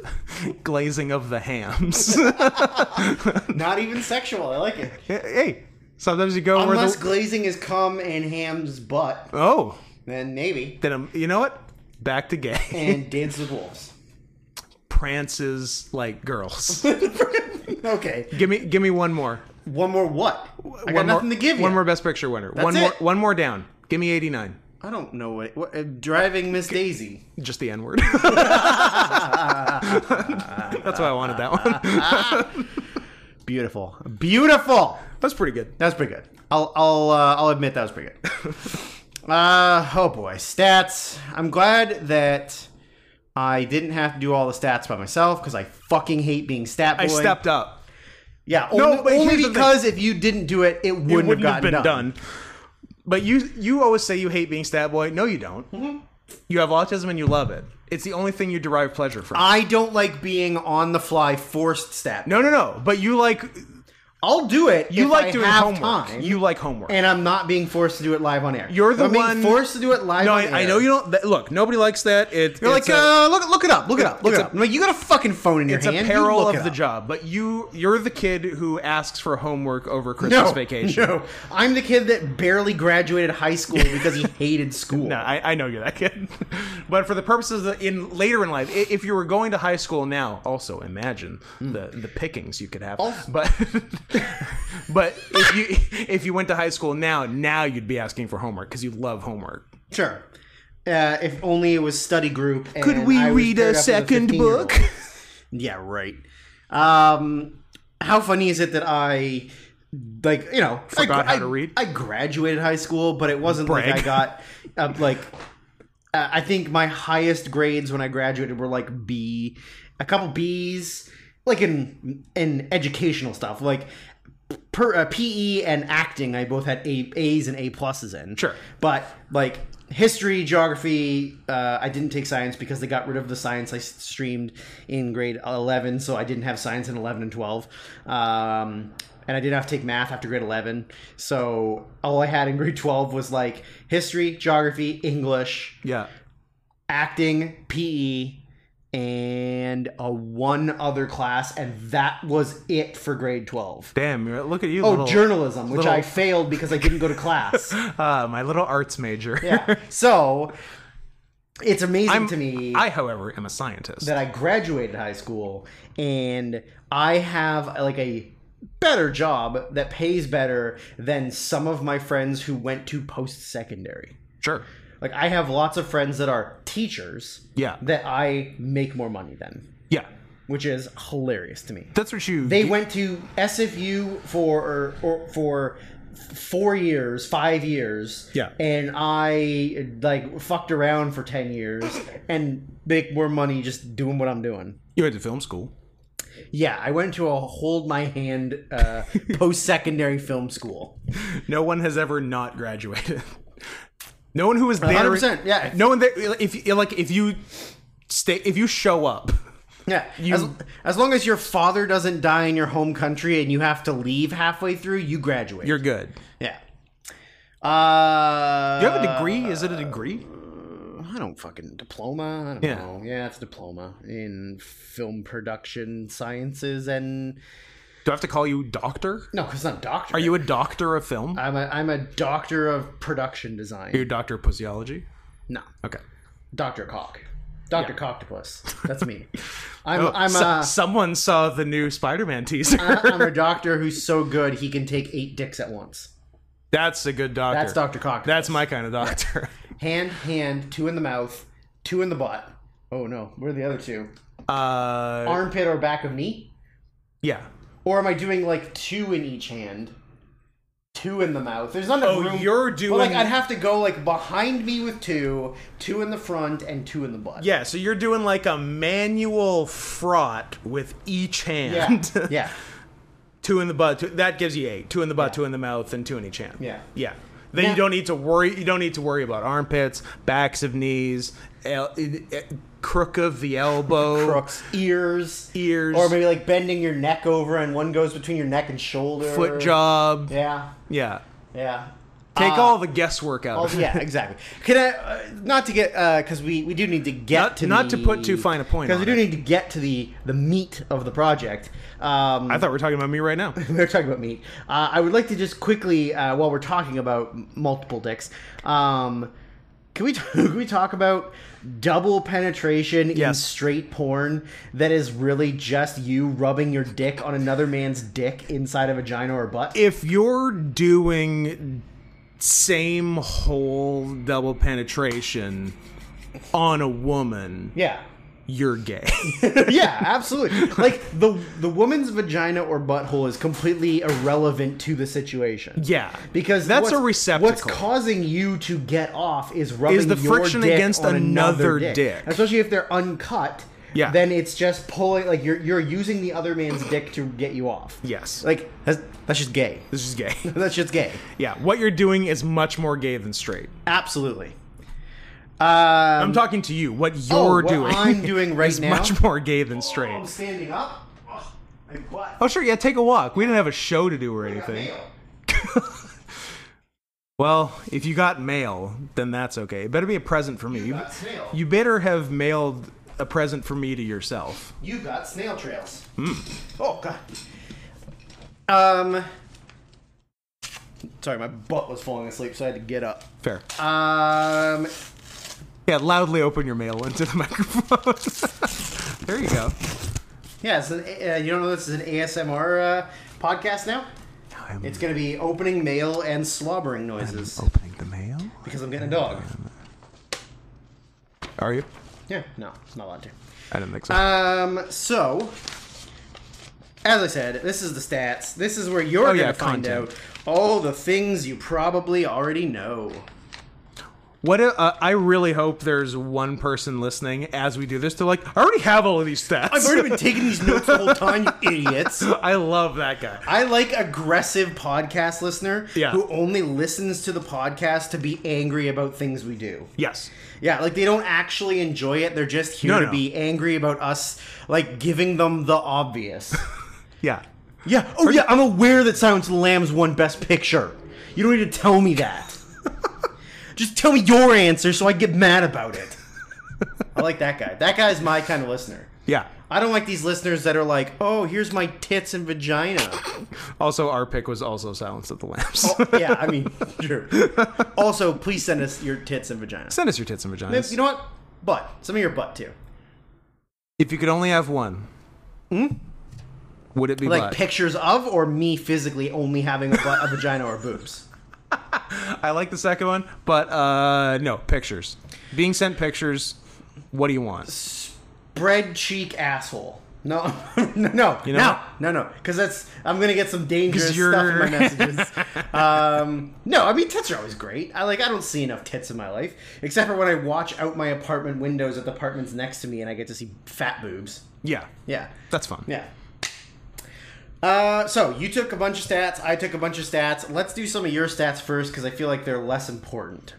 [SPEAKER 1] glazing of the hams.
[SPEAKER 2] Not even sexual. I like it.
[SPEAKER 1] hey, sometimes you go where
[SPEAKER 2] Unless
[SPEAKER 1] the
[SPEAKER 2] glazing is cum and ham's butt,
[SPEAKER 1] oh,
[SPEAKER 2] then maybe.
[SPEAKER 1] then um, you know what? Back to gay.
[SPEAKER 2] And Dance with Wolves.
[SPEAKER 1] Prances like girls.
[SPEAKER 2] Okay.
[SPEAKER 1] Give me, give me one more.
[SPEAKER 2] One more what? I got
[SPEAKER 1] one more-
[SPEAKER 2] nothing to give you.
[SPEAKER 1] One more Best Picture winner. one
[SPEAKER 2] it.
[SPEAKER 1] more. One more down. Give me eighty nine.
[SPEAKER 2] I don't know what. what uh, driving Miss Daisy.
[SPEAKER 1] Just the N word. That's why I wanted that one.
[SPEAKER 2] Beautiful. Beautiful.
[SPEAKER 1] That's pretty good.
[SPEAKER 2] That was pretty good. I'll I'll uh, I'll admit that was pretty good. uh oh boy, stats. I'm glad that I didn't have to do all the stats by myself because I fucking hate being stat boy.
[SPEAKER 1] I stepped up.
[SPEAKER 2] Yeah, only,
[SPEAKER 1] but
[SPEAKER 2] only
[SPEAKER 1] here's the thing.
[SPEAKER 2] because if you didn't do it, it wouldn't,
[SPEAKER 1] It wouldn't have
[SPEAKER 2] gotten
[SPEAKER 1] been done. But you, you always say you hate being stat boy. No, you don't. You have autism and you love it. It's the only thing you derive pleasure from.
[SPEAKER 2] I don't like being on the fly forced stat.
[SPEAKER 1] no, no, no. But you like
[SPEAKER 2] I'll do it.
[SPEAKER 1] you
[SPEAKER 2] if
[SPEAKER 1] like
[SPEAKER 2] I
[SPEAKER 1] doing
[SPEAKER 2] have
[SPEAKER 1] homework.
[SPEAKER 2] time,
[SPEAKER 1] You like homework.
[SPEAKER 2] and I'm not being forced to do it live on air.
[SPEAKER 1] You're the
[SPEAKER 2] If I'm being
[SPEAKER 1] one-
[SPEAKER 2] forced to do it live.
[SPEAKER 1] no,
[SPEAKER 2] on
[SPEAKER 1] I, I
[SPEAKER 2] air,
[SPEAKER 1] know you don't. That, look, nobody likes that. It,
[SPEAKER 2] You're
[SPEAKER 1] it's
[SPEAKER 2] like,
[SPEAKER 1] a-
[SPEAKER 2] uh, look, look it up, look it up, look
[SPEAKER 1] it's
[SPEAKER 2] it
[SPEAKER 1] a-
[SPEAKER 2] up. I'm like, you got a fucking phone in your
[SPEAKER 1] It's
[SPEAKER 2] hand.
[SPEAKER 1] a
[SPEAKER 2] you
[SPEAKER 1] peril
[SPEAKER 2] look
[SPEAKER 1] of
[SPEAKER 2] it
[SPEAKER 1] the
[SPEAKER 2] up.
[SPEAKER 1] job, but you you're the kid who asks for homework over Christmas vacation.
[SPEAKER 2] No, I'm the kid that barely graduated high school because he hated school.
[SPEAKER 1] No, I, I know you're that kid. but for the purposes of in later in life, i- if you were going to high school now, also imagine the the pickings you could have.
[SPEAKER 2] Hmm. Also-
[SPEAKER 1] But but if you if you went to high school now, now you'd be asking for homework because you love homework.
[SPEAKER 2] sure. Uh, if only it was study group. and
[SPEAKER 1] Could we
[SPEAKER 2] I was
[SPEAKER 1] read
[SPEAKER 2] paired
[SPEAKER 1] a
[SPEAKER 2] up with
[SPEAKER 1] second
[SPEAKER 2] 15-year-old.
[SPEAKER 1] book?
[SPEAKER 2] Yeah, right. Um, how funny is it that I like you know I
[SPEAKER 1] Forgot
[SPEAKER 2] gra-
[SPEAKER 1] how to
[SPEAKER 2] I-
[SPEAKER 1] read?
[SPEAKER 2] I graduated high school, but it wasn't like
[SPEAKER 1] Brag.
[SPEAKER 2] I got uh, like Uh, I think my highest grades when I graduated were like B, a couple Bs, like in in educational stuff, like per uh, PE and acting. I both had a, A's and A pluses in.
[SPEAKER 1] Sure.
[SPEAKER 2] but like history, geography, uh, I didn't take science because they got rid of the science I s- streamed in grade eleven, so I didn't have science in eleven and twelve. Um, and I didn't have to take math after grade 11. So all I had in grade 12 was like history, geography, English,
[SPEAKER 1] Yeah.
[SPEAKER 2] acting, PE, and a one other class, and that was it for grade twelve.
[SPEAKER 1] Damn, you're- look at you.
[SPEAKER 2] Oh,
[SPEAKER 1] little,
[SPEAKER 2] journalism, which I
[SPEAKER 1] little-
[SPEAKER 2] failed because I didn't go to class.
[SPEAKER 1] uh, my little arts major.
[SPEAKER 2] yeah. So it's amazing
[SPEAKER 1] I'm-
[SPEAKER 2] to me
[SPEAKER 1] I, however, am a scientist.
[SPEAKER 2] that I graduated high school and I have like a better job that pays better than some of my friends who went to post secondary.
[SPEAKER 1] sure.
[SPEAKER 2] Like I have lots of friends that are teachers
[SPEAKER 1] Yeah.
[SPEAKER 2] that I make more money than.
[SPEAKER 1] Yeah.
[SPEAKER 2] which is hilarious to me.
[SPEAKER 1] That's what you.
[SPEAKER 2] They went to SFU for or, or for four years, five years,
[SPEAKER 1] Yeah.
[SPEAKER 2] and I like fucked around for ten years and make more money just doing what I'm doing.
[SPEAKER 1] you went to film school.
[SPEAKER 2] Yeah, I went to a hold my hand uh, post secondary film school.
[SPEAKER 1] No one has ever not graduated. No one who was there.
[SPEAKER 2] 100%, yeah.
[SPEAKER 1] No one there. If like if you stay, if you show up,
[SPEAKER 2] Yeah, as, as long as your father doesn't die in your home country and you have to leave halfway through, you graduate.
[SPEAKER 1] you're good.
[SPEAKER 2] yeah. Uh,
[SPEAKER 1] You have a degree. Is it a degree?
[SPEAKER 2] I don't fucking diploma. I don't
[SPEAKER 1] Yeah.
[SPEAKER 2] know. Yeah, it's a diploma in film production sciences and
[SPEAKER 1] Do I have to call you doctor?
[SPEAKER 2] no, it's not doctor.
[SPEAKER 1] Are you a doctor of film? Are
[SPEAKER 2] I'm a I'm a doctor of production design.
[SPEAKER 1] you a doctor of physiology?
[SPEAKER 2] No,
[SPEAKER 1] Okay.
[SPEAKER 2] Doctor Cock, Doctor Cocktopus. That's me. I'm I'm
[SPEAKER 1] Oh, So-
[SPEAKER 2] a
[SPEAKER 1] someone saw the new Spider-Man teaser.
[SPEAKER 2] I'm a doctor who's so good he can take eight dicks at once.
[SPEAKER 1] That's a good doctor.
[SPEAKER 2] That's Doctor Cock.
[SPEAKER 1] That's my kind of doctor.
[SPEAKER 2] hand hand two in the mouth, two in the butt. Oh no, where are the other two?
[SPEAKER 1] Uh,
[SPEAKER 2] Armpit or back of knee?
[SPEAKER 1] yeah.
[SPEAKER 2] Or am I doing like two in each hand? Two in the mouth. There's not enough
[SPEAKER 1] Oh,
[SPEAKER 2] room.
[SPEAKER 1] you're
[SPEAKER 2] But like
[SPEAKER 1] doing-
[SPEAKER 2] I'd have to go like behind me with two, two in the front, and two in the butt.
[SPEAKER 1] Yeah, so you're doing like a manual fraught with each
[SPEAKER 2] Yeah.
[SPEAKER 1] hand.
[SPEAKER 2] yeah.
[SPEAKER 1] two in the butt. Two, that gives you eight. Two in the butt, two in the mouth, and two in each hand.
[SPEAKER 2] Yeah.
[SPEAKER 1] Yeah. Then
[SPEAKER 2] Now-
[SPEAKER 1] you don't need to worry. You don't need to worry about armpits, backs of knees, el- i- i- crook of the elbow,
[SPEAKER 2] Crooks. Ears.
[SPEAKER 1] ears,
[SPEAKER 2] Or maybe like bending your neck over and one goes between your neck and shoulder.
[SPEAKER 1] foot job. Yeah.
[SPEAKER 2] Yeah. Yeah.
[SPEAKER 1] Take
[SPEAKER 2] Uh,
[SPEAKER 1] all the guesswork out.
[SPEAKER 2] oh,
[SPEAKER 1] of it.
[SPEAKER 2] yeah, exactly. Can I, uh, not to get, because we, we do need to get
[SPEAKER 1] Not-
[SPEAKER 2] to
[SPEAKER 1] not
[SPEAKER 2] the,
[SPEAKER 1] to put too fine a point
[SPEAKER 2] Because we
[SPEAKER 1] on
[SPEAKER 2] do
[SPEAKER 1] it.
[SPEAKER 2] need to get to the the meat of the project. Um,
[SPEAKER 1] I thought we were talking about me right now.
[SPEAKER 2] we are talking about meat. Uh, I would like to just quickly, uh, while we're talking about m- multiple dicks, um, can we can we talk about double penetration in
[SPEAKER 1] Yes.
[SPEAKER 2] straight porn that is really just you rubbing your dick on another man's dick inside a vagina or a butt?
[SPEAKER 1] if you're doing same hole double penetration on a woman,
[SPEAKER 2] yeah.
[SPEAKER 1] you're gay.
[SPEAKER 2] yeah, absolutely. Like the the woman's vagina or butthole is completely irrelevant to the situation.
[SPEAKER 1] yeah,
[SPEAKER 2] Because
[SPEAKER 1] that's
[SPEAKER 2] what's-
[SPEAKER 1] a receptacle.
[SPEAKER 2] What's causing you to get off is rubbing
[SPEAKER 1] the
[SPEAKER 2] your
[SPEAKER 1] friction
[SPEAKER 2] dick
[SPEAKER 1] against
[SPEAKER 2] on another
[SPEAKER 1] another dick.
[SPEAKER 2] especially if they're uncut.
[SPEAKER 1] Yeah.
[SPEAKER 2] Then it's just pulling like you're you're using the other man's dick to get you off.
[SPEAKER 1] yes, like
[SPEAKER 2] Like that's that's just gay.
[SPEAKER 1] this is gay.
[SPEAKER 2] That's just gay.
[SPEAKER 1] yeah, what you're doing is much more gay than straight.
[SPEAKER 2] Absolutely. Um, oh,
[SPEAKER 1] I'm talking to you. What you're
[SPEAKER 2] what
[SPEAKER 1] doing,
[SPEAKER 2] I'm doing right
[SPEAKER 1] is
[SPEAKER 2] now- Oh,
[SPEAKER 1] much more gay than
[SPEAKER 2] I'm
[SPEAKER 1] straight.
[SPEAKER 2] standing up. Ugh, my butt.
[SPEAKER 1] Oh, sure, yeah, take a walk. We didn't have a show to do or
[SPEAKER 2] I got
[SPEAKER 1] anything.
[SPEAKER 2] mail.
[SPEAKER 1] Well, if you got mail, then that's okay. It better be a present for me. You,
[SPEAKER 2] got mail.
[SPEAKER 1] you better have mailed a present for me to yourself.
[SPEAKER 2] You got snail trails.
[SPEAKER 1] Hmm.
[SPEAKER 2] Oh god. Um. Sorry, my butt was falling asleep, so I had to get up.
[SPEAKER 1] Fair.
[SPEAKER 2] Um.
[SPEAKER 1] Yeah, loudly open your mail into the microphone. there you go.
[SPEAKER 2] Yeah. So uh, you don't know this is an ASMR uh, podcast now.
[SPEAKER 1] I'm
[SPEAKER 2] It's gonna be opening mail and slobbering noises
[SPEAKER 1] opening the mail.
[SPEAKER 2] because I'm getting a dog.
[SPEAKER 1] Are you?
[SPEAKER 2] Yeah. No, it's not allowed to.
[SPEAKER 1] I didn't think so.
[SPEAKER 2] Um, so as I said, this is the stats. This is where you're gonna
[SPEAKER 1] Oh, yeah,
[SPEAKER 2] find
[SPEAKER 1] content.
[SPEAKER 2] out all the things you probably already know.
[SPEAKER 1] What if, uh, I really hope there's one person listening as we do this. They're like, I already have all of these stats.
[SPEAKER 2] I've already been taking these notes the whole time, you idiots.
[SPEAKER 1] I love that guy.
[SPEAKER 2] I like aggressive podcast listener
[SPEAKER 1] Yeah.
[SPEAKER 2] who only listens to the podcast to be angry about things we do.
[SPEAKER 1] Yes.
[SPEAKER 2] Yeah, like they don't actually enjoy it. They're just here
[SPEAKER 1] No,
[SPEAKER 2] to
[SPEAKER 1] no.
[SPEAKER 2] be angry about us, like giving them the obvious.
[SPEAKER 1] Yeah.
[SPEAKER 2] yeah. Oh, yeah. I'm aware that Silence of the Lambs won Best Picture. You don't need to tell me that. just tell me your answer so I get mad about it. I like that guy. That guy's my kind of listener.
[SPEAKER 1] Yeah.
[SPEAKER 2] I don't like these listeners that are like, oh, here's my tits and vagina.
[SPEAKER 1] Also, our pick was also Silence of the Lambs.
[SPEAKER 2] yeah, I mean, sure. Also, please send us your tits and vagina.
[SPEAKER 1] Send us your tits and vaginas.
[SPEAKER 2] You know what? Butt. Some of your butt, too.
[SPEAKER 1] if you could only have one, would it be
[SPEAKER 2] Hmm? Like
[SPEAKER 1] butt?
[SPEAKER 2] pictures of or me physically only having a, butt, a vagina or boobs?
[SPEAKER 1] I like the second one, but uh, no pictures. Being sent pictures. What do you want?
[SPEAKER 2] Bread cheek asshole. No, no, no,
[SPEAKER 1] know
[SPEAKER 2] no,
[SPEAKER 1] what?
[SPEAKER 2] no, no. Because that's I'm gonna get some dangerous
[SPEAKER 1] 'Cause you're-
[SPEAKER 2] stuff in my messages. um, no, I mean tits are always great. I like I don't see enough tits in my life, except for when I watch out my apartment windows at the apartments next to me and I get to see fat boobs.
[SPEAKER 1] Yeah,
[SPEAKER 2] Yeah,
[SPEAKER 1] that's fun.
[SPEAKER 2] yeah. Uh, so you took a bunch of stats. I took a bunch of stats. Let's do some of your stats first because I feel like they're less important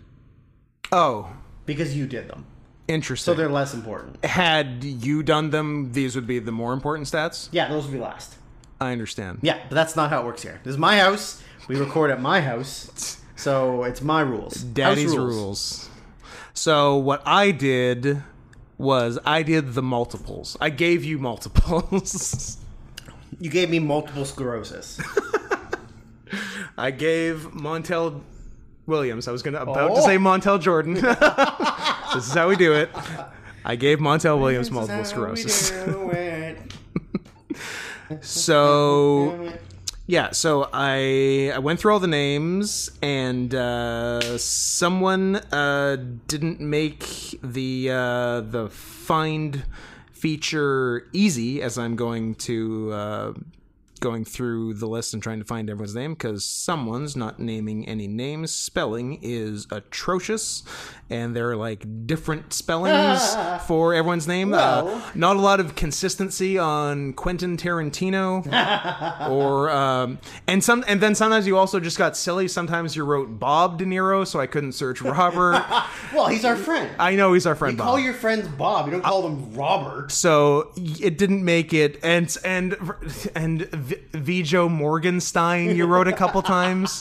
[SPEAKER 1] Oh,
[SPEAKER 2] because you did them.
[SPEAKER 1] interesting.
[SPEAKER 2] So they're less important.
[SPEAKER 1] Had you done them, these would be the more important stats.
[SPEAKER 2] Yeah, those will be last.
[SPEAKER 1] I understand.
[SPEAKER 2] Yeah, but that's not how it works here. This is my house. We record at my house. So it's my rules.
[SPEAKER 1] Daddy's
[SPEAKER 2] House
[SPEAKER 1] rules. So what I did was I did the multiples. I gave you multiples.
[SPEAKER 2] You gave me multiple sclerosis.
[SPEAKER 1] I gave Montel Williams. I was gonna about to
[SPEAKER 2] Oh.
[SPEAKER 1] say Montel Jordan. this is how we do it. I gave Montel Williams multiple sclerosis. So yeah, so I I went through all the names and uh, someone uh, didn't make the uh, the find feature easy as I'm going to uh, going through the list and trying to find everyone's name because someone's not naming any names. Spelling is atrocious, and there are like different spellings for everyone's name.
[SPEAKER 2] Well.
[SPEAKER 1] uh, not a lot of consistency on Quentin Tarantino or um, and some and then sometimes you also just got silly. Sometimes you wrote Bob De Niro, so I couldn't search Robert.
[SPEAKER 2] well, he's our friend.
[SPEAKER 1] I know he's our friend Bob.
[SPEAKER 2] call your friends Bob. You don't call them Robert.
[SPEAKER 1] so it didn't make it, and and and v- Vijo Morgenstein, you wrote a couple times.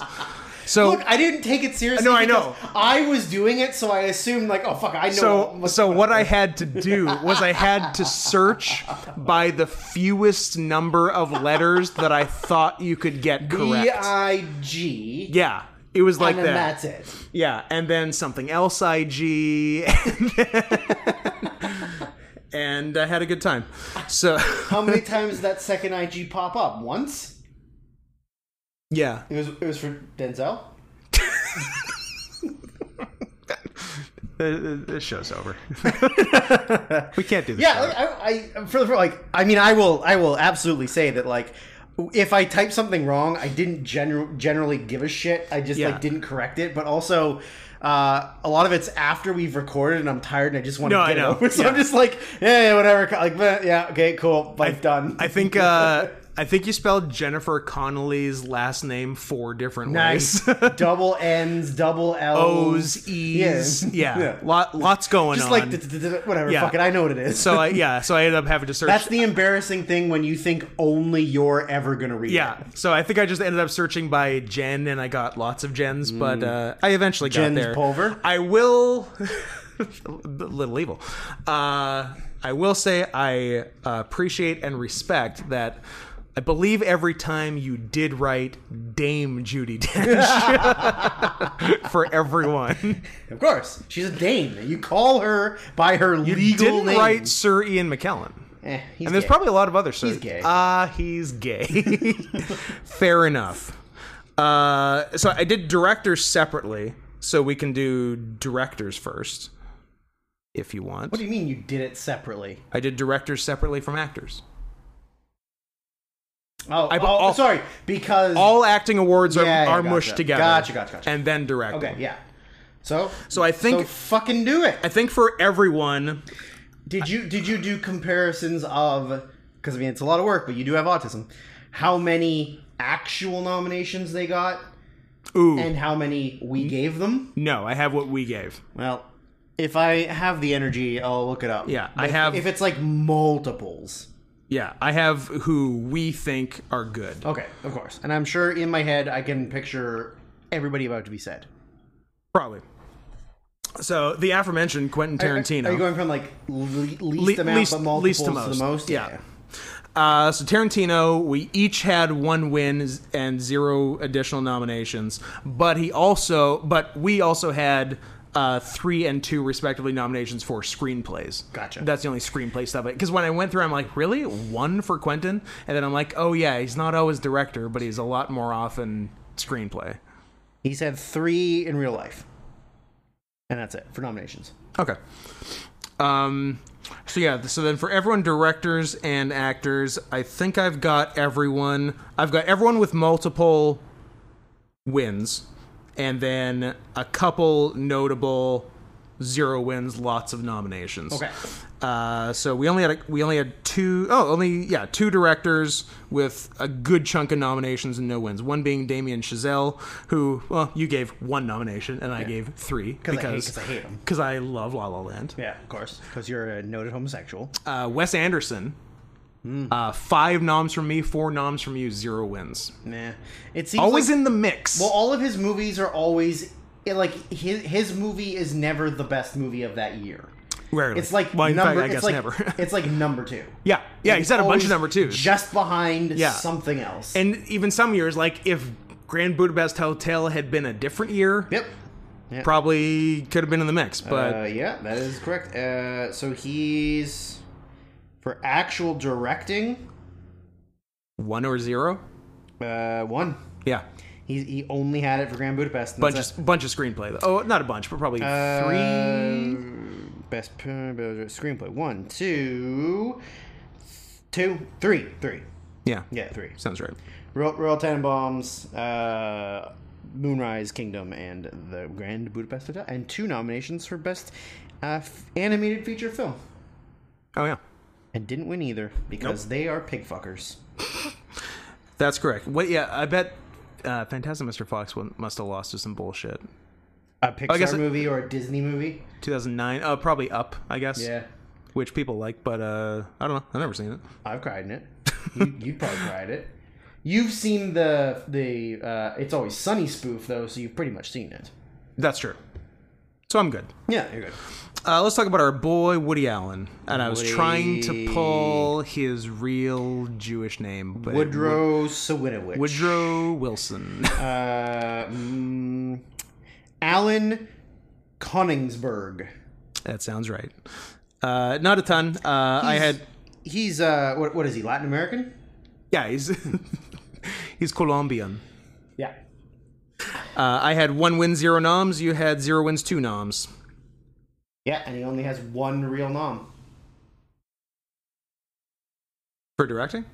[SPEAKER 1] So
[SPEAKER 2] Look, I didn't take it seriously.
[SPEAKER 1] No, I
[SPEAKER 2] because
[SPEAKER 1] know.
[SPEAKER 2] I was doing it, so I assumed like, oh fuck, I know.
[SPEAKER 1] so
[SPEAKER 2] what's
[SPEAKER 1] so
[SPEAKER 2] going
[SPEAKER 1] what
[SPEAKER 2] on.
[SPEAKER 1] I had to do was I had to search by the fewest number of letters that I thought you could get correct.
[SPEAKER 2] B E I G.
[SPEAKER 1] yeah, it was like
[SPEAKER 2] uh, and then
[SPEAKER 1] that.
[SPEAKER 2] that's it.
[SPEAKER 1] Yeah, and then something else IG, and, then- and I had a good time. So
[SPEAKER 2] How many times did that second IG pop up? Once.
[SPEAKER 1] yeah,
[SPEAKER 2] It was it was for Denzel.
[SPEAKER 1] this show's over. we can't do this.
[SPEAKER 2] Yeah, like, I, I for, for like I mean I will I will absolutely say that like if I type something wrong, I didn't gener- generally give a shit. I just
[SPEAKER 1] Yeah.
[SPEAKER 2] like didn't correct it, but also. Uh, a lot of it's after we've recorded and I'm tired and I just want to
[SPEAKER 1] No, I
[SPEAKER 2] get it
[SPEAKER 1] know.
[SPEAKER 2] over. So I'm
[SPEAKER 1] Yeah.
[SPEAKER 2] just like, yeah, yeah, whatever. Like, meh, yeah, okay, cool. Life done.
[SPEAKER 1] I think uh, I think you spelled Jennifer Connolly's last name four different
[SPEAKER 2] nice.
[SPEAKER 1] ways.
[SPEAKER 2] double N's, double L's,
[SPEAKER 1] O's, E's, yeah,
[SPEAKER 2] Yeah.
[SPEAKER 1] Lot, lots going
[SPEAKER 2] Just
[SPEAKER 1] on.
[SPEAKER 2] like, d- d- d- whatever.
[SPEAKER 1] Yeah.
[SPEAKER 2] Fuck it. I know what it is.
[SPEAKER 1] so I, yeah, so I ended up having to search
[SPEAKER 2] That's the embarrassing thing when you think only you're ever gonna read. it.
[SPEAKER 1] Yeah, so I think I just ended up searching by Jen, and I got lots of Jens, but uh, I eventually got
[SPEAKER 2] Jens
[SPEAKER 1] there.
[SPEAKER 2] Mm. Pulver?
[SPEAKER 1] I will. little evil. Uh, I will say I uh, appreciate and respect that. I believe every time you did write Dame Judy Dench for everyone.
[SPEAKER 2] of course. She's a Dane. You call her by her
[SPEAKER 1] You
[SPEAKER 2] legal
[SPEAKER 1] didn't
[SPEAKER 2] name.
[SPEAKER 1] write Sir Ian McKellen.
[SPEAKER 2] Eh, he's
[SPEAKER 1] And there's
[SPEAKER 2] gay.
[SPEAKER 1] probably a lot of other sirs.
[SPEAKER 2] gay.
[SPEAKER 1] Ah, he's gay. Fair enough. Uh, so I did directors separately, so we can do directors first, if you want.
[SPEAKER 2] What do you mean you did it separately?
[SPEAKER 1] I did directors separately from actors.
[SPEAKER 2] Oh,
[SPEAKER 1] I-
[SPEAKER 2] oh,
[SPEAKER 1] all-
[SPEAKER 2] sorry. Because
[SPEAKER 1] All acting awards are,
[SPEAKER 2] Yeah, yeah,
[SPEAKER 1] are
[SPEAKER 2] gotcha.
[SPEAKER 1] mushed together.
[SPEAKER 2] Gotcha, gotcha, gotcha.
[SPEAKER 1] And then directing.
[SPEAKER 2] okay, yeah. So,
[SPEAKER 1] So I think-
[SPEAKER 2] so fucking do it.
[SPEAKER 1] I think for everyone,
[SPEAKER 2] Did you did you do comparisons of because I mean it's a lot of work, but you do have autism. How many actual nominations they got
[SPEAKER 1] ooh,
[SPEAKER 2] and how many we gave them?
[SPEAKER 1] no, I have what we gave.
[SPEAKER 2] Well, if I have the energy, I'll look it up.
[SPEAKER 1] Yeah,
[SPEAKER 2] But
[SPEAKER 1] I
[SPEAKER 2] if-
[SPEAKER 1] have-
[SPEAKER 2] If it's like multiples,
[SPEAKER 1] Yeah, I have who we think are good.
[SPEAKER 2] okay, of course. And I'm sure in my head I can picture everybody about to be said.
[SPEAKER 1] Probably. So the aforementioned Quentin Tarantino.
[SPEAKER 2] Are you going from like le- least amount
[SPEAKER 1] least-
[SPEAKER 2] but multiples
[SPEAKER 1] least to
[SPEAKER 2] to,
[SPEAKER 1] most.
[SPEAKER 2] the most?
[SPEAKER 1] Yeah. Uh, so Tarantino, we each had one win z- and zero additional nominations, but he also, but we also had uh, three and two respectively nominations for screenplays.
[SPEAKER 2] Gotcha.
[SPEAKER 1] That's the only screenplay stuff. Because when I went through, I'm like, really one for Quentin, and then I'm like, oh yeah, he's not always director, but he's a lot more often screenplay.
[SPEAKER 2] He's had three in real life, and that's it for nominations.
[SPEAKER 1] Okay. Um. So yeah. So then for everyone, directors and actors, I think I've got everyone. I've got everyone with multiple wins, and then a couple notable zero wins, lots of nominations.
[SPEAKER 2] Okay.
[SPEAKER 1] Uh, so we only had a, we only had two oh only yeah two directors with a good chunk of nominations and no wins. One being Damien Chazelle, who well you gave one nomination and I gave three
[SPEAKER 2] 'Cause I hate-
[SPEAKER 1] because
[SPEAKER 2] 'cause I hate him.
[SPEAKER 1] because I love La La Land.
[SPEAKER 2] Yeah, of course, because you're a noted homosexual.
[SPEAKER 1] Uh, Wes Anderson,
[SPEAKER 2] Hmm.
[SPEAKER 1] uh, five noms from me, four noms from you, zero wins.
[SPEAKER 2] Nah, it seems
[SPEAKER 1] Always
[SPEAKER 2] like,
[SPEAKER 1] in the mix.
[SPEAKER 2] well, all of his movies are always it, like his his movie is never the best movie of that year.
[SPEAKER 1] Rarely.
[SPEAKER 2] It's like
[SPEAKER 1] well, in
[SPEAKER 2] number.
[SPEAKER 1] fact, I
[SPEAKER 2] it's
[SPEAKER 1] guess
[SPEAKER 2] like,
[SPEAKER 1] never.
[SPEAKER 2] it's like number two.
[SPEAKER 1] yeah, yeah.
[SPEAKER 2] It's
[SPEAKER 1] He's had a bunch
[SPEAKER 2] always
[SPEAKER 1] of number twos.
[SPEAKER 2] just behind
[SPEAKER 1] Yeah.
[SPEAKER 2] something else.
[SPEAKER 1] and even some years, like if Grand Budapest Hotel had been a different year,
[SPEAKER 2] yep.
[SPEAKER 1] probably could have been in the mix. But
[SPEAKER 2] Uh, yeah, that is correct. Uh, so he's for actual directing.
[SPEAKER 1] one or zero,
[SPEAKER 2] Uh, one.
[SPEAKER 1] yeah,
[SPEAKER 2] He he only had it for Grand Budapest. and
[SPEAKER 1] bunch
[SPEAKER 2] that's it.
[SPEAKER 1] of, bunch of screenplay though. Oh, not a bunch, but probably three.
[SPEAKER 2] Uh, best p- screenplay. One, two, two, three, three.
[SPEAKER 1] Yeah,
[SPEAKER 2] Yeah, three.
[SPEAKER 1] sounds right.
[SPEAKER 2] Royal, Royal Tenenbaums, uh, Moonrise Kingdom, and the Grand Budapest Hotel, and two nominations for best uh, f- animated feature film,
[SPEAKER 1] Oh yeah,
[SPEAKER 2] and didn't win either because they are pig fuckers.
[SPEAKER 1] that's correct. What? Yeah, I bet. Uh, Fantastic Mr. Fox wa- must have lost to some bullshit.
[SPEAKER 2] A Pixar
[SPEAKER 1] Oh, guess it-
[SPEAKER 2] movie or a Disney movie?
[SPEAKER 1] 2009, uh, probably up, I guess.
[SPEAKER 2] Yeah,
[SPEAKER 1] Which people like, but uh, I don't know. I've never seen it.
[SPEAKER 2] I've cried in it. you, you probably cried it. You've seen the the uh, It's Always Sunny spoof though, so you've pretty much seen it.
[SPEAKER 1] That's true. So I'm good.
[SPEAKER 2] Yeah, you're good.
[SPEAKER 1] Uh, let's talk about our boy Woody Allen. And I was
[SPEAKER 2] Woody-
[SPEAKER 1] trying to pull his real Jewish name, but
[SPEAKER 2] Woodrow Sawinowicz.
[SPEAKER 1] Woodrow Wilson.
[SPEAKER 2] uh, mm, Alan Coningsberg.
[SPEAKER 1] that sounds right. Uh, not a ton. Uh, I had
[SPEAKER 2] He's uh, what, what is he? Latin American?
[SPEAKER 1] yeah, he's he's Colombian.
[SPEAKER 2] Yeah.
[SPEAKER 1] Uh, I had one win, zero noms. You had zero wins, two noms.
[SPEAKER 2] Yeah, and he only has one real nom.
[SPEAKER 1] For directing?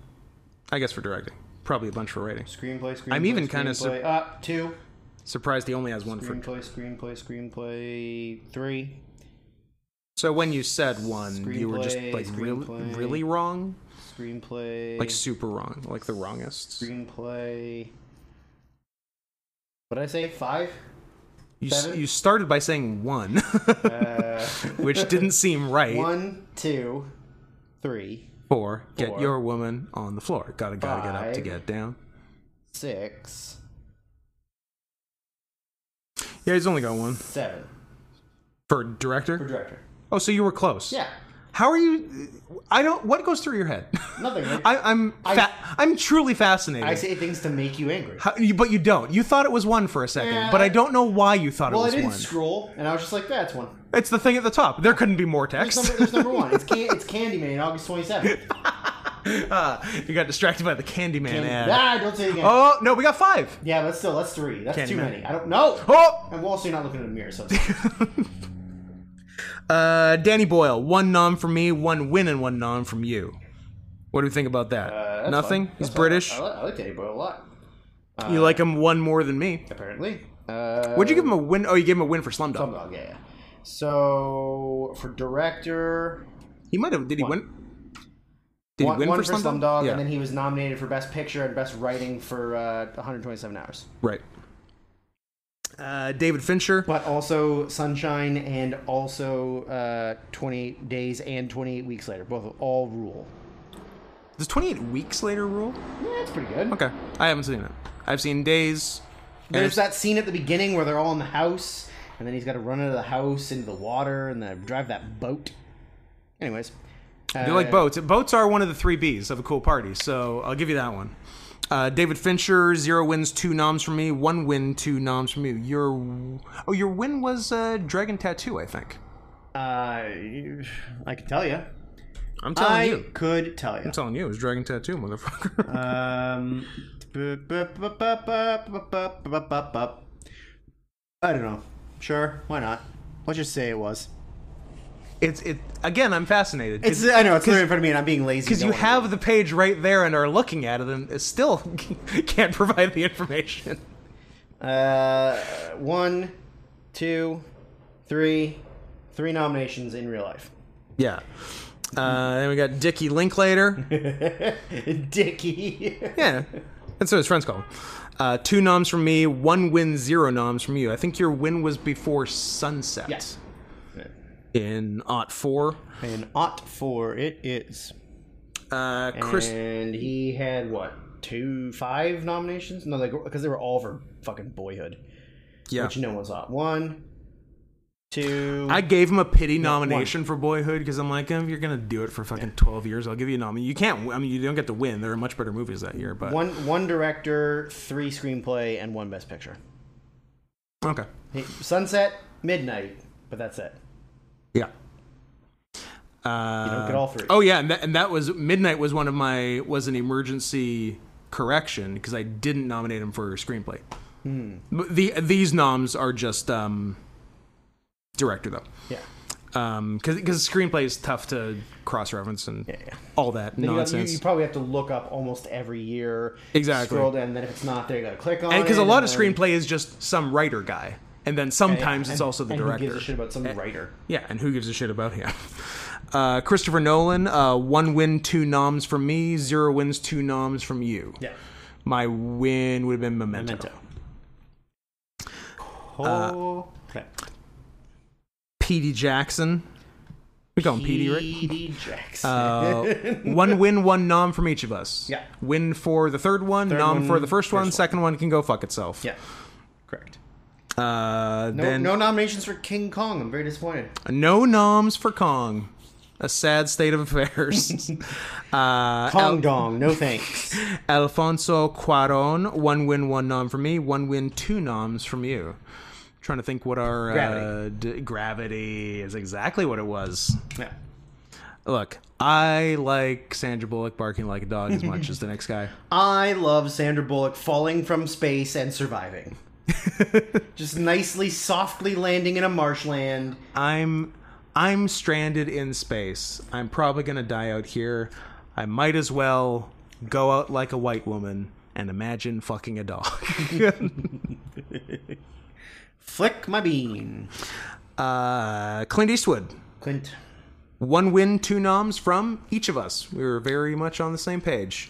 [SPEAKER 1] I guess for directing. Probably a bunch for writing.
[SPEAKER 2] Screenplay, screenplay.
[SPEAKER 1] I'm even kinda
[SPEAKER 2] screenplay.
[SPEAKER 1] sur-
[SPEAKER 2] uh, two.
[SPEAKER 1] Surprised he only has one for.
[SPEAKER 2] Screenplay, screenplay, screenplay. Three.
[SPEAKER 1] So when you said one, you were just
[SPEAKER 2] Screenplay,
[SPEAKER 1] like really,
[SPEAKER 2] screenplay.
[SPEAKER 1] really wrong,
[SPEAKER 2] Screenplay.
[SPEAKER 1] like super wrong, like the wrongest.
[SPEAKER 2] screenplay. What did I say? Five.
[SPEAKER 1] You, s-
[SPEAKER 2] Seven?
[SPEAKER 1] you started by saying one,
[SPEAKER 2] Uh,
[SPEAKER 1] which didn't seem right.
[SPEAKER 2] one, two, three,
[SPEAKER 1] Four, get
[SPEAKER 2] Four.
[SPEAKER 1] your woman on the floor. Gotta gotta get up to
[SPEAKER 2] Five.
[SPEAKER 1] get down.
[SPEAKER 2] six,
[SPEAKER 1] Yeah, he's only got one
[SPEAKER 2] seven.
[SPEAKER 1] for
[SPEAKER 2] For
[SPEAKER 1] director.
[SPEAKER 2] director.
[SPEAKER 1] Oh, so you were close.
[SPEAKER 2] Yeah.
[SPEAKER 1] How are you? I don't. What goes through your head?
[SPEAKER 2] Nothing. I,
[SPEAKER 1] I, I'm
[SPEAKER 2] I-
[SPEAKER 1] fa- I'm truly fascinated.
[SPEAKER 2] I say things to make you angry.
[SPEAKER 1] How, you, but you don't. You thought it was one for a second,
[SPEAKER 2] Yeah,
[SPEAKER 1] but I
[SPEAKER 2] I-
[SPEAKER 1] don't know why you thought
[SPEAKER 2] Well, I
[SPEAKER 1] it was
[SPEAKER 2] didn't
[SPEAKER 1] one.
[SPEAKER 2] scroll, and I was just like, that's one.
[SPEAKER 1] it's the thing at the top. There couldn't be more
[SPEAKER 2] It's
[SPEAKER 1] text.
[SPEAKER 2] number, it's number one. It's, can- it's Candyman, August 27th.
[SPEAKER 1] Ah, you got distracted by the Candyman ad.
[SPEAKER 2] ah, don't say it again.
[SPEAKER 1] Oh no, we got five.
[SPEAKER 2] Yeah, but still, that's three. That's too
[SPEAKER 1] Candyman.
[SPEAKER 2] many. I don't know.
[SPEAKER 1] Oh,
[SPEAKER 2] And we're also not looking in the mirror, so.
[SPEAKER 1] uh, Danny Boyle, one nom from me, one win, and one nom from you. What do we think about that?
[SPEAKER 2] Uh, that's
[SPEAKER 1] Nothing.
[SPEAKER 2] fine. Uh,
[SPEAKER 1] He's
[SPEAKER 2] That's fine.
[SPEAKER 1] British.
[SPEAKER 2] I, li- I like Danny Boyle a lot,
[SPEAKER 1] you like him one more than me.
[SPEAKER 2] apparently. Uh,
[SPEAKER 1] Would you give him a win? Oh, you gave him a win for Slumdog.
[SPEAKER 2] Slumdog, yeah, yeah. So for director,
[SPEAKER 1] He might have. Did he
[SPEAKER 2] One.
[SPEAKER 1] win? Did
[SPEAKER 2] one,
[SPEAKER 1] he win
[SPEAKER 2] one
[SPEAKER 1] for
[SPEAKER 2] for
[SPEAKER 1] Slumdog?
[SPEAKER 2] Slumdog,
[SPEAKER 1] yeah.
[SPEAKER 2] and then he was nominated for best picture and best writing for uh, 127 hours.
[SPEAKER 1] right. Uh, David Fincher.
[SPEAKER 2] But also Sunshine and also uh, 28 days and 28 weeks later, both all rule.
[SPEAKER 1] Does 28 weeks later rule?
[SPEAKER 2] Yeah, that's pretty good.
[SPEAKER 1] Okay, I haven't seen it. I've seen Days.
[SPEAKER 2] There's that scene at the beginning where they're all in the house, and then he's got to run out of the house into the water and then drive that boat. Anyways, uh,
[SPEAKER 1] They're like boats. Boats are one of the three B's of a cool party, so I'll give you that one. Uh, David Fincher, zero wins, two noms from me. One win, two noms from you. Your oh, your win was uh, Dragon Tattoo, I think.
[SPEAKER 2] uh, I could tell you.
[SPEAKER 1] I'm telling
[SPEAKER 2] I
[SPEAKER 1] you.
[SPEAKER 2] could tell you.
[SPEAKER 1] I'm telling you, it was Dragon Tattoo, motherfucker.
[SPEAKER 2] Um, I don't know. Sure, why not? Let's just say it was.
[SPEAKER 1] it's it again. I'm fascinated.
[SPEAKER 2] It's I know it's literally in front of me, and I'm being lazy.
[SPEAKER 1] because
[SPEAKER 2] don't
[SPEAKER 1] you
[SPEAKER 2] worry.
[SPEAKER 1] have the page right there and are looking at it and still can't provide the information.
[SPEAKER 2] Uh, one, two, three, three nominations in real life.
[SPEAKER 1] Yeah. Uh, then we got Dickie Linklater.
[SPEAKER 2] Dicky.
[SPEAKER 1] Yeah. That's what his friends call him. Uh, two noms from me, one win, zero noms from you. I think your win was before sunset
[SPEAKER 2] Yes.
[SPEAKER 1] in Ot 4.
[SPEAKER 2] An ought for it is.
[SPEAKER 1] Uh, Chris,
[SPEAKER 2] And he had what? Two, five nominations? No, because they were all for fucking Boyhood,
[SPEAKER 1] yeah.
[SPEAKER 2] which no one saw. One, two.
[SPEAKER 1] I gave him a pity nomination for Boyhood because I'm like, "Eh, if you're going to do it for fucking 12 years, I'll give you a nomination. You can't, w- I mean, you don't get to win. There are much better movies that year, but.
[SPEAKER 2] One, one director, three screenplay, and one best picture.
[SPEAKER 1] Okay.
[SPEAKER 2] Hey, Sunset, Midnight, but that's it.
[SPEAKER 1] Yeah.
[SPEAKER 2] You don't get all three.
[SPEAKER 1] Oh yeah, and that, and that was Midnight was one of my was an emergency correction because I didn't nominate him for screenplay.
[SPEAKER 2] Hmm.
[SPEAKER 1] But the these noms are just um, director though,
[SPEAKER 2] Yeah.
[SPEAKER 1] because because screenplay is tough to cross reference and
[SPEAKER 2] yeah.
[SPEAKER 1] all that
[SPEAKER 2] You, got- you-
[SPEAKER 1] nonsense.
[SPEAKER 2] you probably have to look up almost every year.
[SPEAKER 1] Exactly.
[SPEAKER 2] Scroll down, and then if it's not there, you gotta click on
[SPEAKER 1] and
[SPEAKER 2] it.
[SPEAKER 1] because a lot of
[SPEAKER 2] then-
[SPEAKER 1] screenplay is just some writer guy, and then sometimes
[SPEAKER 2] and-
[SPEAKER 1] it's also the
[SPEAKER 2] and
[SPEAKER 1] director. Eh.
[SPEAKER 2] Who gives a shit about some writer?
[SPEAKER 1] Yeah, and who gives a shit about him? Uh, Christopher Nolan, uh, one win, two noms from me, zero wins, two noms from you.
[SPEAKER 2] Yeah.
[SPEAKER 1] My win would have been Memento.
[SPEAKER 2] Memento.
[SPEAKER 1] Uh,
[SPEAKER 2] Oh.
[SPEAKER 1] P.D. Jackson. We call him P.D., right?
[SPEAKER 2] P.D. Jackson.
[SPEAKER 1] Uh, one win, one nom from each of us.
[SPEAKER 2] Yeah.
[SPEAKER 1] Win for the third one, nom
[SPEAKER 2] one,
[SPEAKER 1] for the first, one,
[SPEAKER 2] first one.
[SPEAKER 1] second one can go fuck itself.
[SPEAKER 2] yeah. Correct.
[SPEAKER 1] Uh,
[SPEAKER 2] No,
[SPEAKER 1] then
[SPEAKER 2] no nominations for King Kong. I'm very disappointed.
[SPEAKER 1] no noms for Kong. A sad state of affairs.
[SPEAKER 2] Kong Dong. No thanks.
[SPEAKER 1] Alfonso Cuaron, one win, one nom for me, one win, two noms from you. trying to think what our uh,
[SPEAKER 2] Gravity.
[SPEAKER 1] d- gravity is exactly what it was.
[SPEAKER 2] yeah.
[SPEAKER 1] Look, I like Sandra Bullock barking like a dog as much as the next guy.
[SPEAKER 2] I love Sandra Bullock falling from space and surviving. Just nicely, softly landing in a marshland.
[SPEAKER 1] I'm I'm stranded in space. I'm probably gonna die out here. I might as well go out like a white woman and imagine fucking a dog.
[SPEAKER 2] Flick my bean.
[SPEAKER 1] uh, Clint Eastwood.
[SPEAKER 2] Clint.
[SPEAKER 1] One win, two noms from each of us. We were very much on the same page.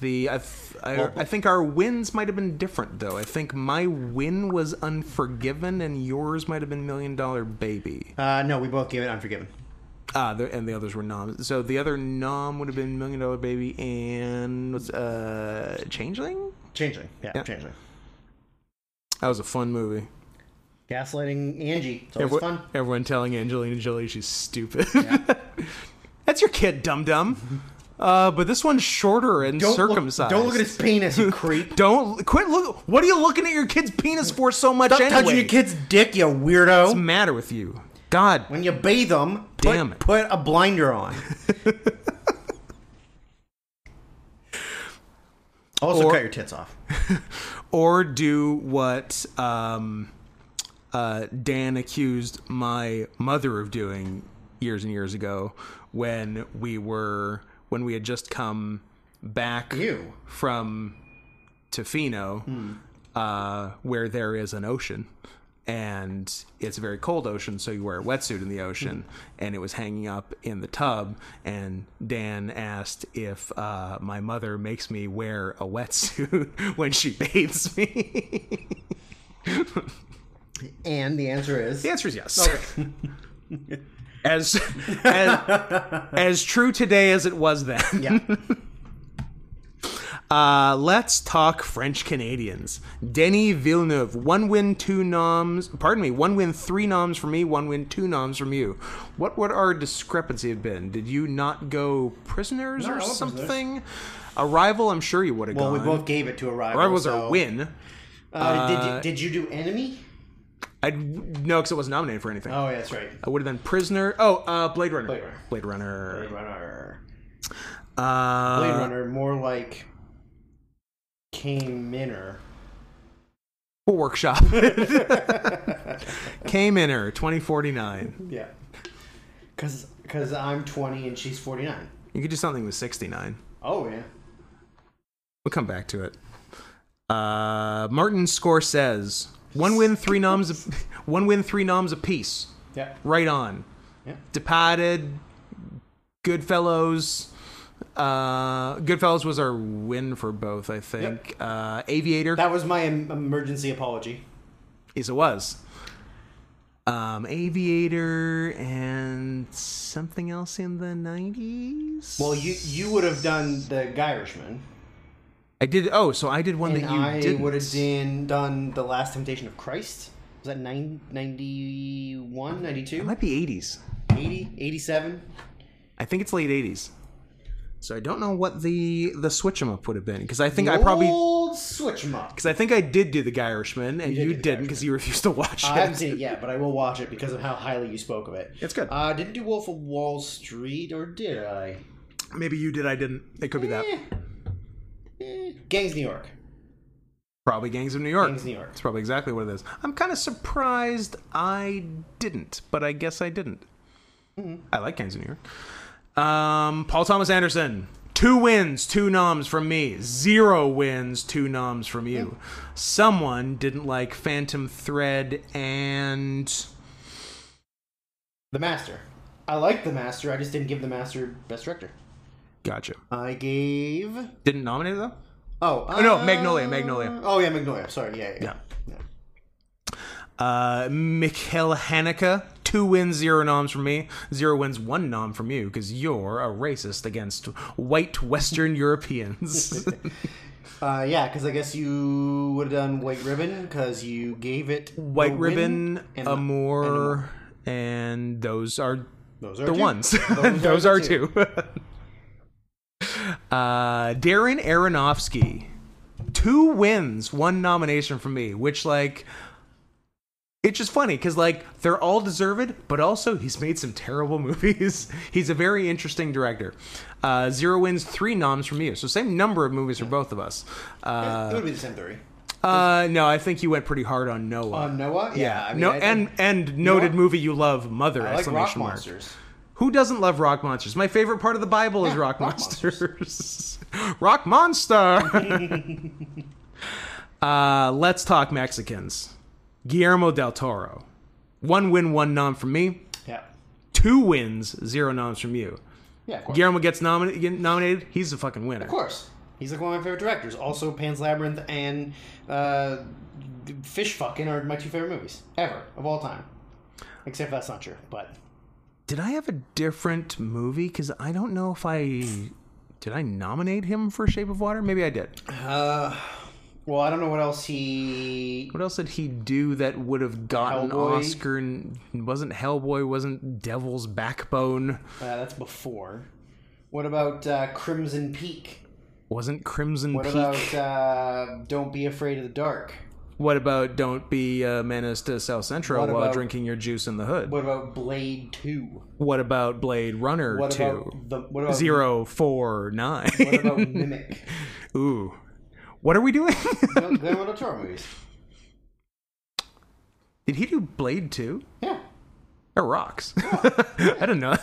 [SPEAKER 1] The I, th- I, I think our wins might have been different though. I think my win was Unforgiven, and yours might have been Million Dollar Baby.
[SPEAKER 2] Uh, no, we both gave it Unforgiven.
[SPEAKER 1] Ah, the, and the others were noms. So the other nom would have been Million Dollar Baby and what's uh Changeling.
[SPEAKER 2] Changeling. Yeah,
[SPEAKER 1] Yeah.
[SPEAKER 2] Changeling.
[SPEAKER 1] That was a fun movie.
[SPEAKER 2] Gaslighting Angie. It's always
[SPEAKER 1] Every-
[SPEAKER 2] fun.
[SPEAKER 1] Everyone telling Angelina Jolie she's stupid. That's your kid, dum dum. Uh, but this one's shorter and
[SPEAKER 2] Don't look-
[SPEAKER 1] circumcised.
[SPEAKER 2] don't look at his penis, you creep.
[SPEAKER 1] Don't quit. Look. What are you looking at your kid's penis for so much?
[SPEAKER 2] Stop
[SPEAKER 1] anyway?
[SPEAKER 2] touching your kid's dick, you
[SPEAKER 1] What's the
[SPEAKER 2] weirdo.
[SPEAKER 1] matter with you? God.
[SPEAKER 2] When you bathe them, put,
[SPEAKER 1] Damn it.
[SPEAKER 2] put a blinder on. also,
[SPEAKER 1] Or-
[SPEAKER 2] cut your tits off.
[SPEAKER 1] Or do what um, uh, Dan accused my mother of doing years and years ago when we were when we had just come back
[SPEAKER 2] Ew.
[SPEAKER 1] from Tofino uh, where there is an ocean. And it's a very cold ocean, so you wear a wetsuit in the ocean. And it was hanging up in the tub. And Dan asked if uh, my mother makes me wear a wetsuit when she bathes me.
[SPEAKER 2] And the answer is
[SPEAKER 1] The answer is yes. as, as as true today as it was then.
[SPEAKER 2] yeah.
[SPEAKER 1] Uh, let's talk French Canadians. Denis Villeneuve, one win, two noms. Pardon me, one win, three noms from me, one win, two noms from you. What would our discrepancy have been? Did you not go prisoners
[SPEAKER 2] No, I
[SPEAKER 1] or
[SPEAKER 2] wasn't prisoners.
[SPEAKER 1] something? Arrival, I'm sure you would have
[SPEAKER 2] Well, we
[SPEAKER 1] gone.
[SPEAKER 2] both gave it to a rival.
[SPEAKER 1] Arrival's
[SPEAKER 2] so,
[SPEAKER 1] a win.
[SPEAKER 2] Uh, did, you, did you do enemy?
[SPEAKER 1] I no, because it wasn't nominated for anything.
[SPEAKER 2] Oh, yeah, that's right.
[SPEAKER 1] I would have been prisoner. Oh, uh, Blade Runner.
[SPEAKER 2] Blade Runner.
[SPEAKER 1] Blade Runner.
[SPEAKER 2] Blade Runner.
[SPEAKER 1] Uh,
[SPEAKER 2] Blade Runner, more like Kane Minner.
[SPEAKER 1] workshop came in her 2049
[SPEAKER 2] Yeah. Because cause I'm 20 and she's 49.
[SPEAKER 1] you could do something with 69
[SPEAKER 2] Oh, yeah.
[SPEAKER 1] we'll come back to it uh martin score says one win three noms one win three noms apiece
[SPEAKER 2] Yeah.
[SPEAKER 1] right on
[SPEAKER 2] Yeah.
[SPEAKER 1] departed goodfellows uh goodfellas was our win for both i think uh aviator
[SPEAKER 2] That was my em- emergency apology.
[SPEAKER 1] Yes, it was. Um, Aviator and something else in the nineties.
[SPEAKER 2] Well, you you would have done the Irishman,
[SPEAKER 1] I did. Oh, so I did one
[SPEAKER 2] and
[SPEAKER 1] that you
[SPEAKER 2] I
[SPEAKER 1] didn't.
[SPEAKER 2] would have done, done the Last Temptation of Christ. Was that nine, 91, 92,
[SPEAKER 1] It might be eighties.
[SPEAKER 2] 80, 87?
[SPEAKER 1] I think it's late eighties. So I don't know what the the switch 'em up would have been because I think I
[SPEAKER 2] probably
[SPEAKER 1] probably
[SPEAKER 2] old switch 'em up.
[SPEAKER 1] because I think I did do the Guy Irishman and
[SPEAKER 2] did
[SPEAKER 1] you,
[SPEAKER 2] do The
[SPEAKER 1] didn't because you refused to watch
[SPEAKER 2] I
[SPEAKER 1] it.
[SPEAKER 2] haven't seen it yet, but I will watch it because of how highly you spoke of it.
[SPEAKER 1] It's good.
[SPEAKER 2] I uh, didn't do Wolf of Wall Street, or did I?
[SPEAKER 1] Maybe you did. I didn't. It could be that.
[SPEAKER 2] Eh. Eh. Gangs New York.
[SPEAKER 1] Probably Gangs of New York.
[SPEAKER 2] Gangs of New York.
[SPEAKER 1] That's probably exactly what it is. I'm kind of surprised I didn't, but I guess I didn't. I like Gangs of New York. Um, Paul Thomas Anderson. Two wins, two noms from me. Zero wins, two noms from you. Someone didn't like Phantom Thread and.
[SPEAKER 2] The Master. I liked The Master. I just didn't give The Master Best Director.
[SPEAKER 1] Gotcha.
[SPEAKER 2] I gave.
[SPEAKER 1] Didn't nominate it, though?
[SPEAKER 2] Oh,
[SPEAKER 1] no,
[SPEAKER 2] uh,
[SPEAKER 1] Magnolia, Magnolia.
[SPEAKER 2] Oh yeah, Magnolia. Sorry, yeah, yeah. yeah.
[SPEAKER 1] Uh, Mikhail Haneke, two wins, zero noms from me. Zero wins, one nom from you, because you're a racist against white Western Europeans.
[SPEAKER 2] Uh, yeah, because I guess you would have done White Ribbon because you gave it
[SPEAKER 1] white
[SPEAKER 2] the win
[SPEAKER 1] Ribbon, um,
[SPEAKER 2] and the-
[SPEAKER 1] Amour, and those are
[SPEAKER 2] Those are
[SPEAKER 1] the
[SPEAKER 2] two.
[SPEAKER 1] ones.
[SPEAKER 2] Those,
[SPEAKER 1] Those, are two. uh, Darren Aronofsky, two wins, one nomination from me, which like. It's just funny because like they're all deserved, but also he's made some terrible movies. he's a very interesting director. Uh, zero wins, three noms from you, so same number of movies for both of us. Uh,
[SPEAKER 2] it would be the same three.
[SPEAKER 1] uh, no, I think you went pretty hard on Noah.
[SPEAKER 2] On Noah, yeah. I mean,
[SPEAKER 1] no,
[SPEAKER 2] I,
[SPEAKER 1] and and noted
[SPEAKER 2] what?
[SPEAKER 1] movie you love, Mother!
[SPEAKER 2] I like
[SPEAKER 1] exclamation
[SPEAKER 2] Rock
[SPEAKER 1] mark.
[SPEAKER 2] Monsters.
[SPEAKER 1] Who doesn't love rock monsters? My favorite part of the Bible is
[SPEAKER 2] Yeah,
[SPEAKER 1] rock,
[SPEAKER 2] rock
[SPEAKER 1] monsters. rock monster. uh, let's talk Mexicans. Guillermo del Toro, one win, one nom from me.
[SPEAKER 2] Yeah,
[SPEAKER 1] Two wins, zero noms from you.
[SPEAKER 2] yeah. Of course.
[SPEAKER 1] Guillermo gets nomin- get nominated. He's a fucking winner.
[SPEAKER 2] Of course. He's like one of my favorite directors. Also, Pan's Labyrinth and uh, Fish Fucking are my two favorite movies ever of all time. Except that's not true, but
[SPEAKER 1] Did I have a different movie? Because I don't know if I did. I nominate him for Shape of Water. Maybe I did.
[SPEAKER 2] uh, well, I don't know what else he.
[SPEAKER 1] What else did he do that would have gotten
[SPEAKER 2] Hellboy.
[SPEAKER 1] Oscar? And wasn't Hellboy? Wasn't Devil's Backbone?
[SPEAKER 2] Uh, that's before. What about uh, Crimson Peak?
[SPEAKER 1] Wasn't Crimson
[SPEAKER 2] What
[SPEAKER 1] Peak?
[SPEAKER 2] about uh, Don't Be Afraid of the Dark?
[SPEAKER 1] what about Don't Be a Menace to South Central
[SPEAKER 2] What
[SPEAKER 1] while
[SPEAKER 2] about-
[SPEAKER 1] drinking your juice in the hood? What,
[SPEAKER 2] What about Blade Two?
[SPEAKER 1] about Blade Runner
[SPEAKER 2] What
[SPEAKER 1] Two?
[SPEAKER 2] about the what about
[SPEAKER 1] Zero four nine.
[SPEAKER 2] What about Mimic?
[SPEAKER 1] Ooh, what are we doing?
[SPEAKER 2] They're Guillermo del Toro movies.
[SPEAKER 1] did he do Blade Two?
[SPEAKER 2] Yeah,
[SPEAKER 1] That rocks. I don't know.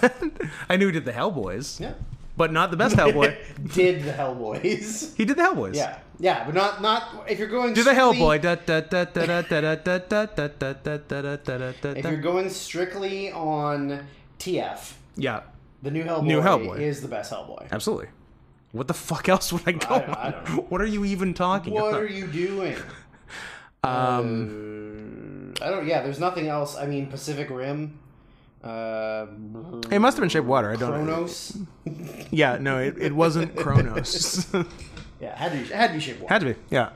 [SPEAKER 1] I knew he did the Hellboys.
[SPEAKER 2] yeah.
[SPEAKER 1] but not the best Hellboy.
[SPEAKER 2] Did the Hellboys?
[SPEAKER 1] he did the Hellboys.
[SPEAKER 2] Yeah, yeah, but not not if you're going
[SPEAKER 1] Do the
[SPEAKER 2] strictly-
[SPEAKER 1] Hellboy. Da, da, da, da, da, da, da, da, da, da, da, da, da, da, da,
[SPEAKER 2] If
[SPEAKER 1] da.
[SPEAKER 2] you're going strictly on TF,
[SPEAKER 1] Yeah,
[SPEAKER 2] the new Hellboy,
[SPEAKER 1] New Hellboy.
[SPEAKER 2] is the best Hellboy.
[SPEAKER 1] absolutely. What the fuck else would I go
[SPEAKER 2] I- I
[SPEAKER 1] on?
[SPEAKER 2] don't know.
[SPEAKER 1] What are you even talking
[SPEAKER 2] What
[SPEAKER 1] about?
[SPEAKER 2] are you doing? Um, I don't. Yeah, there's nothing else. I mean, Pacific Rim. Uh,
[SPEAKER 1] it must have been Shape Water. I don't know.
[SPEAKER 2] Chronos.
[SPEAKER 1] Yeah, no, it, it wasn't Chronos.
[SPEAKER 2] Yeah, had to be, had to be Shape Water.
[SPEAKER 1] Had to be, yeah.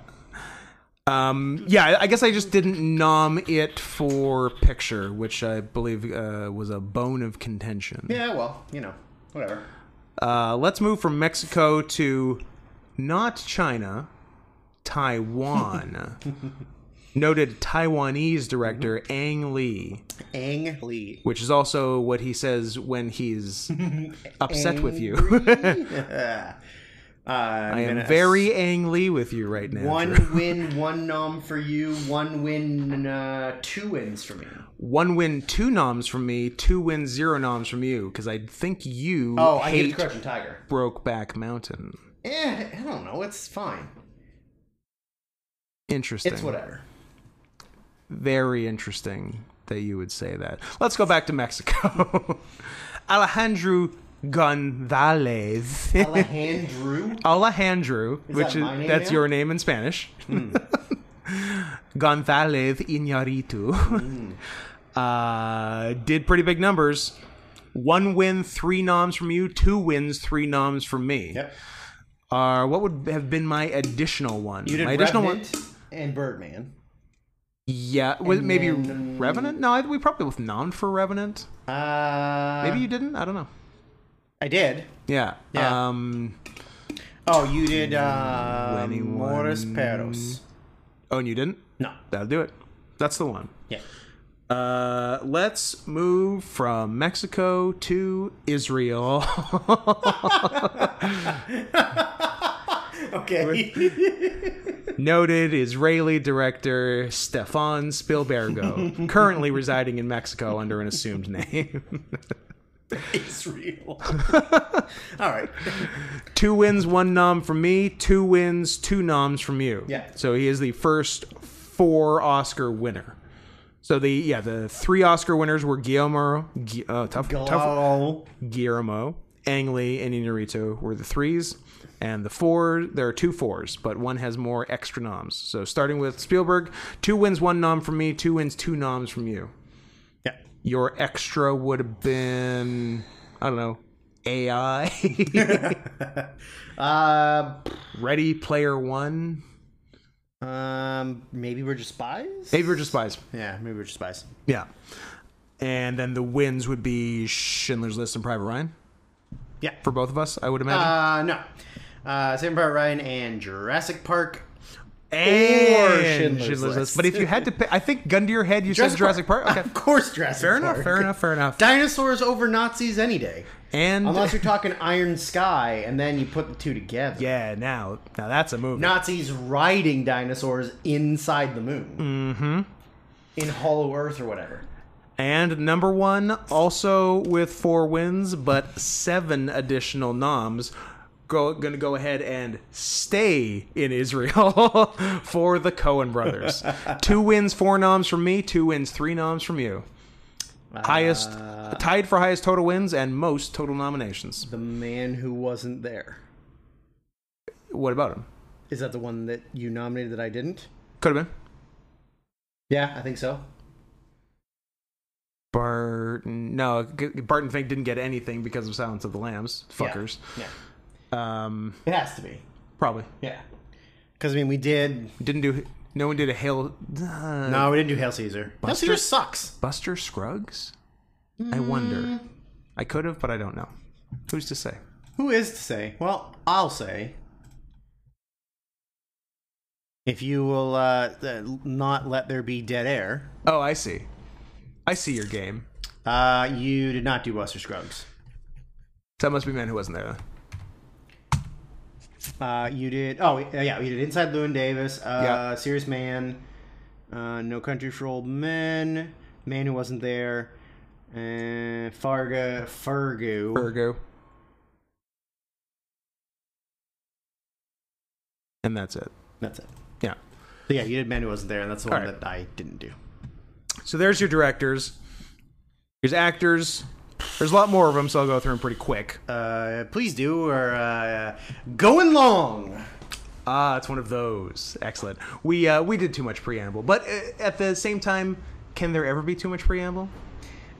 [SPEAKER 1] Um, yeah, I- I guess I just didn't nom it for picture, which I believe uh, was a bone of contention.
[SPEAKER 2] Yeah, well, you know, whatever.
[SPEAKER 1] Uh, let's move from Mexico to not China, Taiwan. Noted Taiwanese director Ang Lee,
[SPEAKER 2] Ang Lee.
[SPEAKER 1] which is also what he says when he's upset with you.
[SPEAKER 2] Uh,
[SPEAKER 1] I am very Ang Lee with you right now. Drew.
[SPEAKER 2] One win, one nom for you. One win, uh, two wins for me.
[SPEAKER 1] One win, two noms from me. Two wins, zero noms from you. Because I think you
[SPEAKER 2] Oh, I get
[SPEAKER 1] hate
[SPEAKER 2] the Crouching Tiger.
[SPEAKER 1] Brokeback Mountain.
[SPEAKER 2] Eh, I don't know. It's fine.
[SPEAKER 1] Interesting.
[SPEAKER 2] It's whatever.
[SPEAKER 1] Very interesting that you would say that. Let's go back to Mexico. Alejandro Gonzalez.
[SPEAKER 2] Alejandro.
[SPEAKER 1] Alejandro, which
[SPEAKER 2] that
[SPEAKER 1] is
[SPEAKER 2] my name Hmm.
[SPEAKER 1] that's
[SPEAKER 2] now?
[SPEAKER 1] your name in Spanish. Gonzalez Iñárritu
[SPEAKER 2] Hmm.
[SPEAKER 1] uh, did pretty big numbers. One win, three noms from you. Two wins, three noms from me.
[SPEAKER 2] Yep.
[SPEAKER 1] Uh, what would have been my additional one?
[SPEAKER 2] You did
[SPEAKER 1] my additional
[SPEAKER 2] Revenant
[SPEAKER 1] one.
[SPEAKER 2] and Birdman.
[SPEAKER 1] Yeah, was it maybe
[SPEAKER 2] then-
[SPEAKER 1] Revenant? No, I, we probably was nommed for Revenant.
[SPEAKER 2] Uh,
[SPEAKER 1] Maybe you didn't. I don't know.
[SPEAKER 2] I did.
[SPEAKER 1] Yeah.
[SPEAKER 2] Yeah.
[SPEAKER 1] Um.
[SPEAKER 2] Oh, you did uh,
[SPEAKER 1] 21.
[SPEAKER 2] Morris Perros.
[SPEAKER 1] Oh, and you didn't.
[SPEAKER 2] No.
[SPEAKER 1] That'll do it. That's the one.
[SPEAKER 2] Yeah.
[SPEAKER 1] Uh, let's move from Mexico to Israel.
[SPEAKER 2] Okay.
[SPEAKER 1] Noted Israeli director Stefan Spielbergo, currently residing in Mexico under an assumed name.
[SPEAKER 2] Israel. All right.
[SPEAKER 1] two wins, one nom from me. Two wins, two noms from you.
[SPEAKER 2] Yeah.
[SPEAKER 1] So he is the first four Oscar winner. So the yeah the three Oscar winners were Guillermo, Gu- uh, tough, tough
[SPEAKER 2] Galal.
[SPEAKER 1] Guillermo, Ang Lee, and Inarito were the threes, and the four there are two fours, but one has more extra noms. So starting with Spielberg, two wins, one nom from me. Two wins, two noms from you.
[SPEAKER 2] Yeah.
[SPEAKER 1] Your extra would have been I don't know AI.
[SPEAKER 2] Uh,
[SPEAKER 1] Ready Player One.
[SPEAKER 2] um, maybe we're just spies.
[SPEAKER 1] Maybe we're just spies.
[SPEAKER 2] Yeah, maybe we're just spies.
[SPEAKER 1] Yeah. And then the wins would be Schindler's List and Private Ryan
[SPEAKER 2] Yeah.
[SPEAKER 1] for both of us, I would imagine.
[SPEAKER 2] Uh, no. Uh, Saving Private Ryan and Jurassic Park.
[SPEAKER 1] and
[SPEAKER 2] Schindler's List.
[SPEAKER 1] But if you had to pick, I think gun to your head, you said Jurassic Park. Okay.
[SPEAKER 2] Of course, Jurassic
[SPEAKER 1] fair
[SPEAKER 2] Park.
[SPEAKER 1] enough, fair enough, fair enough.
[SPEAKER 2] Dinosaurs over Nazis any day.
[SPEAKER 1] And
[SPEAKER 2] Unless you're talking Iron Sky, and then you put the two together.
[SPEAKER 1] yeah, now now that's a movie.
[SPEAKER 2] Nazis riding dinosaurs inside the moon. Mm-hmm. In Hollow Earth or whatever.
[SPEAKER 1] And number one, also with four wins, but seven additional noms. Go, gonna go ahead and stay in Israel for the Cohen brothers. two wins, four noms from me. Two wins, three noms from you. Highest, tied for highest total wins and most total nominations.
[SPEAKER 2] The man who wasn't there.
[SPEAKER 1] What about him?
[SPEAKER 2] Is that the one that you nominated that I didn't?
[SPEAKER 1] Could have been
[SPEAKER 2] Yeah, I think so.
[SPEAKER 1] Barton. No, Barton Fink didn't get anything because of Silence of the Lambs.
[SPEAKER 2] Yeah.
[SPEAKER 1] Fuckers.
[SPEAKER 2] Yeah.
[SPEAKER 1] Um,
[SPEAKER 2] It has to be.
[SPEAKER 1] probably
[SPEAKER 2] Yeah. Because, I mean, we did.
[SPEAKER 1] didn't do. No one did a hail.
[SPEAKER 2] No, we didn't do Hail Caesar. Hail
[SPEAKER 1] Uh, Buster-
[SPEAKER 2] Caesar sucks.
[SPEAKER 1] Buster Scruggs? I wonder. I could have, but I don't know. Who's to say?
[SPEAKER 2] Who is to say? Well, I'll say. If you will uh, uh, not let there be dead air,
[SPEAKER 1] Oh, I see. I see your game.
[SPEAKER 2] uh, you did not do Buster Scruggs.
[SPEAKER 1] So that must be man who wasn't there.
[SPEAKER 2] Uh, you did. Oh, yeah, you did Inside Lewin Davis, uh,
[SPEAKER 1] Yeah.
[SPEAKER 2] Serious Man, uh, No Country for Old Men, Man Who Wasn't There, and Fargo, Fargo,
[SPEAKER 1] Virgo. and that's it.
[SPEAKER 2] That's it.
[SPEAKER 1] Yeah.
[SPEAKER 2] But yeah, you did. Manu wasn't there, and that's the one
[SPEAKER 1] All right.
[SPEAKER 2] that I didn't do.
[SPEAKER 1] So there's your directors. Here's actors. There's a lot more of them, so I'll go through them pretty quick.
[SPEAKER 2] Uh, please do, or uh, going long.
[SPEAKER 1] Ah, it's one of those. Excellent. We uh, we did too much preamble, but uh, at the same time, can there ever be too much preamble?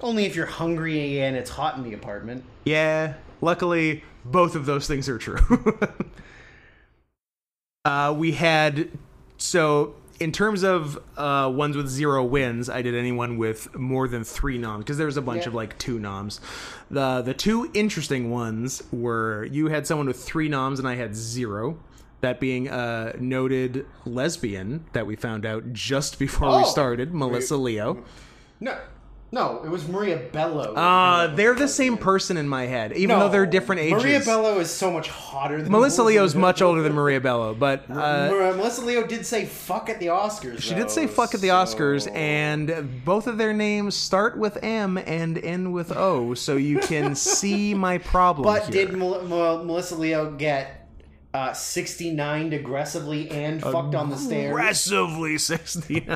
[SPEAKER 2] Only if you're hungry and it's hot in the apartment.
[SPEAKER 1] Yeah. Luckily, both of those things are true. uh, we had so in terms of uh, ones with zero wins, I did anyone with more than three noms because there was a bunch
[SPEAKER 2] Yeah.
[SPEAKER 1] of like two noms. The the two interesting ones were you had someone with three noms and I had zero. That being a noted lesbian that we found out just before
[SPEAKER 2] Oh.
[SPEAKER 1] we started, Melissa Leo.
[SPEAKER 2] No, no, it was Maria Bello.
[SPEAKER 1] Uh, they're the same person in my head, even though they're different ages.
[SPEAKER 2] Maria Bello is so much hotter than
[SPEAKER 1] Melissa Leo's much uh, older than Maria Bello, but uh,
[SPEAKER 2] Mar- Melissa Leo did say "fuck" at the Oscars.
[SPEAKER 1] she did say fuck at the Oscars, and both of their names start with M and end with O, so you can see my problem.
[SPEAKER 2] But
[SPEAKER 1] here.
[SPEAKER 2] did Mel- Mel- Melissa Leo get uh, 69 aggressively and fucked on the stairs?
[SPEAKER 1] aggressively 69.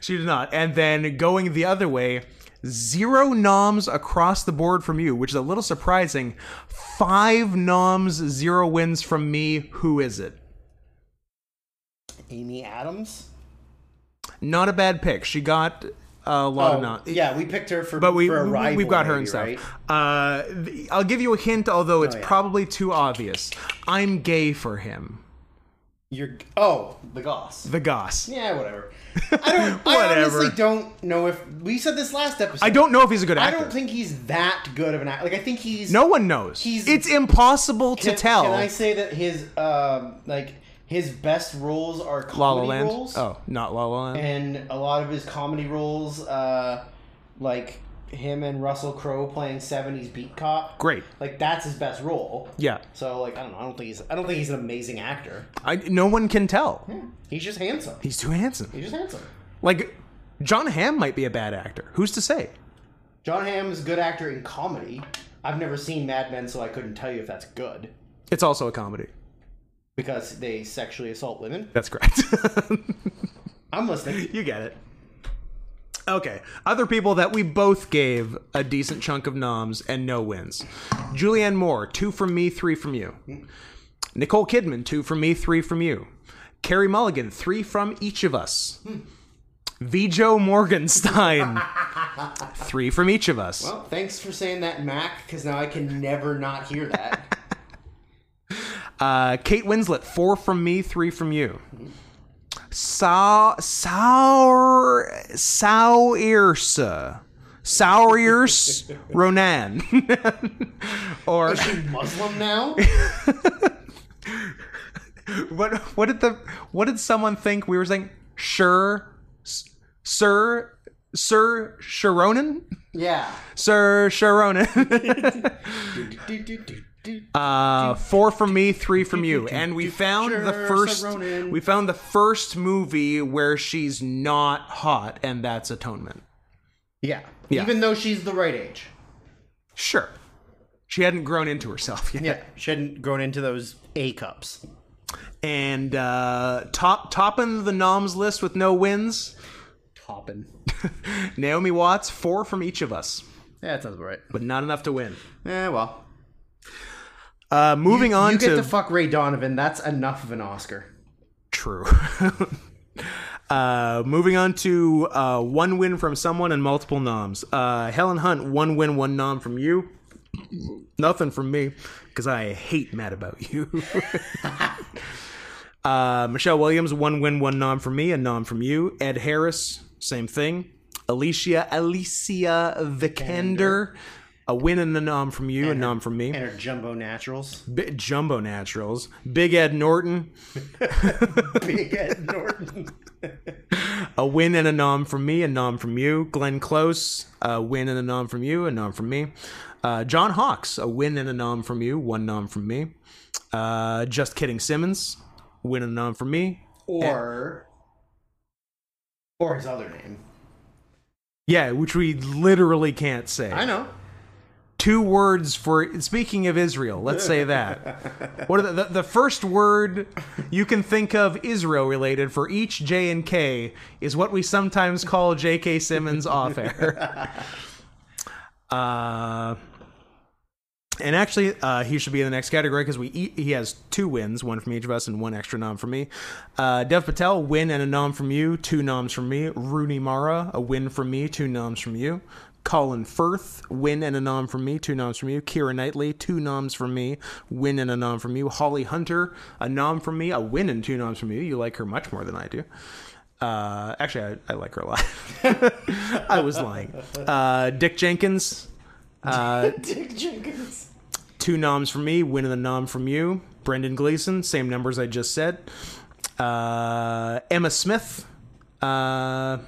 [SPEAKER 1] she did not. And then going the other way, zero noms across the board from you, which is a little surprising. Five noms, zero wins from me. Who is it?
[SPEAKER 2] Amy Adams.
[SPEAKER 1] Not a bad pick. She got a lot of noms.
[SPEAKER 2] Oh, yeah, we picked her for
[SPEAKER 1] But we,
[SPEAKER 2] for a
[SPEAKER 1] we
[SPEAKER 2] rival,
[SPEAKER 1] we've got her and
[SPEAKER 2] maybe, Oh,
[SPEAKER 1] stuff. Uh, th- I'll give you a hint, although it's
[SPEAKER 2] yeah.
[SPEAKER 1] probably too obvious. I'm gay for him.
[SPEAKER 2] You're oh the Goss.
[SPEAKER 1] The Goss.
[SPEAKER 2] Yeah, whatever. I don't. I
[SPEAKER 1] Whatever.
[SPEAKER 2] honestly don't know if we said this last episode.
[SPEAKER 1] I don't know if he's a good
[SPEAKER 2] I
[SPEAKER 1] actor.
[SPEAKER 2] don't think he's that good of an actor. Like I think he's
[SPEAKER 1] no one knows.
[SPEAKER 2] He's-
[SPEAKER 1] it's impossible to
[SPEAKER 2] Can-
[SPEAKER 1] tell.
[SPEAKER 2] Can I say that his um like his best roles are
[SPEAKER 1] La La
[SPEAKER 2] comedy
[SPEAKER 1] Land.
[SPEAKER 2] roles?
[SPEAKER 1] Oh, not La La Land.
[SPEAKER 2] and a lot of his comedy roles, uh, like him and Russell Crowe playing '70s beat cop.
[SPEAKER 1] Great.
[SPEAKER 2] Like that's his best role.
[SPEAKER 1] Yeah.
[SPEAKER 2] So like I don't know. I don't think he's I don't think he's an amazing actor.
[SPEAKER 1] I, no one can tell.
[SPEAKER 2] He's just handsome.
[SPEAKER 1] He's too handsome.
[SPEAKER 2] He's just handsome.
[SPEAKER 1] Like John Hamm might be a bad actor. Who's to say?
[SPEAKER 2] John Hamm is a good actor in comedy. I've never seen Mad Men, so I couldn't tell you if that's good
[SPEAKER 1] It's also a comedy.
[SPEAKER 2] because they sexually assault women.
[SPEAKER 1] That's correct.
[SPEAKER 2] I'm listening.
[SPEAKER 1] you get it. Okay. Other people that we both gave a decent chunk of noms and no wins. Julianne Moore, two from me, three from you. Nicole Kidman, two from me, three from you. Carrie Mulligan, three from each of us. Vijo Morgenstein, three from each of us.
[SPEAKER 2] Well, thanks for saying that, Mac, because now I can never not hear that.
[SPEAKER 1] Uh, Kate Winslet, four from me, three from you. Sour, sour, Saoirse, Saoirse Ronan, or
[SPEAKER 2] Is she Muslim now?
[SPEAKER 1] what? What did the? What did someone think we were saying? Sure, S- Sir, Sir Sharonan,
[SPEAKER 2] Yeah.
[SPEAKER 1] Sir Sharonan.
[SPEAKER 2] Do, do, do, do.
[SPEAKER 1] Uh, four from me, three from you, and we found the
[SPEAKER 2] Sure,
[SPEAKER 1] first.
[SPEAKER 2] Saronin.
[SPEAKER 1] We found the first movie where she's not hot, and that's Atonement.
[SPEAKER 2] Yeah.
[SPEAKER 1] Yeah.
[SPEAKER 2] Even though she's the right age.
[SPEAKER 1] Sure, she hadn't grown into herself yet.
[SPEAKER 2] Yeah. She hadn't grown into those A cups.
[SPEAKER 1] And uh, top topping the noms list with no wins,
[SPEAKER 2] Toppin.
[SPEAKER 1] Naomi Watts, four from each of us,
[SPEAKER 2] Yeah, that sounds about right.
[SPEAKER 1] but not enough to win.
[SPEAKER 2] Eh, well.
[SPEAKER 1] Uh, moving on
[SPEAKER 2] You get
[SPEAKER 1] to
[SPEAKER 2] to fuck Ray Donovan. That's enough of an Oscar.
[SPEAKER 1] True. uh, moving on to uh, one win from someone and multiple noms. Uh, Helen Hunt, one win, one nom from you. Nothing from me because I hate mad about you. uh, Michelle Williams, one win, one nom from me, a nom from you. Ed Harris, same thing. Alicia Alicia Vikander, a win and a nom from you, a nom from me.
[SPEAKER 2] And her jumbo naturals.
[SPEAKER 1] Bi- Jumbo Naturals, Big Ed Norton,
[SPEAKER 2] Big Ed Norton.
[SPEAKER 1] A win and a nom from me, a nom from you. Glenn Close, a win and a nom from you, a nom from me. Uh, John Hawks, a win and a nom from you, one nom from me. Uh, Just kidding, Simmons, win and a nom from me.
[SPEAKER 2] Or. Or his other name.
[SPEAKER 1] Yeah, which we literally can't say.
[SPEAKER 2] I know.
[SPEAKER 1] two words for speaking of Israel. Let's say that. what are the, the the first word you can think of Israel related for each J and K is what we sometimes call J.K. Simmons off air. Uh, and actually, uh, he should be in the next category because we e- he has two wins, one from each of us and one extra nom from me. Uh, Dev Patel, win and a nom from you, two noms from me. Rooney Mara, a win from me, two noms from you. Colin Firth, win and a nom from me, two noms from you. Kira Knightley, two noms from me, win and a nom from you. Holly Hunter, a nom from me, a win and two noms from you. You like her much more than I do. Uh, actually, I, I like her a lot. I was lying. Uh, Dick Jenkins,
[SPEAKER 2] Dick Jenkins.
[SPEAKER 1] Two noms from me, win and a nom from you. Brendan Gleeson, same numbers I just said. Uh, Emma Smith. Uh,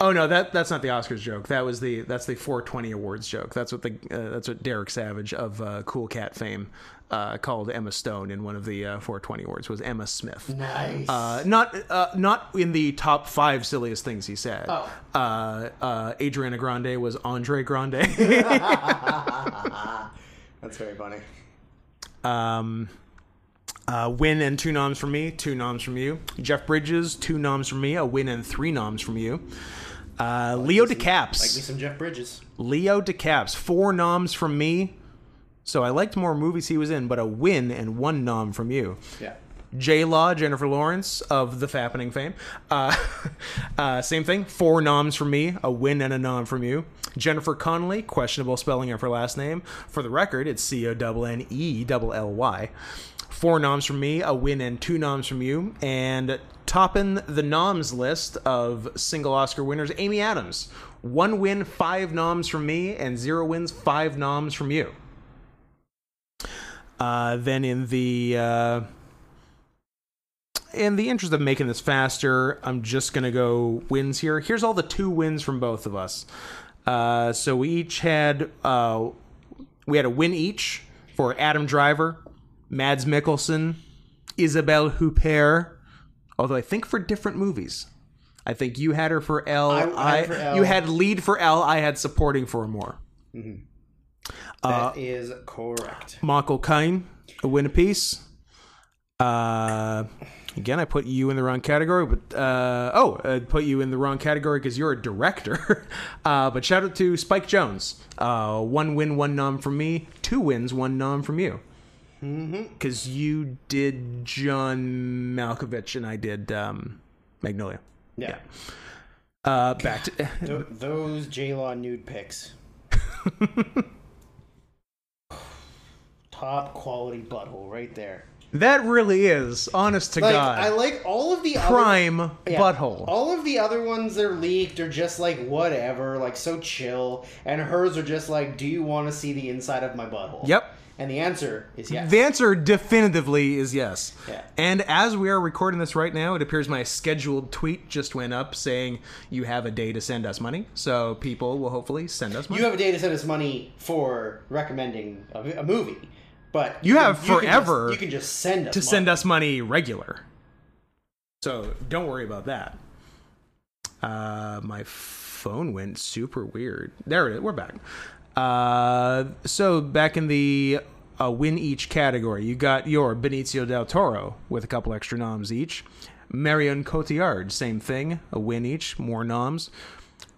[SPEAKER 1] oh no, that that's not the Oscars joke. That was the that's the 420 awards joke. That's what the uh, that's what Derek Savage of uh, Cool Cat fame uh, called Emma Stone in one of the uh, 420 awards was Emma Smith.
[SPEAKER 2] Nice.
[SPEAKER 1] Uh, not uh, not in the top five silliest things he said.
[SPEAKER 2] Oh.
[SPEAKER 1] Uh, uh, Adriana Grande was Andre Grande.
[SPEAKER 2] That's very funny.
[SPEAKER 1] Um, uh, win and two noms from me, two noms from you. Jeff Bridges, two noms from me, a win and three noms from you. Uh, Leo
[SPEAKER 2] Like me
[SPEAKER 1] DeCaps,
[SPEAKER 2] some Jeff Bridges.
[SPEAKER 1] Leo DeCaps, four noms from me. So I liked more movies he was in, but a win and one nom from you.
[SPEAKER 2] Yeah.
[SPEAKER 1] J Law, Jennifer Lawrence of the Fappening fame. Uh, uh, same thing, four noms from me, a win and a nom from you. Jennifer Connolly, questionable spelling of her last name. For the record, it's C O N N E L L Y. Four noms from me, a win and two noms from you. And topping the noms list of single Oscar winners, Amy Adams. One win, five noms from me, and zero wins, five noms from you. Uh, then in the. Uh, in the interest of making this faster, I'm just going to go wins here. Here's all the two wins from both of us. Uh, so we each had uh, we had a win each for Adam Driver, Mads Mikkelsen, Isabelle Huppert. Although I think for different movies. I think you had her for L. I
[SPEAKER 2] I had her for L.
[SPEAKER 1] you had lead for L. I had supporting for more. Uh,
[SPEAKER 2] That is correct.
[SPEAKER 1] Michael Caine, a win apiece. Uh, again, I put you in the wrong category, but uh, oh, I put you in the wrong category because you're a director. uh, but shout out to Spike Jones. Uh, one win, one nom from me. Two wins, one nom from you.
[SPEAKER 2] Mm-hmm.
[SPEAKER 1] Because you did John Malkovich and I did um, Magnolia.
[SPEAKER 2] Yeah.
[SPEAKER 1] Uh, back to
[SPEAKER 2] Th- those J Law nude pics. Top quality butthole right there.
[SPEAKER 1] that. Really is honest to
[SPEAKER 2] Like
[SPEAKER 1] God.
[SPEAKER 2] I like all of the other
[SPEAKER 1] prime
[SPEAKER 2] Yeah.
[SPEAKER 1] butthole.
[SPEAKER 2] All of the other ones that are leaked are just like whatever, like so chill. And hers are just like, do you want to see the inside of my butthole?
[SPEAKER 1] Yep.
[SPEAKER 2] And the answer is yes.
[SPEAKER 1] The answer definitively is yes.
[SPEAKER 2] Yeah.
[SPEAKER 1] And as we are recording this right now, it appears my scheduled tweet just went up saying you have a day to send us money. So people will hopefully send us money.
[SPEAKER 2] you have a day to send us money for recommending a, a movie, but
[SPEAKER 1] You have
[SPEAKER 2] can- can just-
[SPEAKER 1] forever
[SPEAKER 2] you can just send us
[SPEAKER 1] to send us money regular. So don't worry about that. Uh, my phone went super weird. There it is. We're back. Uh, so back in the uh, win each category, you got your Benicio del Toro with a couple extra noms each. Marion Cotillard, same thing, a win each, more noms.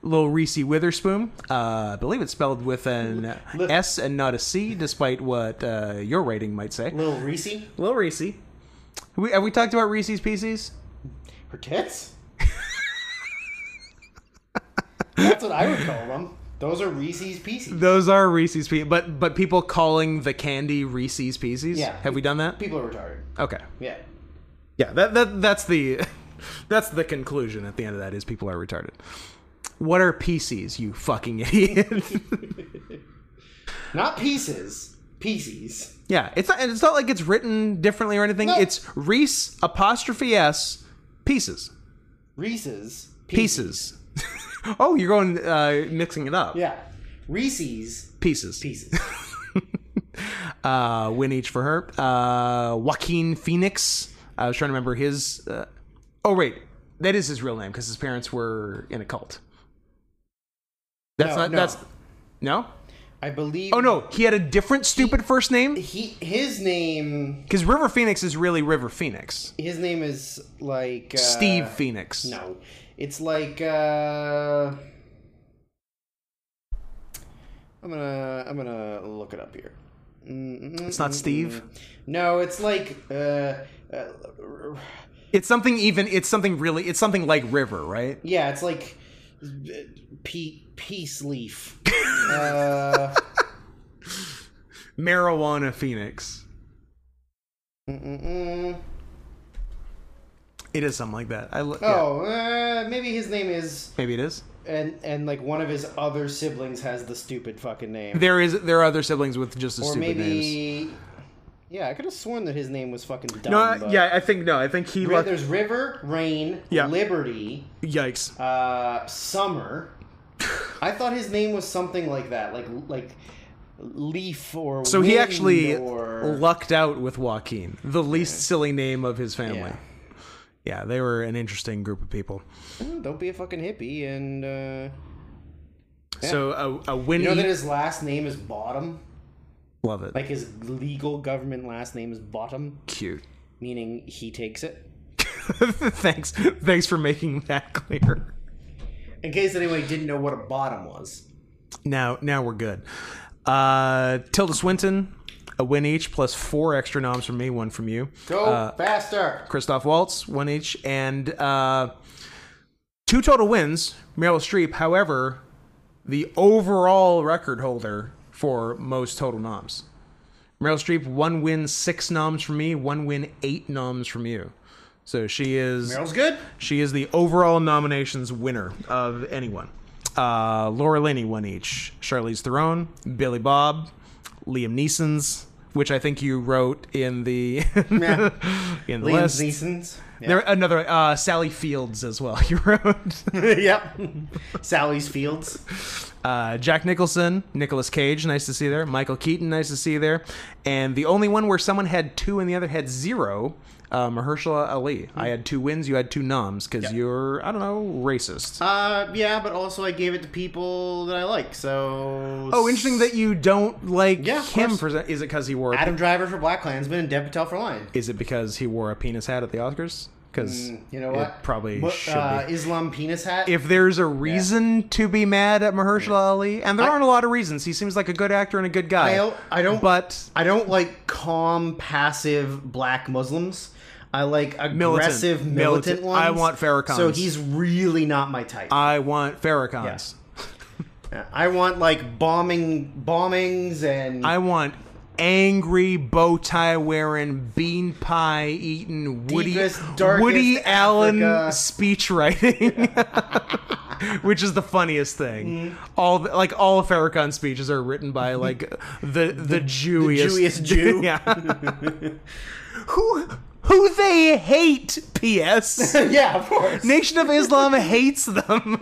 [SPEAKER 1] Little Reese Witherspoon, uh, I believe it's spelled with an
[SPEAKER 2] Li-
[SPEAKER 1] S and not a C, despite what uh, your rating might say.
[SPEAKER 2] Little Reese,
[SPEAKER 1] Little Reese. We, have we talked about Reese's Pieces?
[SPEAKER 2] her tits. That's what I would call them. Those are Reese's pieces.
[SPEAKER 1] Those are Reese's Pieces, but but people calling the candy Reese's Pieces.
[SPEAKER 2] Yeah.
[SPEAKER 1] Have we done that?
[SPEAKER 2] People are retarded.
[SPEAKER 1] Okay.
[SPEAKER 2] Yeah.
[SPEAKER 1] Yeah. That, that that's the that's the conclusion at the end of that is people are retarded. What are PCs, you fucking idiot?
[SPEAKER 2] Not pieces. Pieces.
[SPEAKER 1] yeah, it's not, and it's not like it's written differently or anything.
[SPEAKER 2] No.
[SPEAKER 1] It's Reese apostrophe S pieces
[SPEAKER 2] Reese's
[SPEAKER 1] pieces. oh, you're going uh, mixing it up.
[SPEAKER 2] Yeah. Reese's
[SPEAKER 1] Pieces.
[SPEAKER 2] pieces.
[SPEAKER 1] uh, win each for her. Uh, Joaquin Phoenix. I was trying to remember his. Uh, oh wait, that is his real name because his parents were in a cult. That's
[SPEAKER 2] No,
[SPEAKER 1] not.
[SPEAKER 2] no.
[SPEAKER 1] That's no.
[SPEAKER 2] I I believe.
[SPEAKER 1] Oh no, he had a different stupid first name
[SPEAKER 2] He his name
[SPEAKER 1] because River Phoenix is really River Phoenix.
[SPEAKER 2] his name is like uh,
[SPEAKER 1] Steve Phoenix.
[SPEAKER 2] No, it's like uh, I'm gonna I'm gonna look it up here. Mm-hmm.
[SPEAKER 1] it's not Steve.
[SPEAKER 2] No, it's like uh, uh,
[SPEAKER 1] It's something even. It's something really. It's something like River, right?
[SPEAKER 2] yeah, it's like uh, pe- peace leaf. uh,
[SPEAKER 1] Marijuana Phoenix.
[SPEAKER 2] mm-mm.
[SPEAKER 1] It is something like that. I lo- yeah.
[SPEAKER 2] oh, uh, maybe his name is
[SPEAKER 1] maybe it is.
[SPEAKER 2] and and like one of his other siblings has the stupid fucking name.
[SPEAKER 1] There is there are other siblings with just as
[SPEAKER 2] or
[SPEAKER 1] stupid names.
[SPEAKER 2] maybe yeah, I could have sworn that his name was fucking dumb.
[SPEAKER 1] No, I-
[SPEAKER 2] Um, but-
[SPEAKER 1] yeah, I think no, I think he
[SPEAKER 2] Ri-
[SPEAKER 1] left.
[SPEAKER 2] There's River, Rain,
[SPEAKER 1] Yeah.
[SPEAKER 2] Liberty,
[SPEAKER 1] Yikes!
[SPEAKER 2] uh, Summer. I thought his name was something like that, like like Leaf or
[SPEAKER 1] So he
[SPEAKER 2] Wind
[SPEAKER 1] actually
[SPEAKER 2] or
[SPEAKER 1] lucked out with Joaquin, the least silly name of his family.
[SPEAKER 2] Yeah.
[SPEAKER 1] Yeah, they were an interesting group of people.
[SPEAKER 2] Mm, don't be a fucking hippie and uh,
[SPEAKER 1] So uh, a, a
[SPEAKER 2] you know
[SPEAKER 1] Winnie,
[SPEAKER 2] that his last name is Bottom,
[SPEAKER 1] love it,
[SPEAKER 2] like his legal government last name is Bottom,
[SPEAKER 1] cute.
[SPEAKER 2] meaning he takes it.
[SPEAKER 1] thanks, thanks for making that clear.
[SPEAKER 2] In case anyone didn't know what a bottom was,
[SPEAKER 1] Now, now we're good. Uh, Tilda Swinton, a win each plus four extra noms from me, one from you.
[SPEAKER 2] go
[SPEAKER 1] Uh,
[SPEAKER 2] faster.
[SPEAKER 1] Christoph Waltz, one each, and uh, two total wins. Meryl Streep, however, the overall record holder for most total noms. Meryl Streep, one win, six noms from me, one win, eight noms from you. So she is
[SPEAKER 2] Meryl's good.
[SPEAKER 1] she is the overall nominations winner of anyone. Uh, Laura Linney won each. Charlize Theron, Billy Bob, Liam Neeson's, which I think you wrote in the
[SPEAKER 2] Yeah.
[SPEAKER 1] in the
[SPEAKER 2] Liam
[SPEAKER 1] list.
[SPEAKER 2] Neeson's. Yeah.
[SPEAKER 1] There another uh, Sally Fields as well. You wrote
[SPEAKER 2] yep. Sally's Fields.
[SPEAKER 1] uh, Jack Nicholson, Nicolas Cage, nice to see you there. Michael Keaton, nice to see you there. And the only one where someone had two and the other had zero, uh, Mahershala Ali.
[SPEAKER 2] Hmm.
[SPEAKER 1] I had two wins, you had two noms because you're I don't know racist.
[SPEAKER 2] Uh, yeah, but also I gave it to people that I like. So
[SPEAKER 1] oh, interesting that you don't like
[SPEAKER 2] Yeah, of
[SPEAKER 1] him.
[SPEAKER 2] course.
[SPEAKER 1] Present- is it because he wore? A-
[SPEAKER 2] Adam Driver for Black Klansman and Deb Patel for Lion.
[SPEAKER 1] is it because he wore a penis hat at the Oscars? Because
[SPEAKER 2] You know what?
[SPEAKER 1] probably
[SPEAKER 2] What,
[SPEAKER 1] should
[SPEAKER 2] uh,
[SPEAKER 1] be.
[SPEAKER 2] Islam penis hat.
[SPEAKER 1] if there's a reason to be mad at Mahershala Ali, and there aren't a lot of reasons, he seems like a good actor and a good guy.
[SPEAKER 2] I don't- I don't-
[SPEAKER 1] But
[SPEAKER 2] I don't like calm, passive black Muslims. I like aggressive, militant,
[SPEAKER 1] Militant.
[SPEAKER 2] ones.
[SPEAKER 1] I want Farrakhan's.
[SPEAKER 2] So he's really not my type.
[SPEAKER 1] I want Farrakhan's.
[SPEAKER 2] I want like bombing, bombings, and
[SPEAKER 1] I want angry bow tie wearing, bean pie eating, Woody
[SPEAKER 2] Deepest, darkest
[SPEAKER 1] Woody Allen
[SPEAKER 2] Africa.
[SPEAKER 1] speech writing. Which is the funniest thing?
[SPEAKER 2] Mm-hmm.
[SPEAKER 1] All the, like all of Farrakhan's speeches are written by like the the, Jewiest,
[SPEAKER 2] Jewiest Jew.
[SPEAKER 1] yeah. who who they hate? P.S.
[SPEAKER 2] yeah, of course.
[SPEAKER 1] Nation of Islam hates them.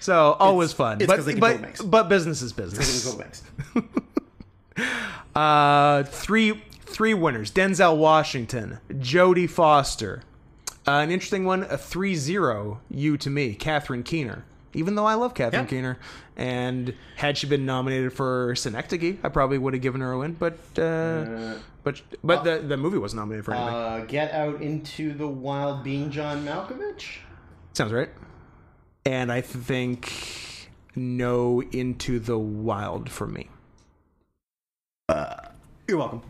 [SPEAKER 1] so always fun.
[SPEAKER 2] it's
[SPEAKER 1] but,
[SPEAKER 2] 'cause they control banks.
[SPEAKER 1] but, but business is business.
[SPEAKER 2] Go next.
[SPEAKER 1] Uh, three three winners: Denzel Washington, Jodie Foster. Uh, an interesting one, a 3-0 you to me, Catherine Keener. Even though I love Catherine
[SPEAKER 2] Yeah.
[SPEAKER 1] Keener, and had she been nominated for Synecdoche, I probably would have given her a win. But uh, but but the the movie was nominated for anything.
[SPEAKER 2] Uh, get out into the wild, being John Malkovich.
[SPEAKER 1] Sounds right. And I think no into the wild for me.
[SPEAKER 2] You're welcome.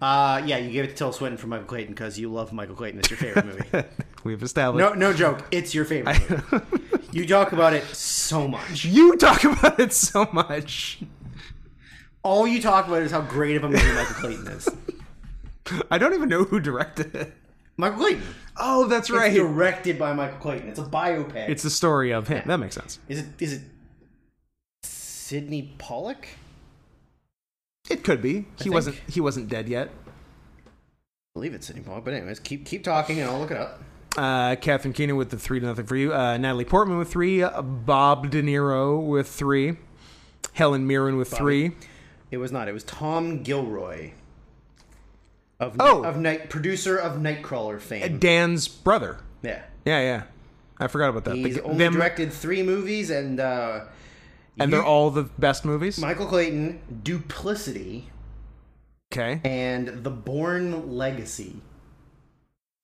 [SPEAKER 2] Uh, yeah, you gave it to Tilda Swinton for Michael Clayton because you love Michael Clayton. It's your favorite movie.
[SPEAKER 1] We've established.
[SPEAKER 2] no, no joke. It's your favorite. Movie. you talk about it so much.
[SPEAKER 1] You talk about it so much.
[SPEAKER 2] All you talk about is how great of a movie Michael Clayton is.
[SPEAKER 1] I don't even know who directed it.
[SPEAKER 2] Michael Clayton,
[SPEAKER 1] Oh, that's right. It's,
[SPEAKER 2] directed by Michael Clayton. It's a biopic.
[SPEAKER 1] the story of him. That makes sense.
[SPEAKER 2] is it? Is it? Sidney Pollock.
[SPEAKER 1] It could be. He
[SPEAKER 2] think-
[SPEAKER 1] wasn't. He wasn't dead yet.
[SPEAKER 2] I believe it's Sidney Pollock. But anyways, keep keep talking and I'll look it up.
[SPEAKER 1] Uh, Catherine Keenan with the three to nothing for you. Uh, Natalie Portman with three. Uh, Bob De Niro with three. Helen Mirren with three.
[SPEAKER 2] It was not. It was Tom Gilroy. Of
[SPEAKER 1] Oh.
[SPEAKER 2] of night producer of Nightcrawler fame.
[SPEAKER 1] Dan's brother.
[SPEAKER 2] yeah.
[SPEAKER 1] Yeah, yeah. I forgot about that.
[SPEAKER 2] He's
[SPEAKER 1] The-
[SPEAKER 2] only
[SPEAKER 1] them-
[SPEAKER 2] directed three movies, and uh,
[SPEAKER 1] and they're
[SPEAKER 2] You-
[SPEAKER 1] all the best movies.
[SPEAKER 2] Michael Clayton, Duplicity,
[SPEAKER 1] Okay,
[SPEAKER 2] and The Born Legacy.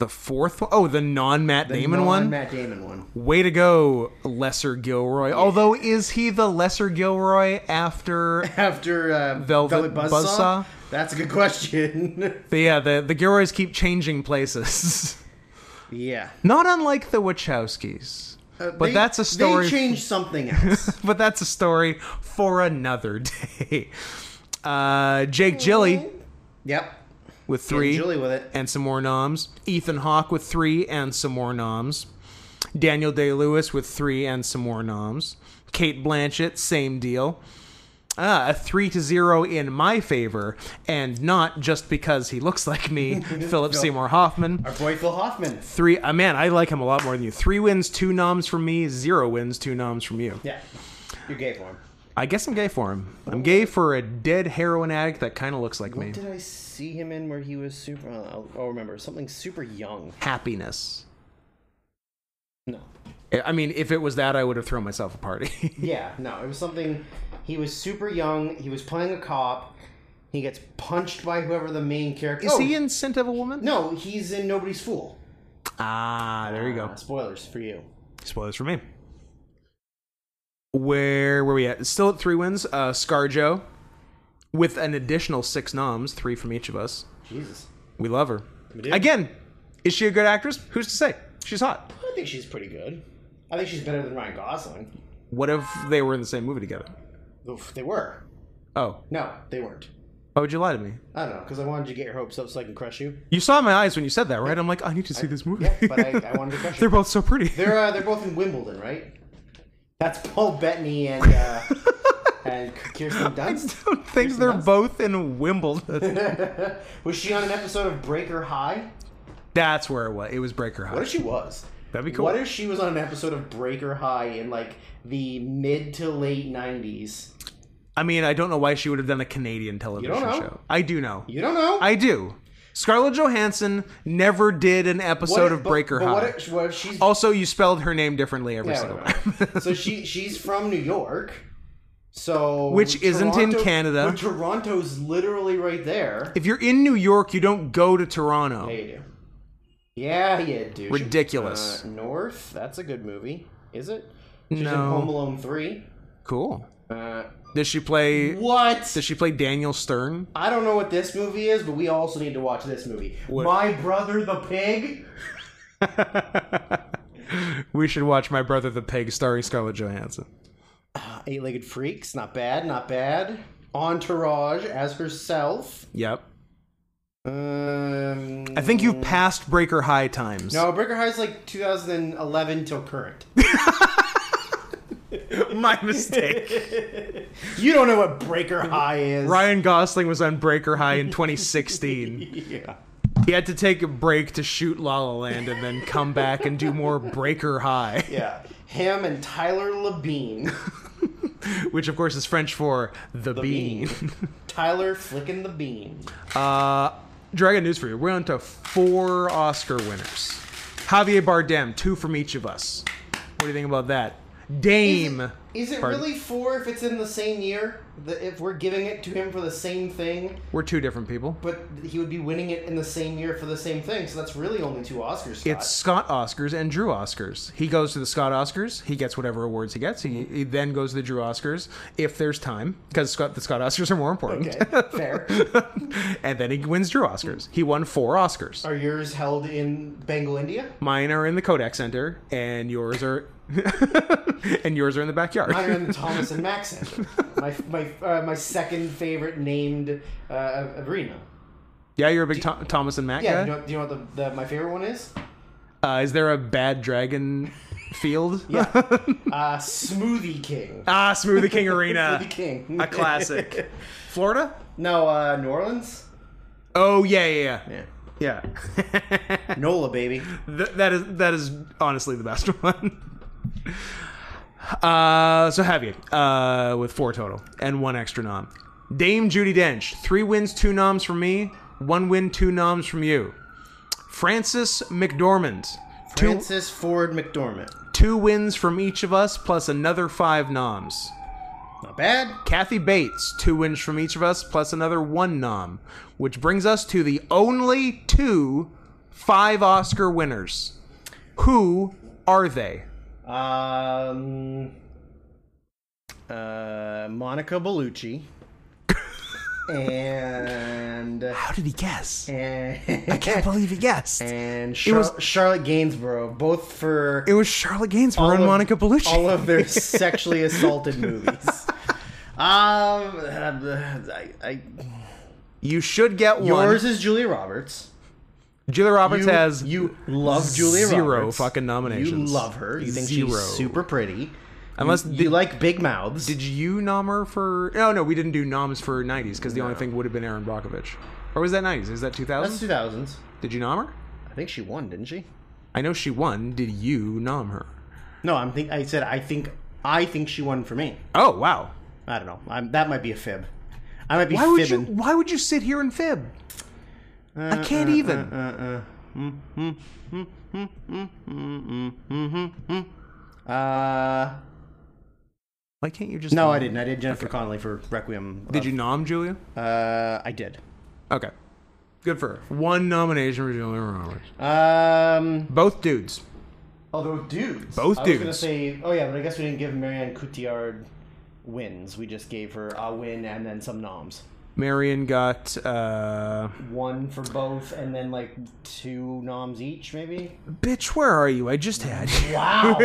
[SPEAKER 1] the fourth one. Oh, the non Matt
[SPEAKER 2] The
[SPEAKER 1] Damon one.
[SPEAKER 2] Matt Damon one.
[SPEAKER 1] Way to go, Lesser Gilroy. Although, is he the Lesser Gilroy after
[SPEAKER 2] After uh,
[SPEAKER 1] Velvet
[SPEAKER 2] Velvet, Buzzsaw?
[SPEAKER 1] Buzzsaw?
[SPEAKER 2] That's a good question.
[SPEAKER 1] the yeah the the Gilroys keep changing places?
[SPEAKER 2] yeah.
[SPEAKER 1] Not unlike the Wachowskis,
[SPEAKER 2] Uh,
[SPEAKER 1] but
[SPEAKER 2] they-
[SPEAKER 1] that's a story.
[SPEAKER 2] They changed something else.
[SPEAKER 1] but that's a story for another day. Uh, Jake Gilly
[SPEAKER 2] yep.
[SPEAKER 1] with three.
[SPEAKER 2] Julie with it.
[SPEAKER 1] and some more noms. Ethan Hawke with three and some more noms. Daniel Day Lewis with three and some more noms. Kate Blanchett, same deal. Ah, a three to zero in my favor, and not just because he looks like me, Philip Seymour Hoffman.
[SPEAKER 2] Our boy Phil Hoffman.
[SPEAKER 1] Three, uh, man, I like him a lot more than you. Three wins, two noms from me. Zero wins, two noms from you.
[SPEAKER 2] Yeah. You're gay for him.
[SPEAKER 1] I guess I'm gay for him. I'm gay for a dead heroin addict that kind of looks like me.
[SPEAKER 2] Did I see him in where he was super? Uh, I'll, I'll remember something super young.
[SPEAKER 1] Happiness.
[SPEAKER 2] No.
[SPEAKER 1] I I mean, if it was that, I would have thrown myself a party.
[SPEAKER 2] Yeah. No. It was something. He was super young. He was playing a cop. He gets punched by whoever the main character.
[SPEAKER 1] Is
[SPEAKER 2] oh,
[SPEAKER 1] he in Scent of a Woman?
[SPEAKER 2] No, he's in Nobody's Fool.
[SPEAKER 1] Ah, there you
[SPEAKER 2] Uh,
[SPEAKER 1] go.
[SPEAKER 2] spoilers for you.
[SPEAKER 1] Spoilers for me. Where were we at? Still at three wins. Uh, Scarjo with an additional six noms, three from each of us.
[SPEAKER 2] Jesus.
[SPEAKER 1] We love her.
[SPEAKER 2] do.
[SPEAKER 1] Again, is she a good actress? Who's to say? She's hot.
[SPEAKER 2] I think she's pretty good. I think she's better than Ryan Gosling.
[SPEAKER 1] What if they were in the same movie together?
[SPEAKER 2] Oof, they were.
[SPEAKER 1] Oh,
[SPEAKER 2] No, they weren't.
[SPEAKER 1] why would you lie to me?
[SPEAKER 2] I don't know, because I wanted to get your hopes up so I can crush you.
[SPEAKER 1] You saw my eyes when you said that, right? I'm like, I need to see this movie.
[SPEAKER 2] Yeah, but I, I wanted to crush you.
[SPEAKER 1] They're both so pretty.
[SPEAKER 2] They're uh, they're both in Wimbledon, right? That's Paul Bettany and uh, and Kirsten Dunst.
[SPEAKER 1] I don't think they're both in Wimbledon.
[SPEAKER 2] Was she on an episode of Breaker High?
[SPEAKER 1] That's where it was. It was Breaker High.
[SPEAKER 2] What if she was?
[SPEAKER 1] That'd be cool.
[SPEAKER 2] What if she was on an episode of Breaker High in like the mid to late '90s?
[SPEAKER 1] I mean, I don't know why she would have done a Canadian television
[SPEAKER 2] know?
[SPEAKER 1] show. I do know.
[SPEAKER 2] You don't know.
[SPEAKER 1] I do. Scarlett Johansson never did an
[SPEAKER 2] What
[SPEAKER 1] episode
[SPEAKER 2] if-
[SPEAKER 1] of
[SPEAKER 2] but-
[SPEAKER 1] Breaker
[SPEAKER 2] but
[SPEAKER 1] High. Oh.
[SPEAKER 2] What if, what if she's
[SPEAKER 1] also, you spelled her name differently every
[SPEAKER 2] Yeah,
[SPEAKER 1] single
[SPEAKER 2] whatever.
[SPEAKER 1] time.
[SPEAKER 2] so she she's from New York. So
[SPEAKER 1] Which isn't in Canada.
[SPEAKER 2] but Toronto's literally right there.
[SPEAKER 1] if you're in New York, you don't go to Toronto.
[SPEAKER 2] Yeah, you do. Yeah, you do.
[SPEAKER 1] Ridiculous.
[SPEAKER 2] Uh, North. That's a good movie. Is it? She's in
[SPEAKER 1] No.
[SPEAKER 2] Home Alone three.
[SPEAKER 1] Cool.
[SPEAKER 2] Uh,
[SPEAKER 1] Does she play?
[SPEAKER 2] what?
[SPEAKER 1] Does she play Daniel Stern?
[SPEAKER 2] I don't know what this movie is, but we also need to watch this movie. My brother the pig.
[SPEAKER 1] we should watch My Brother the Pig, starring Scarlett Johansson.
[SPEAKER 2] Eight legged Uh, freaks. Not bad. Not bad. Entourage as herself.
[SPEAKER 1] Yep.
[SPEAKER 2] Um,
[SPEAKER 1] I think you've passed Breaker High times.
[SPEAKER 2] No, Breaker High's like 2011 till current.
[SPEAKER 1] my mistake.
[SPEAKER 2] You don't know what Breaker High is.
[SPEAKER 1] Ryan Gosling was on Breaker High in 2016.
[SPEAKER 2] Yeah.
[SPEAKER 1] He had to take a break to shoot La La Land and then come back and do more Breaker High,
[SPEAKER 2] Yeah. Him and Tyler Labine.
[SPEAKER 1] which of course is French for the, bean.
[SPEAKER 2] Tyler flicking the bean.
[SPEAKER 1] Uh, Dragon news for you. We're on to four Oscar winners. Javier Bardem, two from each of us. What do you think about that? Dame.
[SPEAKER 2] Is it
[SPEAKER 1] Pardon?
[SPEAKER 2] really four if it's in the same year? The, if we're giving it to him for the same thing,
[SPEAKER 1] We're two different people.
[SPEAKER 2] but he would be winning it in the same year for the same thing, so that's really only two Oscars. Scott.
[SPEAKER 1] It's Scott Oscars and Drew Oscars. He goes to the Scott Oscars. He gets whatever awards he gets. He, he then goes to the Drew Oscars if there's time, because Scott, the Scott Oscars are more important.
[SPEAKER 2] okay, fair.
[SPEAKER 1] and then he wins Drew Oscars. He won four Oscars.
[SPEAKER 2] Are yours held in Bengal, India?
[SPEAKER 1] Mine are in the Kodak Center, and yours are, and yours are in the
[SPEAKER 2] Mine are
[SPEAKER 1] backyard.
[SPEAKER 2] in the Thomas and Mack Center. My my uh, my second favorite named uh, arena.
[SPEAKER 1] Yeah, you're a big Tho- Thomas and Matt guy.
[SPEAKER 2] Yeah, Do, you know, do you know what the, the, my favorite one is?
[SPEAKER 1] Uh, is there a bad dragon field?
[SPEAKER 2] Yeah. uh, Smoothie King.
[SPEAKER 1] ah, Smoothie King Arena,
[SPEAKER 2] Smoothie King.
[SPEAKER 1] a classic. Florida?
[SPEAKER 2] no, uh, New Orleans.
[SPEAKER 1] Oh yeah, yeah, yeah.
[SPEAKER 2] Yeah.
[SPEAKER 1] yeah.
[SPEAKER 2] Nola, baby.
[SPEAKER 1] Th- that is that is honestly the best one. Uh, so have you uh, with four total and one extra nom. Dame Judy Dench, three wins, two noms from me, one win, two noms from you. Francis McDormand, two,
[SPEAKER 2] Francis Ford McDormand.
[SPEAKER 1] two wins from each of us plus another five noms.
[SPEAKER 2] Not bad.
[SPEAKER 1] Kathy Bates, two wins from each of us, plus another one nom, which brings us to the only two five Oscar winners. Who are they?
[SPEAKER 2] Um, uh, Monica Bellucci. and
[SPEAKER 1] How did he guess?
[SPEAKER 2] Eh.
[SPEAKER 1] I
[SPEAKER 2] and,
[SPEAKER 1] can't believe he guessed.
[SPEAKER 2] and Char-
[SPEAKER 1] was-
[SPEAKER 2] Charlotte Gainsborough, both for
[SPEAKER 1] It was Charlotte Gainsborough
[SPEAKER 2] all
[SPEAKER 1] and
[SPEAKER 2] of-
[SPEAKER 1] Monica Bellucci.
[SPEAKER 2] all of their sexually assaulted movies. Um, I, I,
[SPEAKER 1] you should get one.
[SPEAKER 2] yours is Julia Roberts.
[SPEAKER 1] Julia Roberts
[SPEAKER 2] you,
[SPEAKER 1] has
[SPEAKER 2] you love Julia
[SPEAKER 1] zero
[SPEAKER 2] Roberts.
[SPEAKER 1] fucking nominations.
[SPEAKER 2] You love her. You think
[SPEAKER 1] Zero.
[SPEAKER 2] she's super pretty.
[SPEAKER 1] Unless
[SPEAKER 2] you,
[SPEAKER 1] did-
[SPEAKER 2] like big mouths.
[SPEAKER 1] Did you nom her for? No, no, we didn't do noms for '90s because the only thing would have been Aaron Brockovich. Or was that '90s? Is that
[SPEAKER 2] That's
[SPEAKER 1] 2000?
[SPEAKER 2] two thousands.
[SPEAKER 1] Did you nom her?
[SPEAKER 2] I think she won, didn't she?
[SPEAKER 1] I know she won. Did you nom her?
[SPEAKER 2] No, I'm think. I said I think. I think she won for me.
[SPEAKER 1] Oh wow!
[SPEAKER 2] I don't know. I'm, that might be a fib. I might be
[SPEAKER 1] Why would you?
[SPEAKER 2] fibbing.
[SPEAKER 1] Why would you sit here and fib? I can't even.
[SPEAKER 2] hmm, hmm, Uh,
[SPEAKER 1] Why can't you just?
[SPEAKER 2] no,
[SPEAKER 1] nom-
[SPEAKER 2] I didn't. I did Jennifer Connelly for Requiem.
[SPEAKER 1] Did you nom Julia?
[SPEAKER 2] Uh, I did.
[SPEAKER 1] Okay, good for her. One nomination for Julia Roberts.
[SPEAKER 2] Um,
[SPEAKER 1] Both dudes.
[SPEAKER 2] although dudes,
[SPEAKER 1] Both
[SPEAKER 2] I was gonna
[SPEAKER 1] dudes.
[SPEAKER 2] say, oh yeah, but I guess we didn't give Marianne Cotillard wins. We just gave her a win and then some noms.
[SPEAKER 1] Marion got uh
[SPEAKER 2] One for both, and then like two noms each, maybe.
[SPEAKER 1] bitch, where are you? I just had you.
[SPEAKER 2] Wow.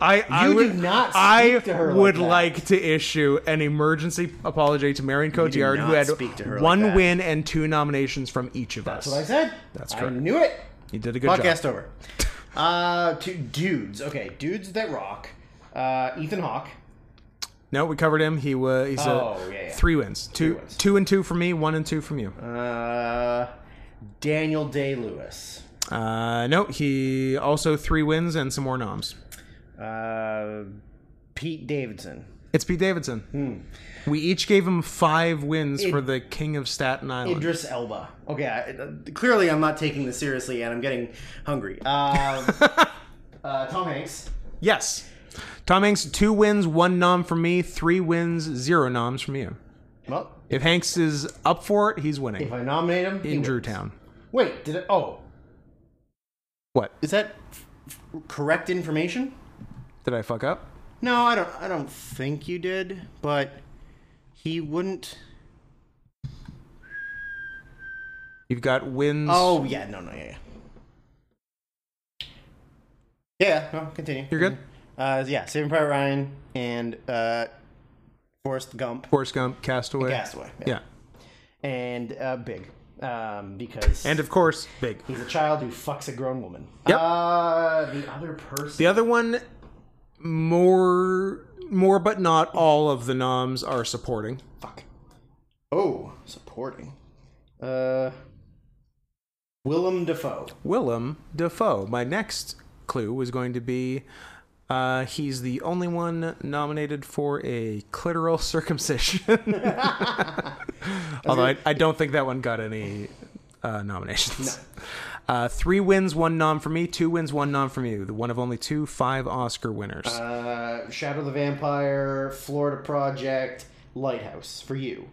[SPEAKER 1] I, I
[SPEAKER 2] You do
[SPEAKER 1] would,
[SPEAKER 2] not speak
[SPEAKER 1] I
[SPEAKER 2] to her like
[SPEAKER 1] would
[SPEAKER 2] that.
[SPEAKER 1] like to issue an emergency apology to Marion Cotillard, who
[SPEAKER 2] not
[SPEAKER 1] had
[SPEAKER 2] speak to her like
[SPEAKER 1] one
[SPEAKER 2] that.
[SPEAKER 1] win and two nominations from each of
[SPEAKER 2] That's
[SPEAKER 1] us.
[SPEAKER 2] what I said.
[SPEAKER 1] That's
[SPEAKER 2] I
[SPEAKER 1] correct.
[SPEAKER 2] knew it.
[SPEAKER 1] You did a good
[SPEAKER 2] Podcast
[SPEAKER 1] job.
[SPEAKER 2] over. Uh, two dudes. Okay, dudes that rock. Uh, Ethan Hawke.
[SPEAKER 1] No, we covered him. He was he's
[SPEAKER 2] Oh,
[SPEAKER 1] a,
[SPEAKER 2] yeah, yeah.
[SPEAKER 1] three wins, two
[SPEAKER 2] wins.
[SPEAKER 1] two and two from me, one and two from you.
[SPEAKER 2] Uh, Daniel Day Lewis.
[SPEAKER 1] Uh, no, he also three wins and some more noms.
[SPEAKER 2] Uh, Pete Davidson.
[SPEAKER 1] It's Pete Davidson.
[SPEAKER 2] Hmm.
[SPEAKER 1] We each gave him five wins for the King of Staten Island.
[SPEAKER 2] Idris Elba. Okay, I, uh, clearly I'm not taking this seriously, and I'm getting hungry. Uh, uh, Tom Hanks.
[SPEAKER 1] Yes. Tom Hanks, two wins, one nom from me, three wins, zero noms from you.
[SPEAKER 2] Well,
[SPEAKER 1] If Hanks is up for it, he's
[SPEAKER 2] if
[SPEAKER 1] winning.
[SPEAKER 2] I nominate him, he
[SPEAKER 1] In Drew
[SPEAKER 2] wins.
[SPEAKER 1] Town.
[SPEAKER 2] Wait, did it? Oh,
[SPEAKER 1] What?
[SPEAKER 2] is that f- f- correct information?
[SPEAKER 1] Did I fuck up?
[SPEAKER 2] No, I don't. I don't think you did, but he wouldn't.
[SPEAKER 1] You've got wins.
[SPEAKER 2] Oh yeah, no, no, yeah, yeah. Yeah, no, continue.
[SPEAKER 1] You're good?
[SPEAKER 2] Uh, yeah, Saving Private Ryan and uh, Forrest Gump,
[SPEAKER 1] Forrest Gump, Castaway.
[SPEAKER 2] Castaway, yeah.
[SPEAKER 1] Yeah.
[SPEAKER 2] and uh, Big, um, because
[SPEAKER 1] And of course, Big.
[SPEAKER 2] he's a child who fucks a grown woman.
[SPEAKER 1] Yep.
[SPEAKER 2] Uh, the other person.
[SPEAKER 1] The other one, more, more but not all of the noms are supporting.
[SPEAKER 2] Fuck. Oh, supporting. Uh, Willem Dafoe.
[SPEAKER 1] Willem Dafoe. My next clue was going to be uh, he's the only one nominated for a clitoral circumcision. Although I, I don't think that one got any uh, nominations. Uh, three wins, one nom from me. Two wins, one nom from you. The one of only two five Oscar winners.
[SPEAKER 2] Uh, Shadow the Vampire, Florida Project, Lighthouse for you.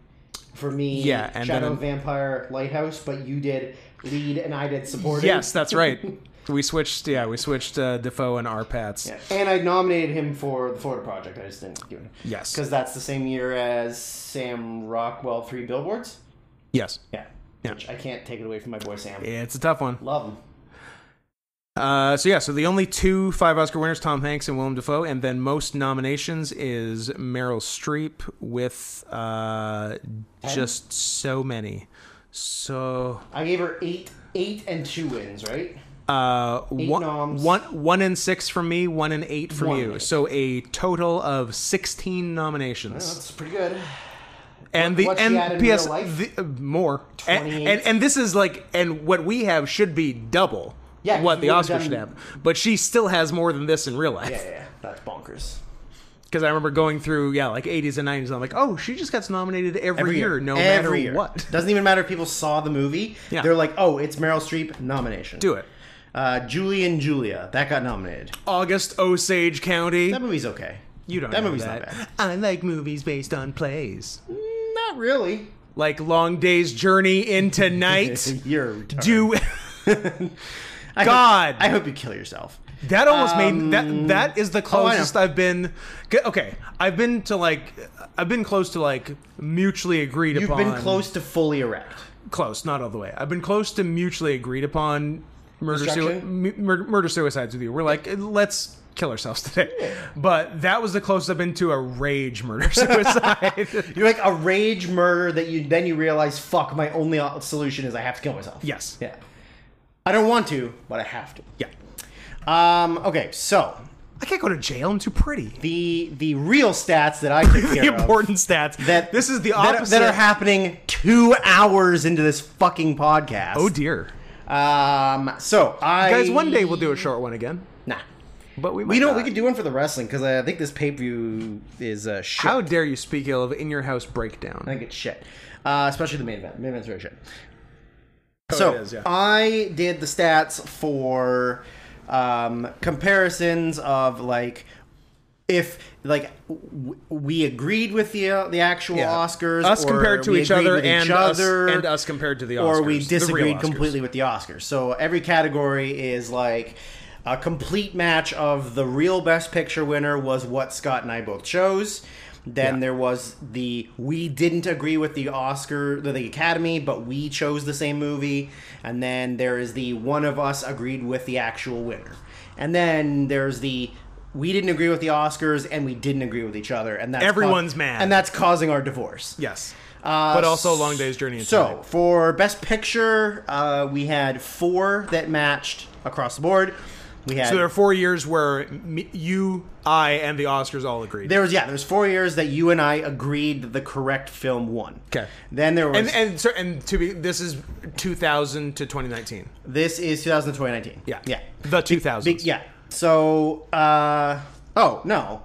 [SPEAKER 2] For me,
[SPEAKER 1] Yeah, and
[SPEAKER 2] Shadow
[SPEAKER 1] then-
[SPEAKER 2] the Vampire, Lighthouse, but you did lead and I did supporting.
[SPEAKER 1] yes, that's right. we switched. Yeah, we switched uh, Defoe and Arpats.
[SPEAKER 2] And I nominated him for the Florida Project. I just didn't do it.
[SPEAKER 1] Yes.
[SPEAKER 2] Because that's the same year as Sam Rockwell, Three Billboards.
[SPEAKER 1] Yes,
[SPEAKER 2] Yeah.
[SPEAKER 1] Yeah.
[SPEAKER 2] Which I can't take it away from my boy Sam.
[SPEAKER 1] it's a tough one.
[SPEAKER 2] Love him.
[SPEAKER 1] Uh, so yeah, so the only two five Oscar winners, Tom Hanks and Willem Dafoe, and then most nominations is Meryl Streep with uh, just so many. So
[SPEAKER 2] I gave her eight, eight and two wins, right?
[SPEAKER 1] uh, one,
[SPEAKER 2] noms.
[SPEAKER 1] one one in six from me, one in eight from
[SPEAKER 2] One.
[SPEAKER 1] you. So a total of sixteen nominations.
[SPEAKER 2] That's pretty good.
[SPEAKER 1] and the
[SPEAKER 2] what's she at
[SPEAKER 1] and
[SPEAKER 2] in
[SPEAKER 1] PS
[SPEAKER 2] real life?
[SPEAKER 1] the, uh, more and,
[SPEAKER 2] 28.
[SPEAKER 1] and and this is like and what we have should be double.
[SPEAKER 2] Yeah,
[SPEAKER 1] what the
[SPEAKER 2] we've
[SPEAKER 1] Oscar
[SPEAKER 2] done-
[SPEAKER 1] should have, but she still has more than this in real life.
[SPEAKER 2] Yeah, yeah, yeah. That's bonkers.
[SPEAKER 1] because I remember going through yeah like 80s and 90s. And I'm like, oh, she just gets nominated every, year, no
[SPEAKER 2] Every
[SPEAKER 1] matter
[SPEAKER 2] year.
[SPEAKER 1] what.
[SPEAKER 2] Doesn't even matter if people saw the movie.
[SPEAKER 1] Yeah.
[SPEAKER 2] They're like, oh, it's Meryl Streep nomination.
[SPEAKER 1] Do it.
[SPEAKER 2] Uh, Julie and Julia that got nominated.
[SPEAKER 1] August Osage County.
[SPEAKER 2] That movie's okay.
[SPEAKER 1] You don't
[SPEAKER 2] That
[SPEAKER 1] know
[SPEAKER 2] movie's not
[SPEAKER 1] that.
[SPEAKER 2] bad.
[SPEAKER 1] I like movies based on plays.
[SPEAKER 2] Not really.
[SPEAKER 1] Like Long Day's Journey into Night.
[SPEAKER 2] You're retarded.
[SPEAKER 1] Do
[SPEAKER 2] I hope-
[SPEAKER 1] God.
[SPEAKER 2] I hope you kill yourself.
[SPEAKER 1] that almost
[SPEAKER 2] Um, oh,
[SPEAKER 1] made that that is the
[SPEAKER 2] I know.
[SPEAKER 1] closest I've been g- okay I've been to like I've been close to like mutually agreed
[SPEAKER 2] You've
[SPEAKER 1] upon
[SPEAKER 2] been close to fully erect.
[SPEAKER 1] close not all the way I've been close to mutually agreed upon murder sui-
[SPEAKER 2] Destruction?
[SPEAKER 1] mu- murder, murder suicides with you we're like let's kill ourselves today but that was the closest I've been to a rage murder suicide
[SPEAKER 2] You're like a rage murder that you then you realize, fuck, my only o- solution is I have to kill myself.
[SPEAKER 1] yes
[SPEAKER 2] Yeah. I don't want to, but I have to.
[SPEAKER 1] yeah
[SPEAKER 2] Um, okay, so
[SPEAKER 1] I can't go to jail I'm too pretty
[SPEAKER 2] the the real stats that I took
[SPEAKER 1] the
[SPEAKER 2] care of
[SPEAKER 1] important stats
[SPEAKER 2] that
[SPEAKER 1] this is the
[SPEAKER 2] that-
[SPEAKER 1] opposite
[SPEAKER 2] that, are happening two hours into this fucking podcast.
[SPEAKER 1] oh dear
[SPEAKER 2] Um, so I
[SPEAKER 1] guys one day we'll do a short one again
[SPEAKER 2] Nah,
[SPEAKER 1] but we might
[SPEAKER 2] we don't.
[SPEAKER 1] not.
[SPEAKER 2] We could do one for the wrestling because I think this pay per view is uh, shit.
[SPEAKER 1] How dare you speak ill of in your house breakdown?
[SPEAKER 2] I think it's shit, uh, especially the main event. Main event's very shit. so
[SPEAKER 1] Oh, it is, yeah.
[SPEAKER 2] I did the stats for um, comparisons of like if like w- we agreed with the uh, the actual Oscars,
[SPEAKER 1] us
[SPEAKER 2] or
[SPEAKER 1] compared to
[SPEAKER 2] we
[SPEAKER 1] each
[SPEAKER 2] agreed
[SPEAKER 1] other,
[SPEAKER 2] with
[SPEAKER 1] and
[SPEAKER 2] each
[SPEAKER 1] us,
[SPEAKER 2] other,
[SPEAKER 1] and us compared to the Oscars,
[SPEAKER 2] or we
[SPEAKER 1] the real
[SPEAKER 2] disagreed
[SPEAKER 1] Oscars.
[SPEAKER 2] completely with the Oscars. So every category is like a complete match of the real Best Picture winner was what Scott and I both chose. Then
[SPEAKER 1] Yeah.
[SPEAKER 2] there was the we didn't agree with the Oscar, the, the Academy, but we chose the same movie. And then there is the one of us agreed with the actual winner. And then there's the we didn't agree with the Oscars and we didn't agree with each other. And that's cau-
[SPEAKER 1] Everyone's mad.
[SPEAKER 2] And that's causing our divorce.
[SPEAKER 1] Yes,
[SPEAKER 2] Uh,
[SPEAKER 1] but also a long day's journey. Into
[SPEAKER 2] So
[SPEAKER 1] Night.
[SPEAKER 2] for best picture, uh, we had four that matched across the board. We had
[SPEAKER 1] so there are four years where m- you, I, and the Oscars all agreed.
[SPEAKER 2] there was yeah there was four years that you and I agreed that the correct film won.
[SPEAKER 1] 'Kay.
[SPEAKER 2] Then there was
[SPEAKER 1] and and so and to be this is 2000 to 2019.
[SPEAKER 2] this is 2019.
[SPEAKER 1] Yeah,
[SPEAKER 2] yeah,
[SPEAKER 1] the 2000s.
[SPEAKER 2] Big- yeah. So uh, oh no.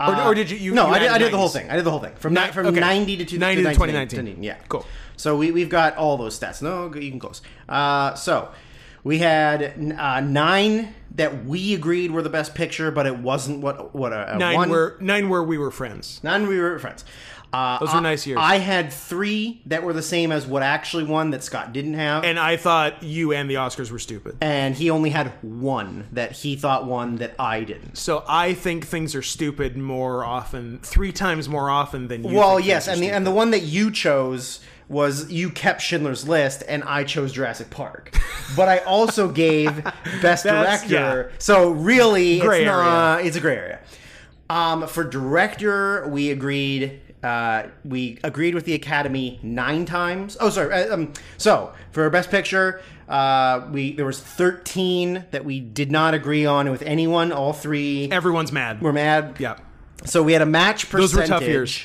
[SPEAKER 1] Or-
[SPEAKER 2] Uh,
[SPEAKER 1] or did you- you-
[SPEAKER 2] no,
[SPEAKER 1] you
[SPEAKER 2] I, did,
[SPEAKER 1] added
[SPEAKER 2] I did the whole
[SPEAKER 1] 90s.
[SPEAKER 2] thing. I did the whole thing from ni- from
[SPEAKER 1] okay.
[SPEAKER 2] 90 to two-
[SPEAKER 1] 90 to
[SPEAKER 2] 2019.
[SPEAKER 1] 2019.
[SPEAKER 2] Yeah,
[SPEAKER 1] Cool.
[SPEAKER 2] So we we've got all those stats. No, you can close. Uh, so we had uh, nine that we agreed were the best picture, but it wasn't what what uh,
[SPEAKER 1] Nine
[SPEAKER 2] one,
[SPEAKER 1] were nine were we were friends.
[SPEAKER 2] none we were friends. Uh,
[SPEAKER 1] Those were
[SPEAKER 2] I-
[SPEAKER 1] nice years.
[SPEAKER 2] I had three that were the same as what actually won that Scott didn't have,
[SPEAKER 1] And I thought you and the Oscars were stupid.
[SPEAKER 2] and he only had one that he thought won that I didn't.
[SPEAKER 1] So I think things are stupid more often, three times more often than you.
[SPEAKER 2] Well,
[SPEAKER 1] think
[SPEAKER 2] yes,
[SPEAKER 1] things
[SPEAKER 2] and
[SPEAKER 1] are
[SPEAKER 2] the and the one that you chose was you kept Schindler's List, and I chose Jurassic Park. But I also gave Best
[SPEAKER 1] That's-
[SPEAKER 2] Director. So really,
[SPEAKER 1] Gray
[SPEAKER 2] it's not. It's a gray area. Um, for director, we agreed. Uh, we agreed with the Academy nine times. Oh, sorry. uh, Um, so for Best Picture, uh, we there was thirteen that we did not agree on with anyone. All three
[SPEAKER 1] everyone's mad.
[SPEAKER 2] were mad.
[SPEAKER 1] yeah.
[SPEAKER 2] So we had a match percentage.
[SPEAKER 1] Those were tough years.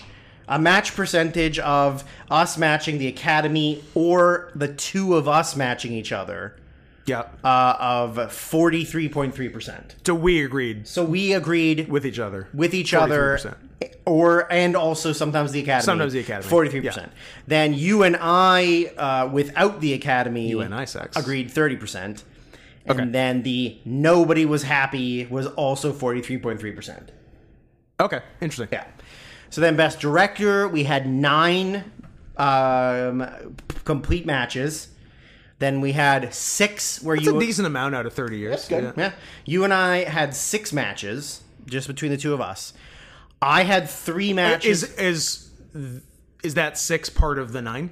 [SPEAKER 2] A match percentage of us matching the academy or the two of us matching each other
[SPEAKER 1] Yeah.
[SPEAKER 2] uh, of 43.3%.
[SPEAKER 1] so we agreed
[SPEAKER 2] So we agreed
[SPEAKER 1] with each other.
[SPEAKER 2] with each other
[SPEAKER 1] 43%.
[SPEAKER 2] or and also sometimes the academy.
[SPEAKER 1] Sometimes the academy,
[SPEAKER 2] 43%.
[SPEAKER 1] yeah.
[SPEAKER 2] Then you and I uh, without the academy you
[SPEAKER 1] and I sucks.
[SPEAKER 2] agreed 30%. And
[SPEAKER 1] Okay.
[SPEAKER 2] then the nobody was happy was also 43.3%.
[SPEAKER 1] Okay. Interesting.
[SPEAKER 2] Yeah. So then, best director, we had nine um, p- complete matches. Then we had six where
[SPEAKER 1] It's
[SPEAKER 2] you
[SPEAKER 1] a decent amount out of 30 years. That's
[SPEAKER 2] yeah. you and I had six matches just between the two of us. I had three matches.
[SPEAKER 1] Is is is that 6 part of the 9?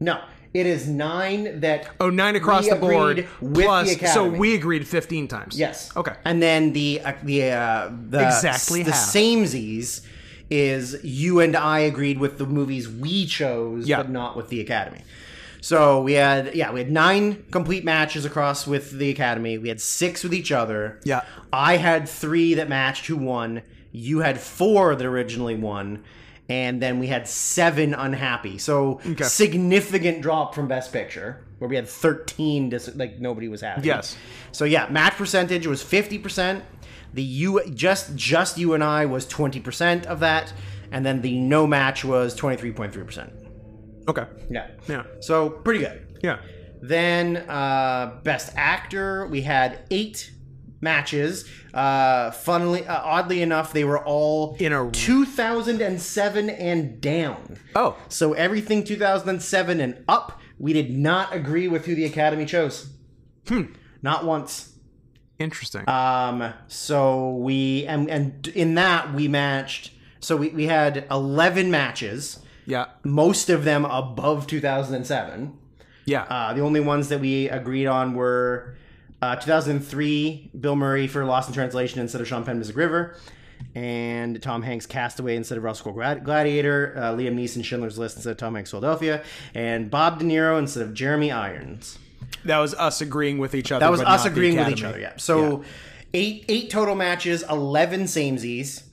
[SPEAKER 2] no, it is nine that.
[SPEAKER 1] Oh, nine across
[SPEAKER 2] we
[SPEAKER 1] the board
[SPEAKER 2] agreed with
[SPEAKER 1] plus
[SPEAKER 2] the
[SPEAKER 1] so
[SPEAKER 2] Academy.
[SPEAKER 1] we agreed 15 times.
[SPEAKER 2] Yes.
[SPEAKER 1] Okay.
[SPEAKER 2] And then the uh, the uh, the
[SPEAKER 1] Exactly
[SPEAKER 2] the
[SPEAKER 1] half.
[SPEAKER 2] samesies is you and I agreed with the movies we chose,
[SPEAKER 1] Yeah.
[SPEAKER 2] but not with the Academy. So we had yeah we had nine complete matches across with the Academy. We had six with each other.
[SPEAKER 1] Yeah.
[SPEAKER 2] I had three that matched who won. You had four that originally won. And then we had seven unhappy. So significant drop from Best Picture, where we had thirteen. Dis- like nobody was happy.
[SPEAKER 1] Yes.
[SPEAKER 2] So yeah, match percentage was fifty percent. The you just just you and I was twenty percent of that, and then the no match was twenty three point three percent.
[SPEAKER 1] Okay.
[SPEAKER 2] Yeah.
[SPEAKER 1] Yeah.
[SPEAKER 2] So pretty good.
[SPEAKER 1] Yeah.
[SPEAKER 2] Then uh, best actor, we had eight matches. Uh, funnily, uh, oddly enough, they were all
[SPEAKER 1] In a-
[SPEAKER 2] 2007 and down.
[SPEAKER 1] Oh.
[SPEAKER 2] So everything 2007 and up, we did not agree with who the Academy chose.
[SPEAKER 1] Hmm.
[SPEAKER 2] Not once.
[SPEAKER 1] Interesting.
[SPEAKER 2] Um, so we and and in that we matched. So we, we had 11 matches,
[SPEAKER 1] yeah.
[SPEAKER 2] most of them above 2007.
[SPEAKER 1] Yeah.
[SPEAKER 2] Uh, the only ones that we agreed on were uh, 2003, Bill Murray for Lost in Translation instead of Sean Penn, Mystic River, and Tom Hanks Castaway instead of Russell Glad- Gladiator, uh, Liam Neeson Schindler's List instead of Tom Hanks Philadelphia, and Bob De Niro instead of Jeremy Irons.
[SPEAKER 1] that was us agreeing with each other.
[SPEAKER 2] That was
[SPEAKER 1] but
[SPEAKER 2] us
[SPEAKER 1] not the
[SPEAKER 2] agreeing with each
[SPEAKER 1] Academy.
[SPEAKER 2] other. Yeah. So eight eight total matches, eleven samesies.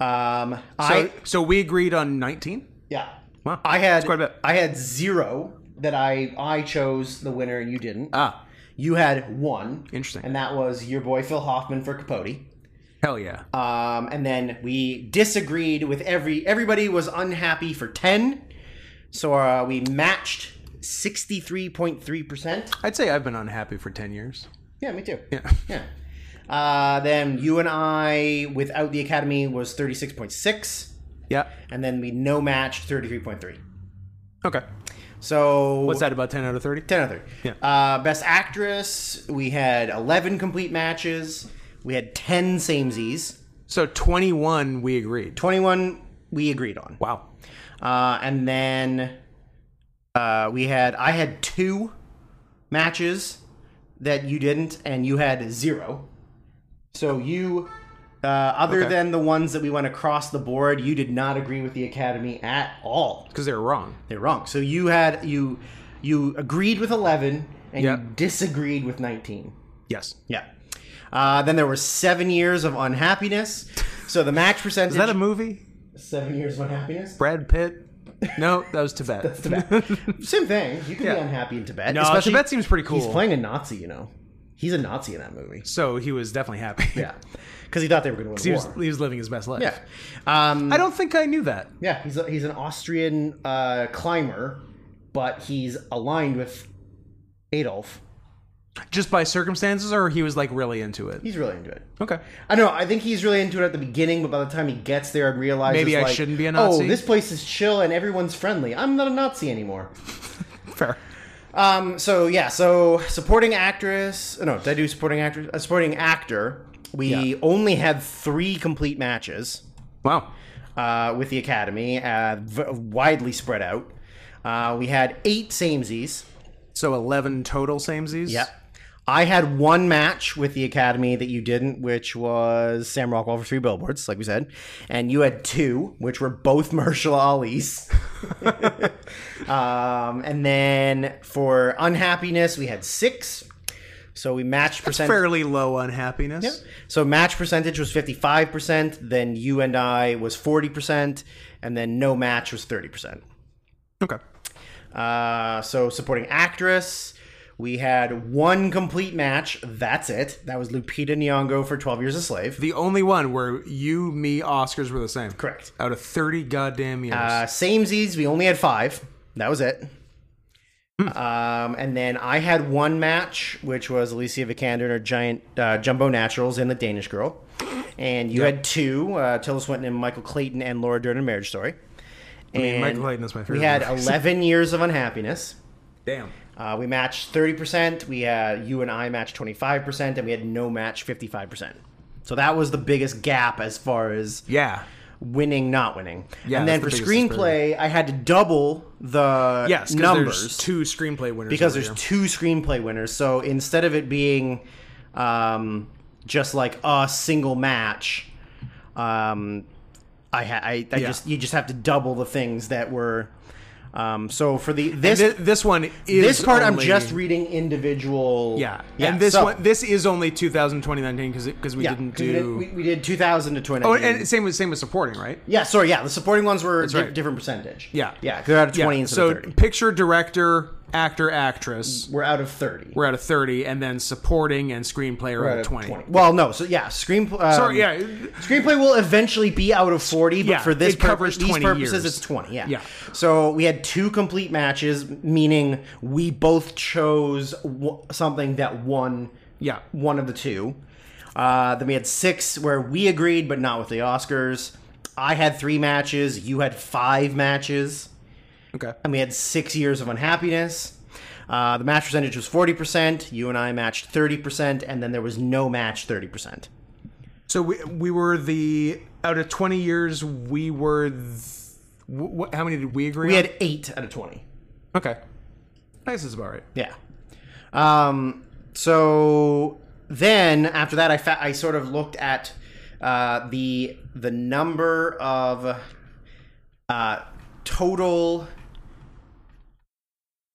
[SPEAKER 2] Um,
[SPEAKER 1] So,
[SPEAKER 2] I
[SPEAKER 1] so we agreed on 19?
[SPEAKER 2] yeah.
[SPEAKER 1] Wow.
[SPEAKER 2] I had
[SPEAKER 1] That's quite a bit.
[SPEAKER 2] I had zero that I I chose the winner and you didn't.
[SPEAKER 1] Ah,
[SPEAKER 2] you had one.
[SPEAKER 1] Interesting.
[SPEAKER 2] And that was your boy Phil Hoffman for Capote.
[SPEAKER 1] hell yeah.
[SPEAKER 2] Um, and then we disagreed with every everybody was unhappy for ten. So uh, we matched sixty three point three percent.
[SPEAKER 1] I'd say I've been unhappy for 10 years.
[SPEAKER 2] Yeah, me too.
[SPEAKER 1] Yeah.
[SPEAKER 2] Yeah. Uh, then you and I without the academy was 36.6
[SPEAKER 1] Yeah.
[SPEAKER 2] and then we no matched 33.3.
[SPEAKER 1] Okay.
[SPEAKER 2] So
[SPEAKER 1] What's that, about 10 out of 30?
[SPEAKER 2] 10 other.
[SPEAKER 1] Yeah.
[SPEAKER 2] Uh, best actress, we had 11 complete matches. We had 10 samesies.
[SPEAKER 1] So 21 we agreed.
[SPEAKER 2] 21 we agreed on.
[SPEAKER 1] Wow.
[SPEAKER 2] Uh, and then uh, we had I had two matches that you didn't, and you had zero. So you, uh, other
[SPEAKER 1] Okay.
[SPEAKER 2] than the ones that we went across the board, you did not agree with the academy at all.
[SPEAKER 1] Because they were wrong.
[SPEAKER 2] They're wrong. So you had you you agreed with eleven, and
[SPEAKER 1] Yeah.
[SPEAKER 2] you disagreed with nineteen.
[SPEAKER 1] Yes.
[SPEAKER 2] Yeah. Uh, then there were seven years of unhappiness. So the match percentage.
[SPEAKER 1] Is that a movie?
[SPEAKER 2] seven years of unhappiness?
[SPEAKER 1] Brad Pitt? No, that was Tibet. That's
[SPEAKER 2] Tibet. Same thing. You can
[SPEAKER 1] Yeah.
[SPEAKER 2] be unhappy in Tibet.
[SPEAKER 1] No,
[SPEAKER 2] especially
[SPEAKER 1] Tibet seems pretty cool.
[SPEAKER 2] he's playing a Nazi. You know, he's a Nazi in that movie.
[SPEAKER 1] so he was definitely happy.
[SPEAKER 2] Yeah, because he thought they were going to
[SPEAKER 1] He
[SPEAKER 2] win
[SPEAKER 1] was,
[SPEAKER 2] war.
[SPEAKER 1] he was living his best life.
[SPEAKER 2] Yeah, um,
[SPEAKER 1] I don't think I knew that.
[SPEAKER 2] yeah. He's a, he's an Austrian uh, climber, but he's aligned with Adolf.
[SPEAKER 1] Just by circumstances, or he was like really into it?
[SPEAKER 2] He's really into it.
[SPEAKER 1] Okay.
[SPEAKER 2] I don't know. I think he's really into it at the beginning, but by the time he gets there and realizes,
[SPEAKER 1] Maybe I
[SPEAKER 2] like,
[SPEAKER 1] shouldn't be a
[SPEAKER 2] Oh,
[SPEAKER 1] Nazi."
[SPEAKER 2] this place is chill and everyone's friendly. I'm not a Nazi anymore.
[SPEAKER 1] Fair.
[SPEAKER 2] Um, so yeah, so supporting actress. No, did I do supporting actress? Uh, supporting actor. We
[SPEAKER 1] Yeah.
[SPEAKER 2] only had three complete matches
[SPEAKER 1] Wow.
[SPEAKER 2] uh, with the Academy, uh, v- widely spread out. Uh, we had eight samesies.
[SPEAKER 1] So 11 total samesies?
[SPEAKER 2] I had one match with the Academy that you didn't, which was Sam Rockwell for three billboards, like we said, and you had two, which were both martial Ali's. um, and then for unhappiness, we had six. So we matched percentage.
[SPEAKER 1] Fairly low unhappiness.
[SPEAKER 2] So match percentage was fifty five percent. Then you and I was forty percent, and then no match was thirty percent.
[SPEAKER 1] Okay.
[SPEAKER 2] Uh, so supporting actress, we had one complete match. That's it. That was Lupita Nyong'o for Twelve Years a Slave.
[SPEAKER 1] The only one where you, me, Oscars were the same.
[SPEAKER 2] Correct.
[SPEAKER 1] Out of 30 goddamn years.
[SPEAKER 2] Uh, samesies, we only had five. That was it.
[SPEAKER 1] Hmm.
[SPEAKER 2] Um, and then I had one match, which was Alicia Vikander and her giant uh, jumbo naturals in The Danish Girl. And you had two, uh, Tilda Swinton and Michael Clayton and Laura Dern in Marriage Story. And
[SPEAKER 1] Michael Clayton is my favorite
[SPEAKER 2] We had
[SPEAKER 1] movie.
[SPEAKER 2] 11 years of unhappiness.
[SPEAKER 1] Damn.
[SPEAKER 2] Uh, we matched 30%. We had you and I matched 25%, and we had no match 55%. So that was the biggest gap as far as
[SPEAKER 1] Yeah.
[SPEAKER 2] winning, not winning.
[SPEAKER 1] Yeah,
[SPEAKER 2] and then for
[SPEAKER 1] that's the biggest
[SPEAKER 2] screenplay, I had to double the
[SPEAKER 1] Yes, 'cause
[SPEAKER 2] numbers
[SPEAKER 1] there's two screenplay winners.
[SPEAKER 2] because
[SPEAKER 1] over
[SPEAKER 2] there's
[SPEAKER 1] here.
[SPEAKER 2] two screenplay winners. So instead of it being um, just like a single match, um, I, ha- I, I
[SPEAKER 1] Yeah.
[SPEAKER 2] just you just have to double the things that were. Um, so for the this
[SPEAKER 1] Thi- this one is
[SPEAKER 2] this part
[SPEAKER 1] only-
[SPEAKER 2] I'm just reading individual.
[SPEAKER 1] yeah. and this one this is only 2020 because we
[SPEAKER 2] yeah,
[SPEAKER 1] didn't
[SPEAKER 2] 'cause we did-
[SPEAKER 1] do
[SPEAKER 2] we, we did 2000 to 2019.
[SPEAKER 1] Oh, and same with same with supporting, right?
[SPEAKER 2] yeah, sorry, yeah, the supporting ones were di-
[SPEAKER 1] right.
[SPEAKER 2] different percentage.
[SPEAKER 1] Yeah.
[SPEAKER 2] yeah, 'cause they're out of 20
[SPEAKER 1] Yeah.
[SPEAKER 2] instead
[SPEAKER 1] So
[SPEAKER 2] of 30.
[SPEAKER 1] picture director, actor, actress,
[SPEAKER 2] We're out of 30.
[SPEAKER 1] we're out of 30 and then supporting and screenplay are out of 20.
[SPEAKER 2] Well, no, so yeah, screenplay. Um,
[SPEAKER 1] Sorry, yeah.
[SPEAKER 2] Screenplay will eventually be out of 40, but
[SPEAKER 1] Yeah,
[SPEAKER 2] for this
[SPEAKER 1] it covers
[SPEAKER 2] purpose, these
[SPEAKER 1] 20
[SPEAKER 2] purposes,
[SPEAKER 1] years.
[SPEAKER 2] it's 20. Yeah.
[SPEAKER 1] Yeah.
[SPEAKER 2] So we had two complete matches, meaning we both chose w- something that won
[SPEAKER 1] Yeah.
[SPEAKER 2] one of the two. Uh, then we had six where we agreed, but not with the Oscars. I had three matches. You had five matches.
[SPEAKER 1] Okay.
[SPEAKER 2] And we had six years of unhappiness. Uh, the match percentage was 40%. You and I matched 30%. And then there was no match 30%.
[SPEAKER 1] So we we were the out of twenty years we were. Th- wh- wh- how many did we agree?
[SPEAKER 2] We
[SPEAKER 1] on?
[SPEAKER 2] had eight out of 20.
[SPEAKER 1] okay. Nice is about right.
[SPEAKER 2] Yeah. Um, so then after that, I fa- I sort of looked at uh, the the number of uh, total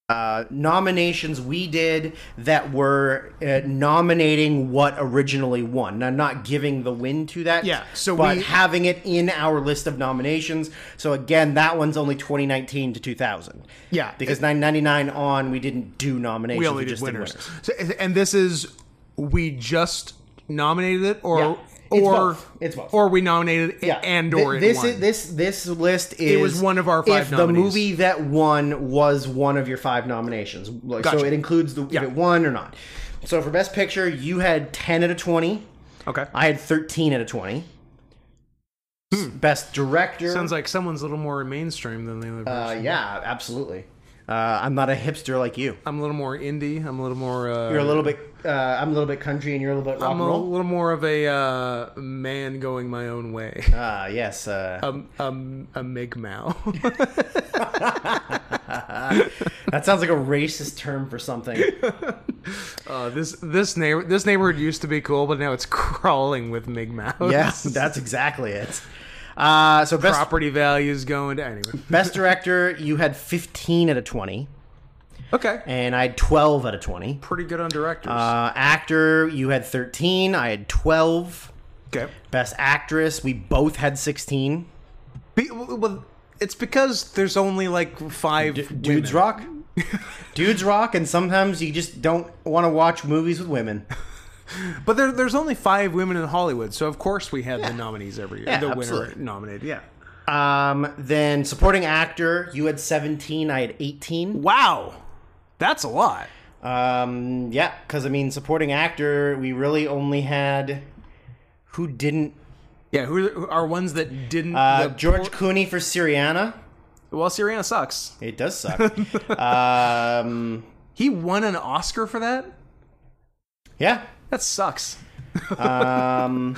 [SPEAKER 2] uh, nominations we did that were uh, nominating what originally won. Now, not giving the win to that.
[SPEAKER 1] Yeah, so
[SPEAKER 2] but
[SPEAKER 1] we-
[SPEAKER 2] having it in our list of nominations. So again, that one's only 2019 to 2000.
[SPEAKER 1] Yeah,
[SPEAKER 2] because 999 on we didn't do nominations.
[SPEAKER 1] We only did
[SPEAKER 2] just
[SPEAKER 1] winners.
[SPEAKER 2] winners.
[SPEAKER 1] So, and this is we just nominated it, or
[SPEAKER 2] Yeah. It's
[SPEAKER 1] or
[SPEAKER 2] both. It's both.
[SPEAKER 1] or we nominated it
[SPEAKER 2] Yeah,
[SPEAKER 1] and
[SPEAKER 2] Th-
[SPEAKER 1] or it
[SPEAKER 2] this
[SPEAKER 1] won.
[SPEAKER 2] is- this this list is
[SPEAKER 1] was one of our five
[SPEAKER 2] If the
[SPEAKER 1] nominees.
[SPEAKER 2] movie that won was one of your five nominations, like, so
[SPEAKER 1] Gotcha.
[SPEAKER 2] it includes the
[SPEAKER 1] Yeah.
[SPEAKER 2] if it won or not. So for best picture, you had 10 out of 20.
[SPEAKER 1] okay.
[SPEAKER 2] I had 13 out of 20. Best director.
[SPEAKER 1] Hmm. Sounds like someone's a little more mainstream than the other. person.
[SPEAKER 2] uh, yeah, absolutely. Uh, I'm not a hipster like you.
[SPEAKER 1] I'm a little more indie. I'm a little more. Uh,
[SPEAKER 2] You're a little bit. Uh, I'm a little bit country, and you're a little bit rock
[SPEAKER 1] I'm a
[SPEAKER 2] and roll.
[SPEAKER 1] little more of a uh, man going my own way.
[SPEAKER 2] Ah, yes. Uh,
[SPEAKER 1] Um, um, a Mi'kmaq.
[SPEAKER 2] that sounds like a racist term for something.
[SPEAKER 1] Uh, this this neighbor this neighborhood used to be cool, but now it's crawling with Mi'kmaq.
[SPEAKER 2] yeah, that's exactly it. Uh, so best
[SPEAKER 1] property values going to anyway.
[SPEAKER 2] Best director, you had 15 out of 20,
[SPEAKER 1] Okay,
[SPEAKER 2] and I had 12 out of 20.
[SPEAKER 1] pretty good on directors.
[SPEAKER 2] Uh, actor, you had 13, I had 12.
[SPEAKER 1] okay,
[SPEAKER 2] Best actress, we both had 16.
[SPEAKER 1] Be, well, it's because there's only like five
[SPEAKER 2] Dudes
[SPEAKER 1] women.
[SPEAKER 2] rock. Dudes rock, and sometimes you just don't want to watch movies with women.
[SPEAKER 1] but there, there's only five women in Hollywood, so of course we had the nominees every year.
[SPEAKER 2] Yeah,
[SPEAKER 1] the winner
[SPEAKER 2] absolutely.
[SPEAKER 1] nominated. Yeah.
[SPEAKER 2] Um, then supporting actor, you had 17, I had 18.
[SPEAKER 1] Wow, that's a lot.
[SPEAKER 2] Um, yeah, because I mean, supporting actor, we really only had who didn't.
[SPEAKER 1] Yeah, who are, who are ones that didn't?
[SPEAKER 2] Uh,
[SPEAKER 1] the-
[SPEAKER 2] George Clooney for Syriana.
[SPEAKER 1] well, Siriana sucks.
[SPEAKER 2] It does suck. um,
[SPEAKER 1] He won an Oscar for that.
[SPEAKER 2] yeah.
[SPEAKER 1] That sucks.
[SPEAKER 2] Um,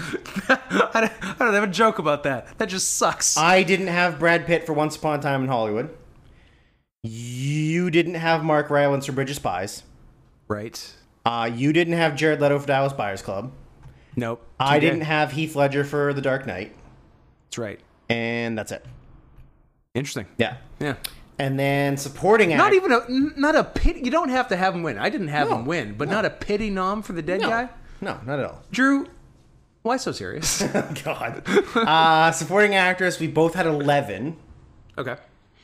[SPEAKER 1] I don't, I don't have a joke about that. That just sucks.
[SPEAKER 2] I didn't have Brad Pitt for Once Upon a Time in Hollywood. You didn't have Mark Rylance for Bridge of Spies.
[SPEAKER 1] right.
[SPEAKER 2] Uh, you didn't have Jared Leto for Dallas Buyers Club.
[SPEAKER 1] Nope.
[SPEAKER 2] I
[SPEAKER 1] Too
[SPEAKER 2] didn't
[SPEAKER 1] bad.
[SPEAKER 2] have Heath Ledger for The Dark Knight.
[SPEAKER 1] That's right.
[SPEAKER 2] And that's it.
[SPEAKER 1] Interesting.
[SPEAKER 2] Yeah.
[SPEAKER 1] Yeah.
[SPEAKER 2] And then supporting
[SPEAKER 1] Not
[SPEAKER 2] act-
[SPEAKER 1] even a n- not a pity. You don't have to have him win. I didn't have
[SPEAKER 2] No,
[SPEAKER 1] him win, but not a pity nom for the dead
[SPEAKER 2] no.
[SPEAKER 1] guy.
[SPEAKER 2] No, not at all.
[SPEAKER 1] Drew, why so serious?
[SPEAKER 2] God. uh, supporting actress, we both had 11.
[SPEAKER 1] okay.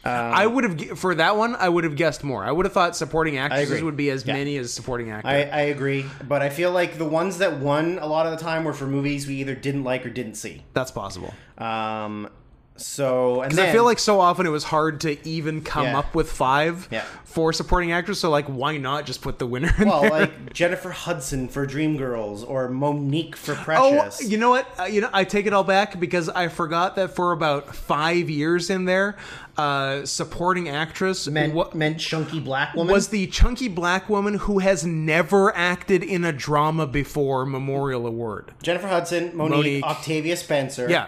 [SPEAKER 2] Um,
[SPEAKER 1] I would have for that one. I would have guessed more. I would have thought supporting actresses
[SPEAKER 2] agree.
[SPEAKER 1] would be as
[SPEAKER 2] Yeah.
[SPEAKER 1] many as supporting actor.
[SPEAKER 2] I, I agree, but I feel like the ones that won a lot of the time were for movies we either didn't like or didn't see.
[SPEAKER 1] That's possible.
[SPEAKER 2] Um, so and
[SPEAKER 1] Because
[SPEAKER 2] then,
[SPEAKER 1] I feel like so often it was hard to even come
[SPEAKER 2] Yeah.
[SPEAKER 1] up with five
[SPEAKER 2] Yeah.
[SPEAKER 1] for supporting actress. So like, why not just put the winner? In
[SPEAKER 2] well,
[SPEAKER 1] there?
[SPEAKER 2] like Jennifer Hudson for Dreamgirls or Monique for
[SPEAKER 1] Oh,
[SPEAKER 2] Precious.
[SPEAKER 1] you know what? Uh, you know, I take it all back because I forgot that for about five years in there, uh, supporting actress
[SPEAKER 2] meant,
[SPEAKER 1] wa-
[SPEAKER 2] meant chunky black woman.
[SPEAKER 1] was the chunky black woman who has never acted in a drama before Memorial Award.
[SPEAKER 2] Jennifer Hudson, Monique,
[SPEAKER 1] Monique.
[SPEAKER 2] Octavia Spencer.
[SPEAKER 1] Yeah,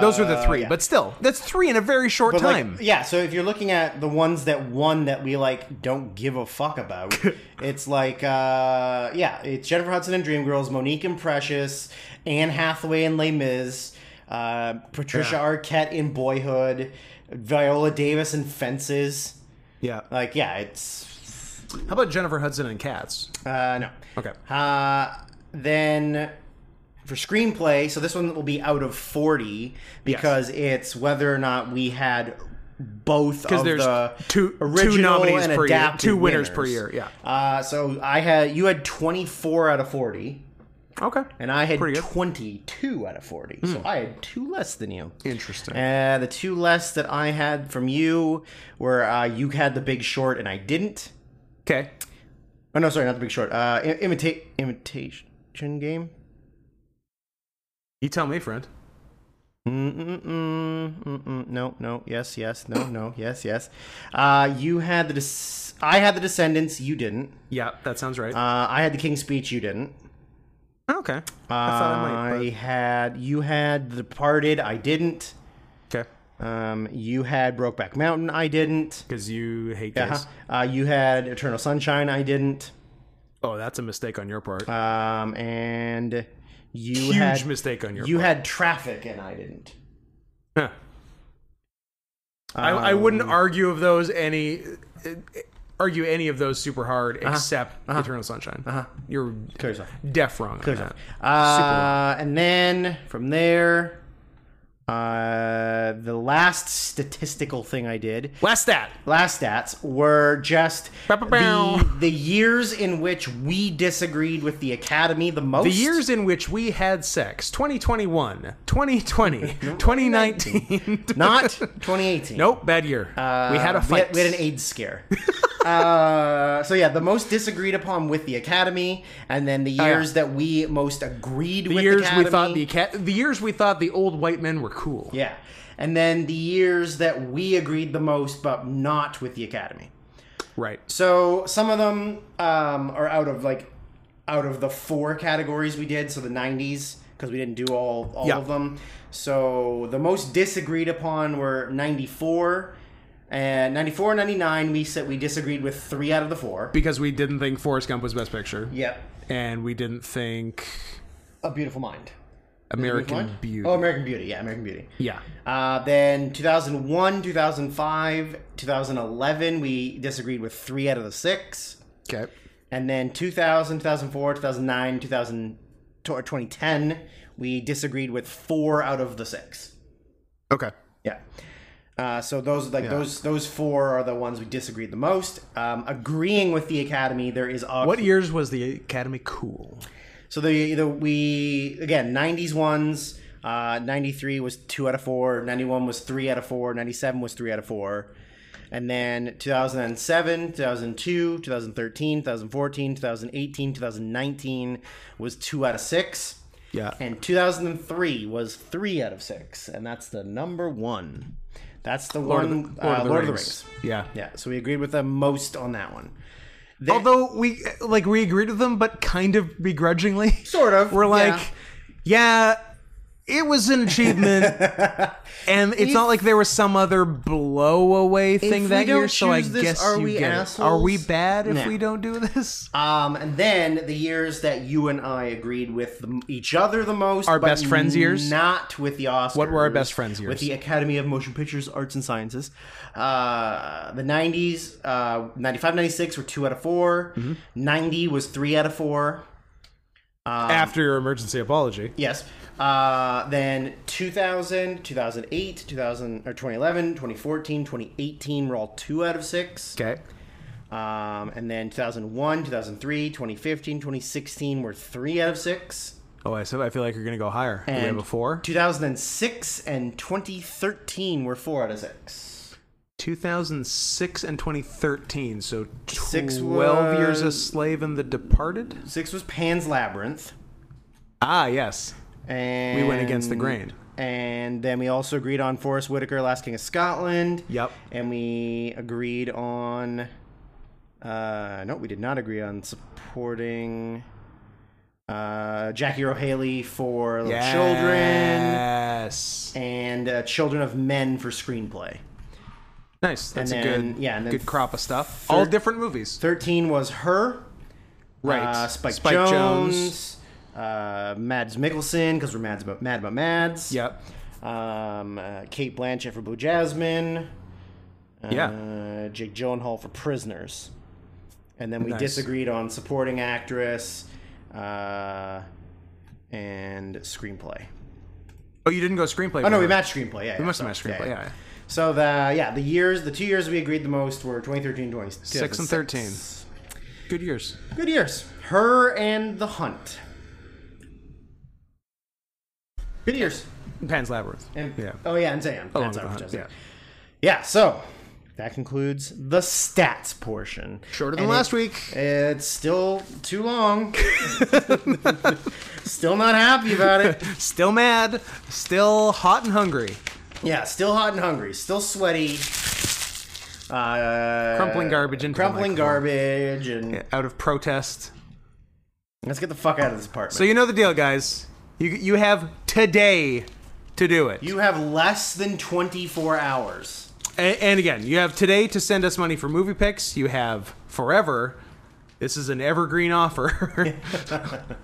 [SPEAKER 1] those were the three.
[SPEAKER 2] Uh, yeah.
[SPEAKER 1] But still, that's three in a very short
[SPEAKER 2] But, like,
[SPEAKER 1] time.
[SPEAKER 2] yeah, so if you're looking at the ones that won that we like don't give a fuck about, it's like uh yeah, it's Jennifer Hudson and Dreamgirls, Monique and Precious, Anne Hathaway and Les Mis, uh, Patricia
[SPEAKER 1] Yeah.
[SPEAKER 2] Arquette in Boyhood, Viola Davis in Fences.
[SPEAKER 1] yeah.
[SPEAKER 2] Like yeah, it's
[SPEAKER 1] How about Jennifer Hudson and Cats?
[SPEAKER 2] uh no.
[SPEAKER 1] Okay.
[SPEAKER 2] Uh, then for screenplay, so this one will be out of 40 because it's whether or not we had both of
[SPEAKER 1] there's
[SPEAKER 2] the
[SPEAKER 1] two- two
[SPEAKER 2] original
[SPEAKER 1] nominees
[SPEAKER 2] and
[SPEAKER 1] per year-
[SPEAKER 2] adapted
[SPEAKER 1] two winners per year, yeah.
[SPEAKER 2] Uh, so I had you had 24 out of 40
[SPEAKER 1] Okay.
[SPEAKER 2] and I had
[SPEAKER 1] Pretty good. Hmm.
[SPEAKER 2] 22 out of 40. So I had two less than you.
[SPEAKER 1] Interesting.
[SPEAKER 2] Uh, the two less that I had from you were uh, you had The Big Short and I didn't.
[SPEAKER 1] Okay.
[SPEAKER 2] Oh no, sorry, not The Big Short. Uh, imitate imitation game.
[SPEAKER 1] You tell me, friend.
[SPEAKER 2] Mm-mm-mm, mm-mm, no, no, yes, yes, no, no, yes, yes. Uh, you had the, des- I had the Descendants. You didn't.
[SPEAKER 1] Yeah, that sounds right.
[SPEAKER 2] Uh, I had the King's Speech. You didn't.
[SPEAKER 1] okay. I thought I
[SPEAKER 2] I,
[SPEAKER 1] might.
[SPEAKER 2] had, you had the Departed. I didn't.
[SPEAKER 1] but- okay.
[SPEAKER 2] Um, you had Brokeback Mountain. I didn't.
[SPEAKER 1] Because you hate
[SPEAKER 2] Uh-huh.
[SPEAKER 1] gays.
[SPEAKER 2] Uh, you had Eternal Sunshine. I didn't.
[SPEAKER 1] Oh, that's a mistake on your part.
[SPEAKER 2] Um, and you
[SPEAKER 1] Huge
[SPEAKER 2] had
[SPEAKER 1] mistake on your
[SPEAKER 2] you
[SPEAKER 1] part.
[SPEAKER 2] had Traffic, and I didn't.
[SPEAKER 1] Huh. I, I wouldn't
[SPEAKER 2] Um,
[SPEAKER 1] argue of those any uh, argue any of those super hard except Eternal Sunshine. Uh-huh. You're
[SPEAKER 2] Uh-huh. Clears off.
[SPEAKER 1] deaf wrong. on that.
[SPEAKER 2] Uh, and then from there, uh, the last statistical thing I did,
[SPEAKER 1] Last stat.
[SPEAKER 2] last stats were just
[SPEAKER 1] Ba-ba-bow.
[SPEAKER 2] the, the years in which we disagreed with the Academy the most.
[SPEAKER 1] The years in which we had sex 2021, 2020, 2019.
[SPEAKER 2] not 2018.
[SPEAKER 1] nope, bad year. we had a
[SPEAKER 2] Uh, We
[SPEAKER 1] fight.
[SPEAKER 2] had, we had an AIDS scare. uh, so yeah, the most disagreed upon with the Academy, and then the years that we most agreed
[SPEAKER 1] Oh, the
[SPEAKER 2] with
[SPEAKER 1] years
[SPEAKER 2] the Academy.
[SPEAKER 1] we thought the cat the years we thought the old white men were cool.
[SPEAKER 2] yeah, and then the years that we agreed the most, but not with the Academy.
[SPEAKER 1] Right.
[SPEAKER 2] So some of them um, are out of like out of the four categories we did. So the '90s because we didn't do all all
[SPEAKER 1] Yeah.
[SPEAKER 2] of them. So the most disagreed upon were '94 and '94 '99. We said we disagreed with three out of the four.
[SPEAKER 1] Because we didn't think Forrest Gump was best picture.
[SPEAKER 2] Yep,
[SPEAKER 1] And we didn't think
[SPEAKER 2] A Beautiful Mind.
[SPEAKER 1] American
[SPEAKER 2] What?
[SPEAKER 1] Beauty.
[SPEAKER 2] Oh, American Beauty. Yeah, American Beauty.
[SPEAKER 1] yeah.
[SPEAKER 2] Uh, then 2001, 2005, 2011, we disagreed with three out of the six.
[SPEAKER 1] Okay.
[SPEAKER 2] And then 2000, 2004, 2009, 2000, to- or 2010, we disagreed with four out of the six.
[SPEAKER 1] Okay.
[SPEAKER 2] Yeah. Uh, so those like those those four are the ones we disagreed the most. Um, agreeing with the academy, there is Aug-
[SPEAKER 1] What years was the Academy cool?
[SPEAKER 2] so the, the we again 90s ones. Uh, 93 was two out of four. 91 was three out of four. 97 was three out of four. And then 2007, 2002, 2013, 2014, 2018, 2019 was two out of six.
[SPEAKER 1] Yeah.
[SPEAKER 2] And 2003 was three out of six, and that's the number one. That's the
[SPEAKER 1] Lord,
[SPEAKER 2] one
[SPEAKER 1] of, the,
[SPEAKER 2] uh, Lord, of the Rings.
[SPEAKER 1] Yeah.
[SPEAKER 2] Yeah, so we agreed with them most on that one. They-
[SPEAKER 1] Although we like we agreed with them, but kind of begrudgingly.
[SPEAKER 2] Sort of,
[SPEAKER 1] We're
[SPEAKER 2] yeah.
[SPEAKER 1] like, yeah, it was an achievement, and it's not like there was some other blow away thing
[SPEAKER 2] we
[SPEAKER 1] that
[SPEAKER 2] don't
[SPEAKER 1] year. So I
[SPEAKER 2] choose this,
[SPEAKER 1] guess
[SPEAKER 2] are
[SPEAKER 1] you
[SPEAKER 2] we
[SPEAKER 1] get it.
[SPEAKER 2] assholes?
[SPEAKER 1] Are we bad if
[SPEAKER 2] No.
[SPEAKER 1] we don't do this?
[SPEAKER 2] um, and then the years that you and I agreed with the, each other the most, our
[SPEAKER 1] best friends years?
[SPEAKER 2] not with the Oscars.
[SPEAKER 1] What were our best friends years?
[SPEAKER 2] With the Academy of Motion Pictures Arts and Sciences, uh, the '90s, uh, '95, '96 were two out of 4
[SPEAKER 1] Mm-hmm.
[SPEAKER 2] '90 was three out of four.
[SPEAKER 1] After your emergency apology,
[SPEAKER 2] Yes. Uh, then 2000, 2008, 2000 or 2011, 2014, 2018 were all two out of six.
[SPEAKER 1] okay.
[SPEAKER 2] Um, and then 2001, 2003, 2015, 2016 were three out of six.
[SPEAKER 1] Oh, I so I feel like you're gonna go higher. Do we
[SPEAKER 2] And
[SPEAKER 1] have a four?
[SPEAKER 2] 2006 and 2013 were four out of six.
[SPEAKER 1] 2006 and 2013, so 12
[SPEAKER 2] Six
[SPEAKER 1] years a
[SPEAKER 2] was-
[SPEAKER 1] slave in The Departed.
[SPEAKER 2] Six was Pan's Labyrinth.
[SPEAKER 1] Ah, yes.
[SPEAKER 2] And
[SPEAKER 1] went against the grain.
[SPEAKER 2] And then we also agreed on Forrest Whitaker, Last King of Scotland.
[SPEAKER 1] Yep.
[SPEAKER 2] And we agreed on. Uh, no, we did not agree on supporting uh, Jackie O'Haley for Little Children
[SPEAKER 1] Yes.
[SPEAKER 2] and uh, Children of Men for screenplay.
[SPEAKER 1] Nice. That's
[SPEAKER 2] And
[SPEAKER 1] a
[SPEAKER 2] then-
[SPEAKER 1] good,
[SPEAKER 2] yeah, and then
[SPEAKER 1] good crop of stuff. All different movies.
[SPEAKER 2] 13 was her.
[SPEAKER 1] Right.
[SPEAKER 2] Uh, Spike,
[SPEAKER 1] Spike Jones.
[SPEAKER 2] Jones. Uh, Mads Mikkelsen, because we're mad about, mad about Mads.
[SPEAKER 1] Yep.
[SPEAKER 2] Um, uh, Kate Blanchett for Blue Jasmine. Uh,
[SPEAKER 1] Yeah.
[SPEAKER 2] Jake Gyllenhaal for Prisoners. And then we
[SPEAKER 1] Nice.
[SPEAKER 2] disagreed on supporting actress uh, and screenplay.
[SPEAKER 1] Oh, you didn't go screenplay.
[SPEAKER 2] Oh no, we matched screenplay. Yeah,
[SPEAKER 1] We must have matched screenplay. Yeah. yeah.
[SPEAKER 2] So the yeah the years the two years we agreed the most were 2013, 20,
[SPEAKER 1] Six and 13. Good years.
[SPEAKER 2] Good years. Her and the Hunt. Good years.
[SPEAKER 1] Pan's Labyrinth.
[SPEAKER 2] And,
[SPEAKER 1] yeah.
[SPEAKER 2] Oh yeah, and Sam.
[SPEAKER 1] Along
[SPEAKER 2] That's
[SPEAKER 1] with
[SPEAKER 2] our
[SPEAKER 1] the Hunt,
[SPEAKER 2] yeah.
[SPEAKER 1] yeah.
[SPEAKER 2] yeah. So that concludes the stats portion.
[SPEAKER 1] Shorter than
[SPEAKER 2] And
[SPEAKER 1] last
[SPEAKER 2] it-
[SPEAKER 1] week.
[SPEAKER 2] It's still too long. Still not happy about it.
[SPEAKER 1] Still mad, still hot and hungry.
[SPEAKER 2] Yeah, still hot and hungry, still sweaty. Uh,
[SPEAKER 1] Crumpling garbage into the
[SPEAKER 2] crumpling
[SPEAKER 1] microphone.
[SPEAKER 2] garbage, and
[SPEAKER 1] Out of protest.
[SPEAKER 2] let's get the fuck out of this apartment.
[SPEAKER 1] So you know the deal, guys. You you have today to do it.
[SPEAKER 2] you have less than twenty four hours.
[SPEAKER 1] A- and again, you have today to send us money for movie picks. You have forever. This is an evergreen offer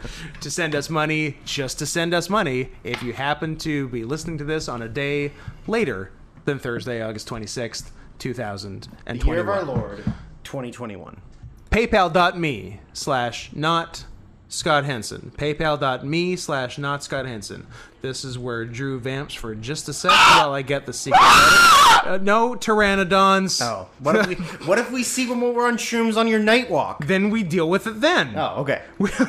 [SPEAKER 1] to send us money, just to send us money. If you happen to be listening to this on a day later than Thursday, August 26th,
[SPEAKER 2] The year of our
[SPEAKER 1] 2021.
[SPEAKER 2] Lord, twenty twenty one.
[SPEAKER 1] PayPal.me slash not Scott Henson. PayPal.me slash not Scott Henson. This is where Drew vamps for just a sec while I get the secret. Uh, no pteranodons.
[SPEAKER 2] Oh, what if we what if we see when we're on shrooms on your night walk?
[SPEAKER 1] then we deal with it then.
[SPEAKER 2] Oh, okay.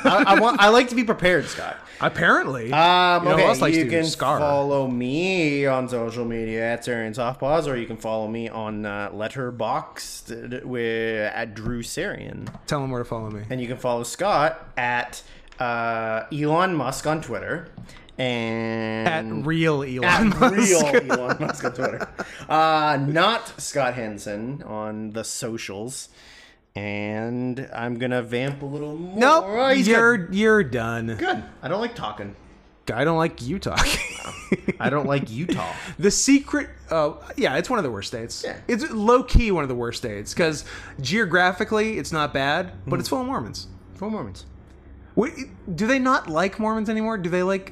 [SPEAKER 2] I, I want. I like to be prepared, Scott.
[SPEAKER 1] Apparently.
[SPEAKER 2] Um,
[SPEAKER 1] You know who
[SPEAKER 2] okay,
[SPEAKER 1] else likes
[SPEAKER 2] you
[SPEAKER 1] to?
[SPEAKER 2] can
[SPEAKER 1] Scar.
[SPEAKER 2] follow me on social media at Sarian Softpaws, or you can follow me on uh, Letterboxd with at Drew Sarian,
[SPEAKER 1] Tell him where to follow me.
[SPEAKER 2] and you can follow Scott at uh, Elon Musk on Twitter
[SPEAKER 1] At
[SPEAKER 2] and
[SPEAKER 1] real Elon
[SPEAKER 2] at
[SPEAKER 1] Musk.
[SPEAKER 2] real Elon Musk on Twitter, uh, not Scott Henson on the socials. And I'm gonna vamp a little more.
[SPEAKER 1] Nope,
[SPEAKER 2] Oh, he's
[SPEAKER 1] you're
[SPEAKER 2] good.
[SPEAKER 1] you're done.
[SPEAKER 2] good. I don't like talking.
[SPEAKER 1] I don't like you talking.
[SPEAKER 2] I don't like you talk.
[SPEAKER 1] the secret, uh, yeah, it's one of the worst states.
[SPEAKER 2] Yeah.
[SPEAKER 1] It's low key one of the worst states because geographically it's not bad,
[SPEAKER 2] Mm-hmm.
[SPEAKER 1] but it's full of Mormons.
[SPEAKER 2] Four Mormons.
[SPEAKER 1] What, do they not like Mormons anymore? Do they like?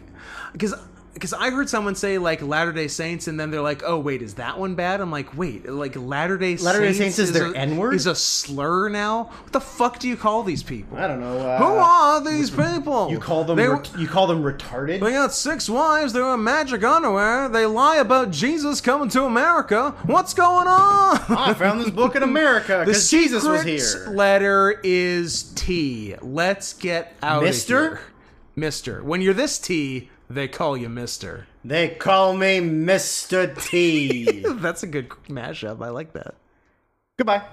[SPEAKER 1] Because because I heard someone say like Latter Day Saints, and then they're like, oh wait, is that one bad? I'm like, wait, like Latter Day Saints,
[SPEAKER 2] Latter-day Saints is their
[SPEAKER 1] a-
[SPEAKER 2] N-word?
[SPEAKER 1] Is a slur now? What the fuck do you call these people?
[SPEAKER 2] I don't know. Uh,
[SPEAKER 1] Who are these people?
[SPEAKER 2] You call them.
[SPEAKER 1] They,
[SPEAKER 2] ret- you call them retarded.
[SPEAKER 1] they got six wives. They wear magic underwear. They lie about Jesus coming to America. What's going on?
[SPEAKER 2] Ah, I found this book in America
[SPEAKER 1] The
[SPEAKER 2] because Jesus was
[SPEAKER 1] secret
[SPEAKER 2] here.
[SPEAKER 1] Letter is T. Let's get out
[SPEAKER 2] Mister?
[SPEAKER 1] of here. Mister. When you're this T, they call you Mister.
[SPEAKER 2] They call me Mr. T.
[SPEAKER 1] That's a good mashup. I like that.
[SPEAKER 2] Goodbye.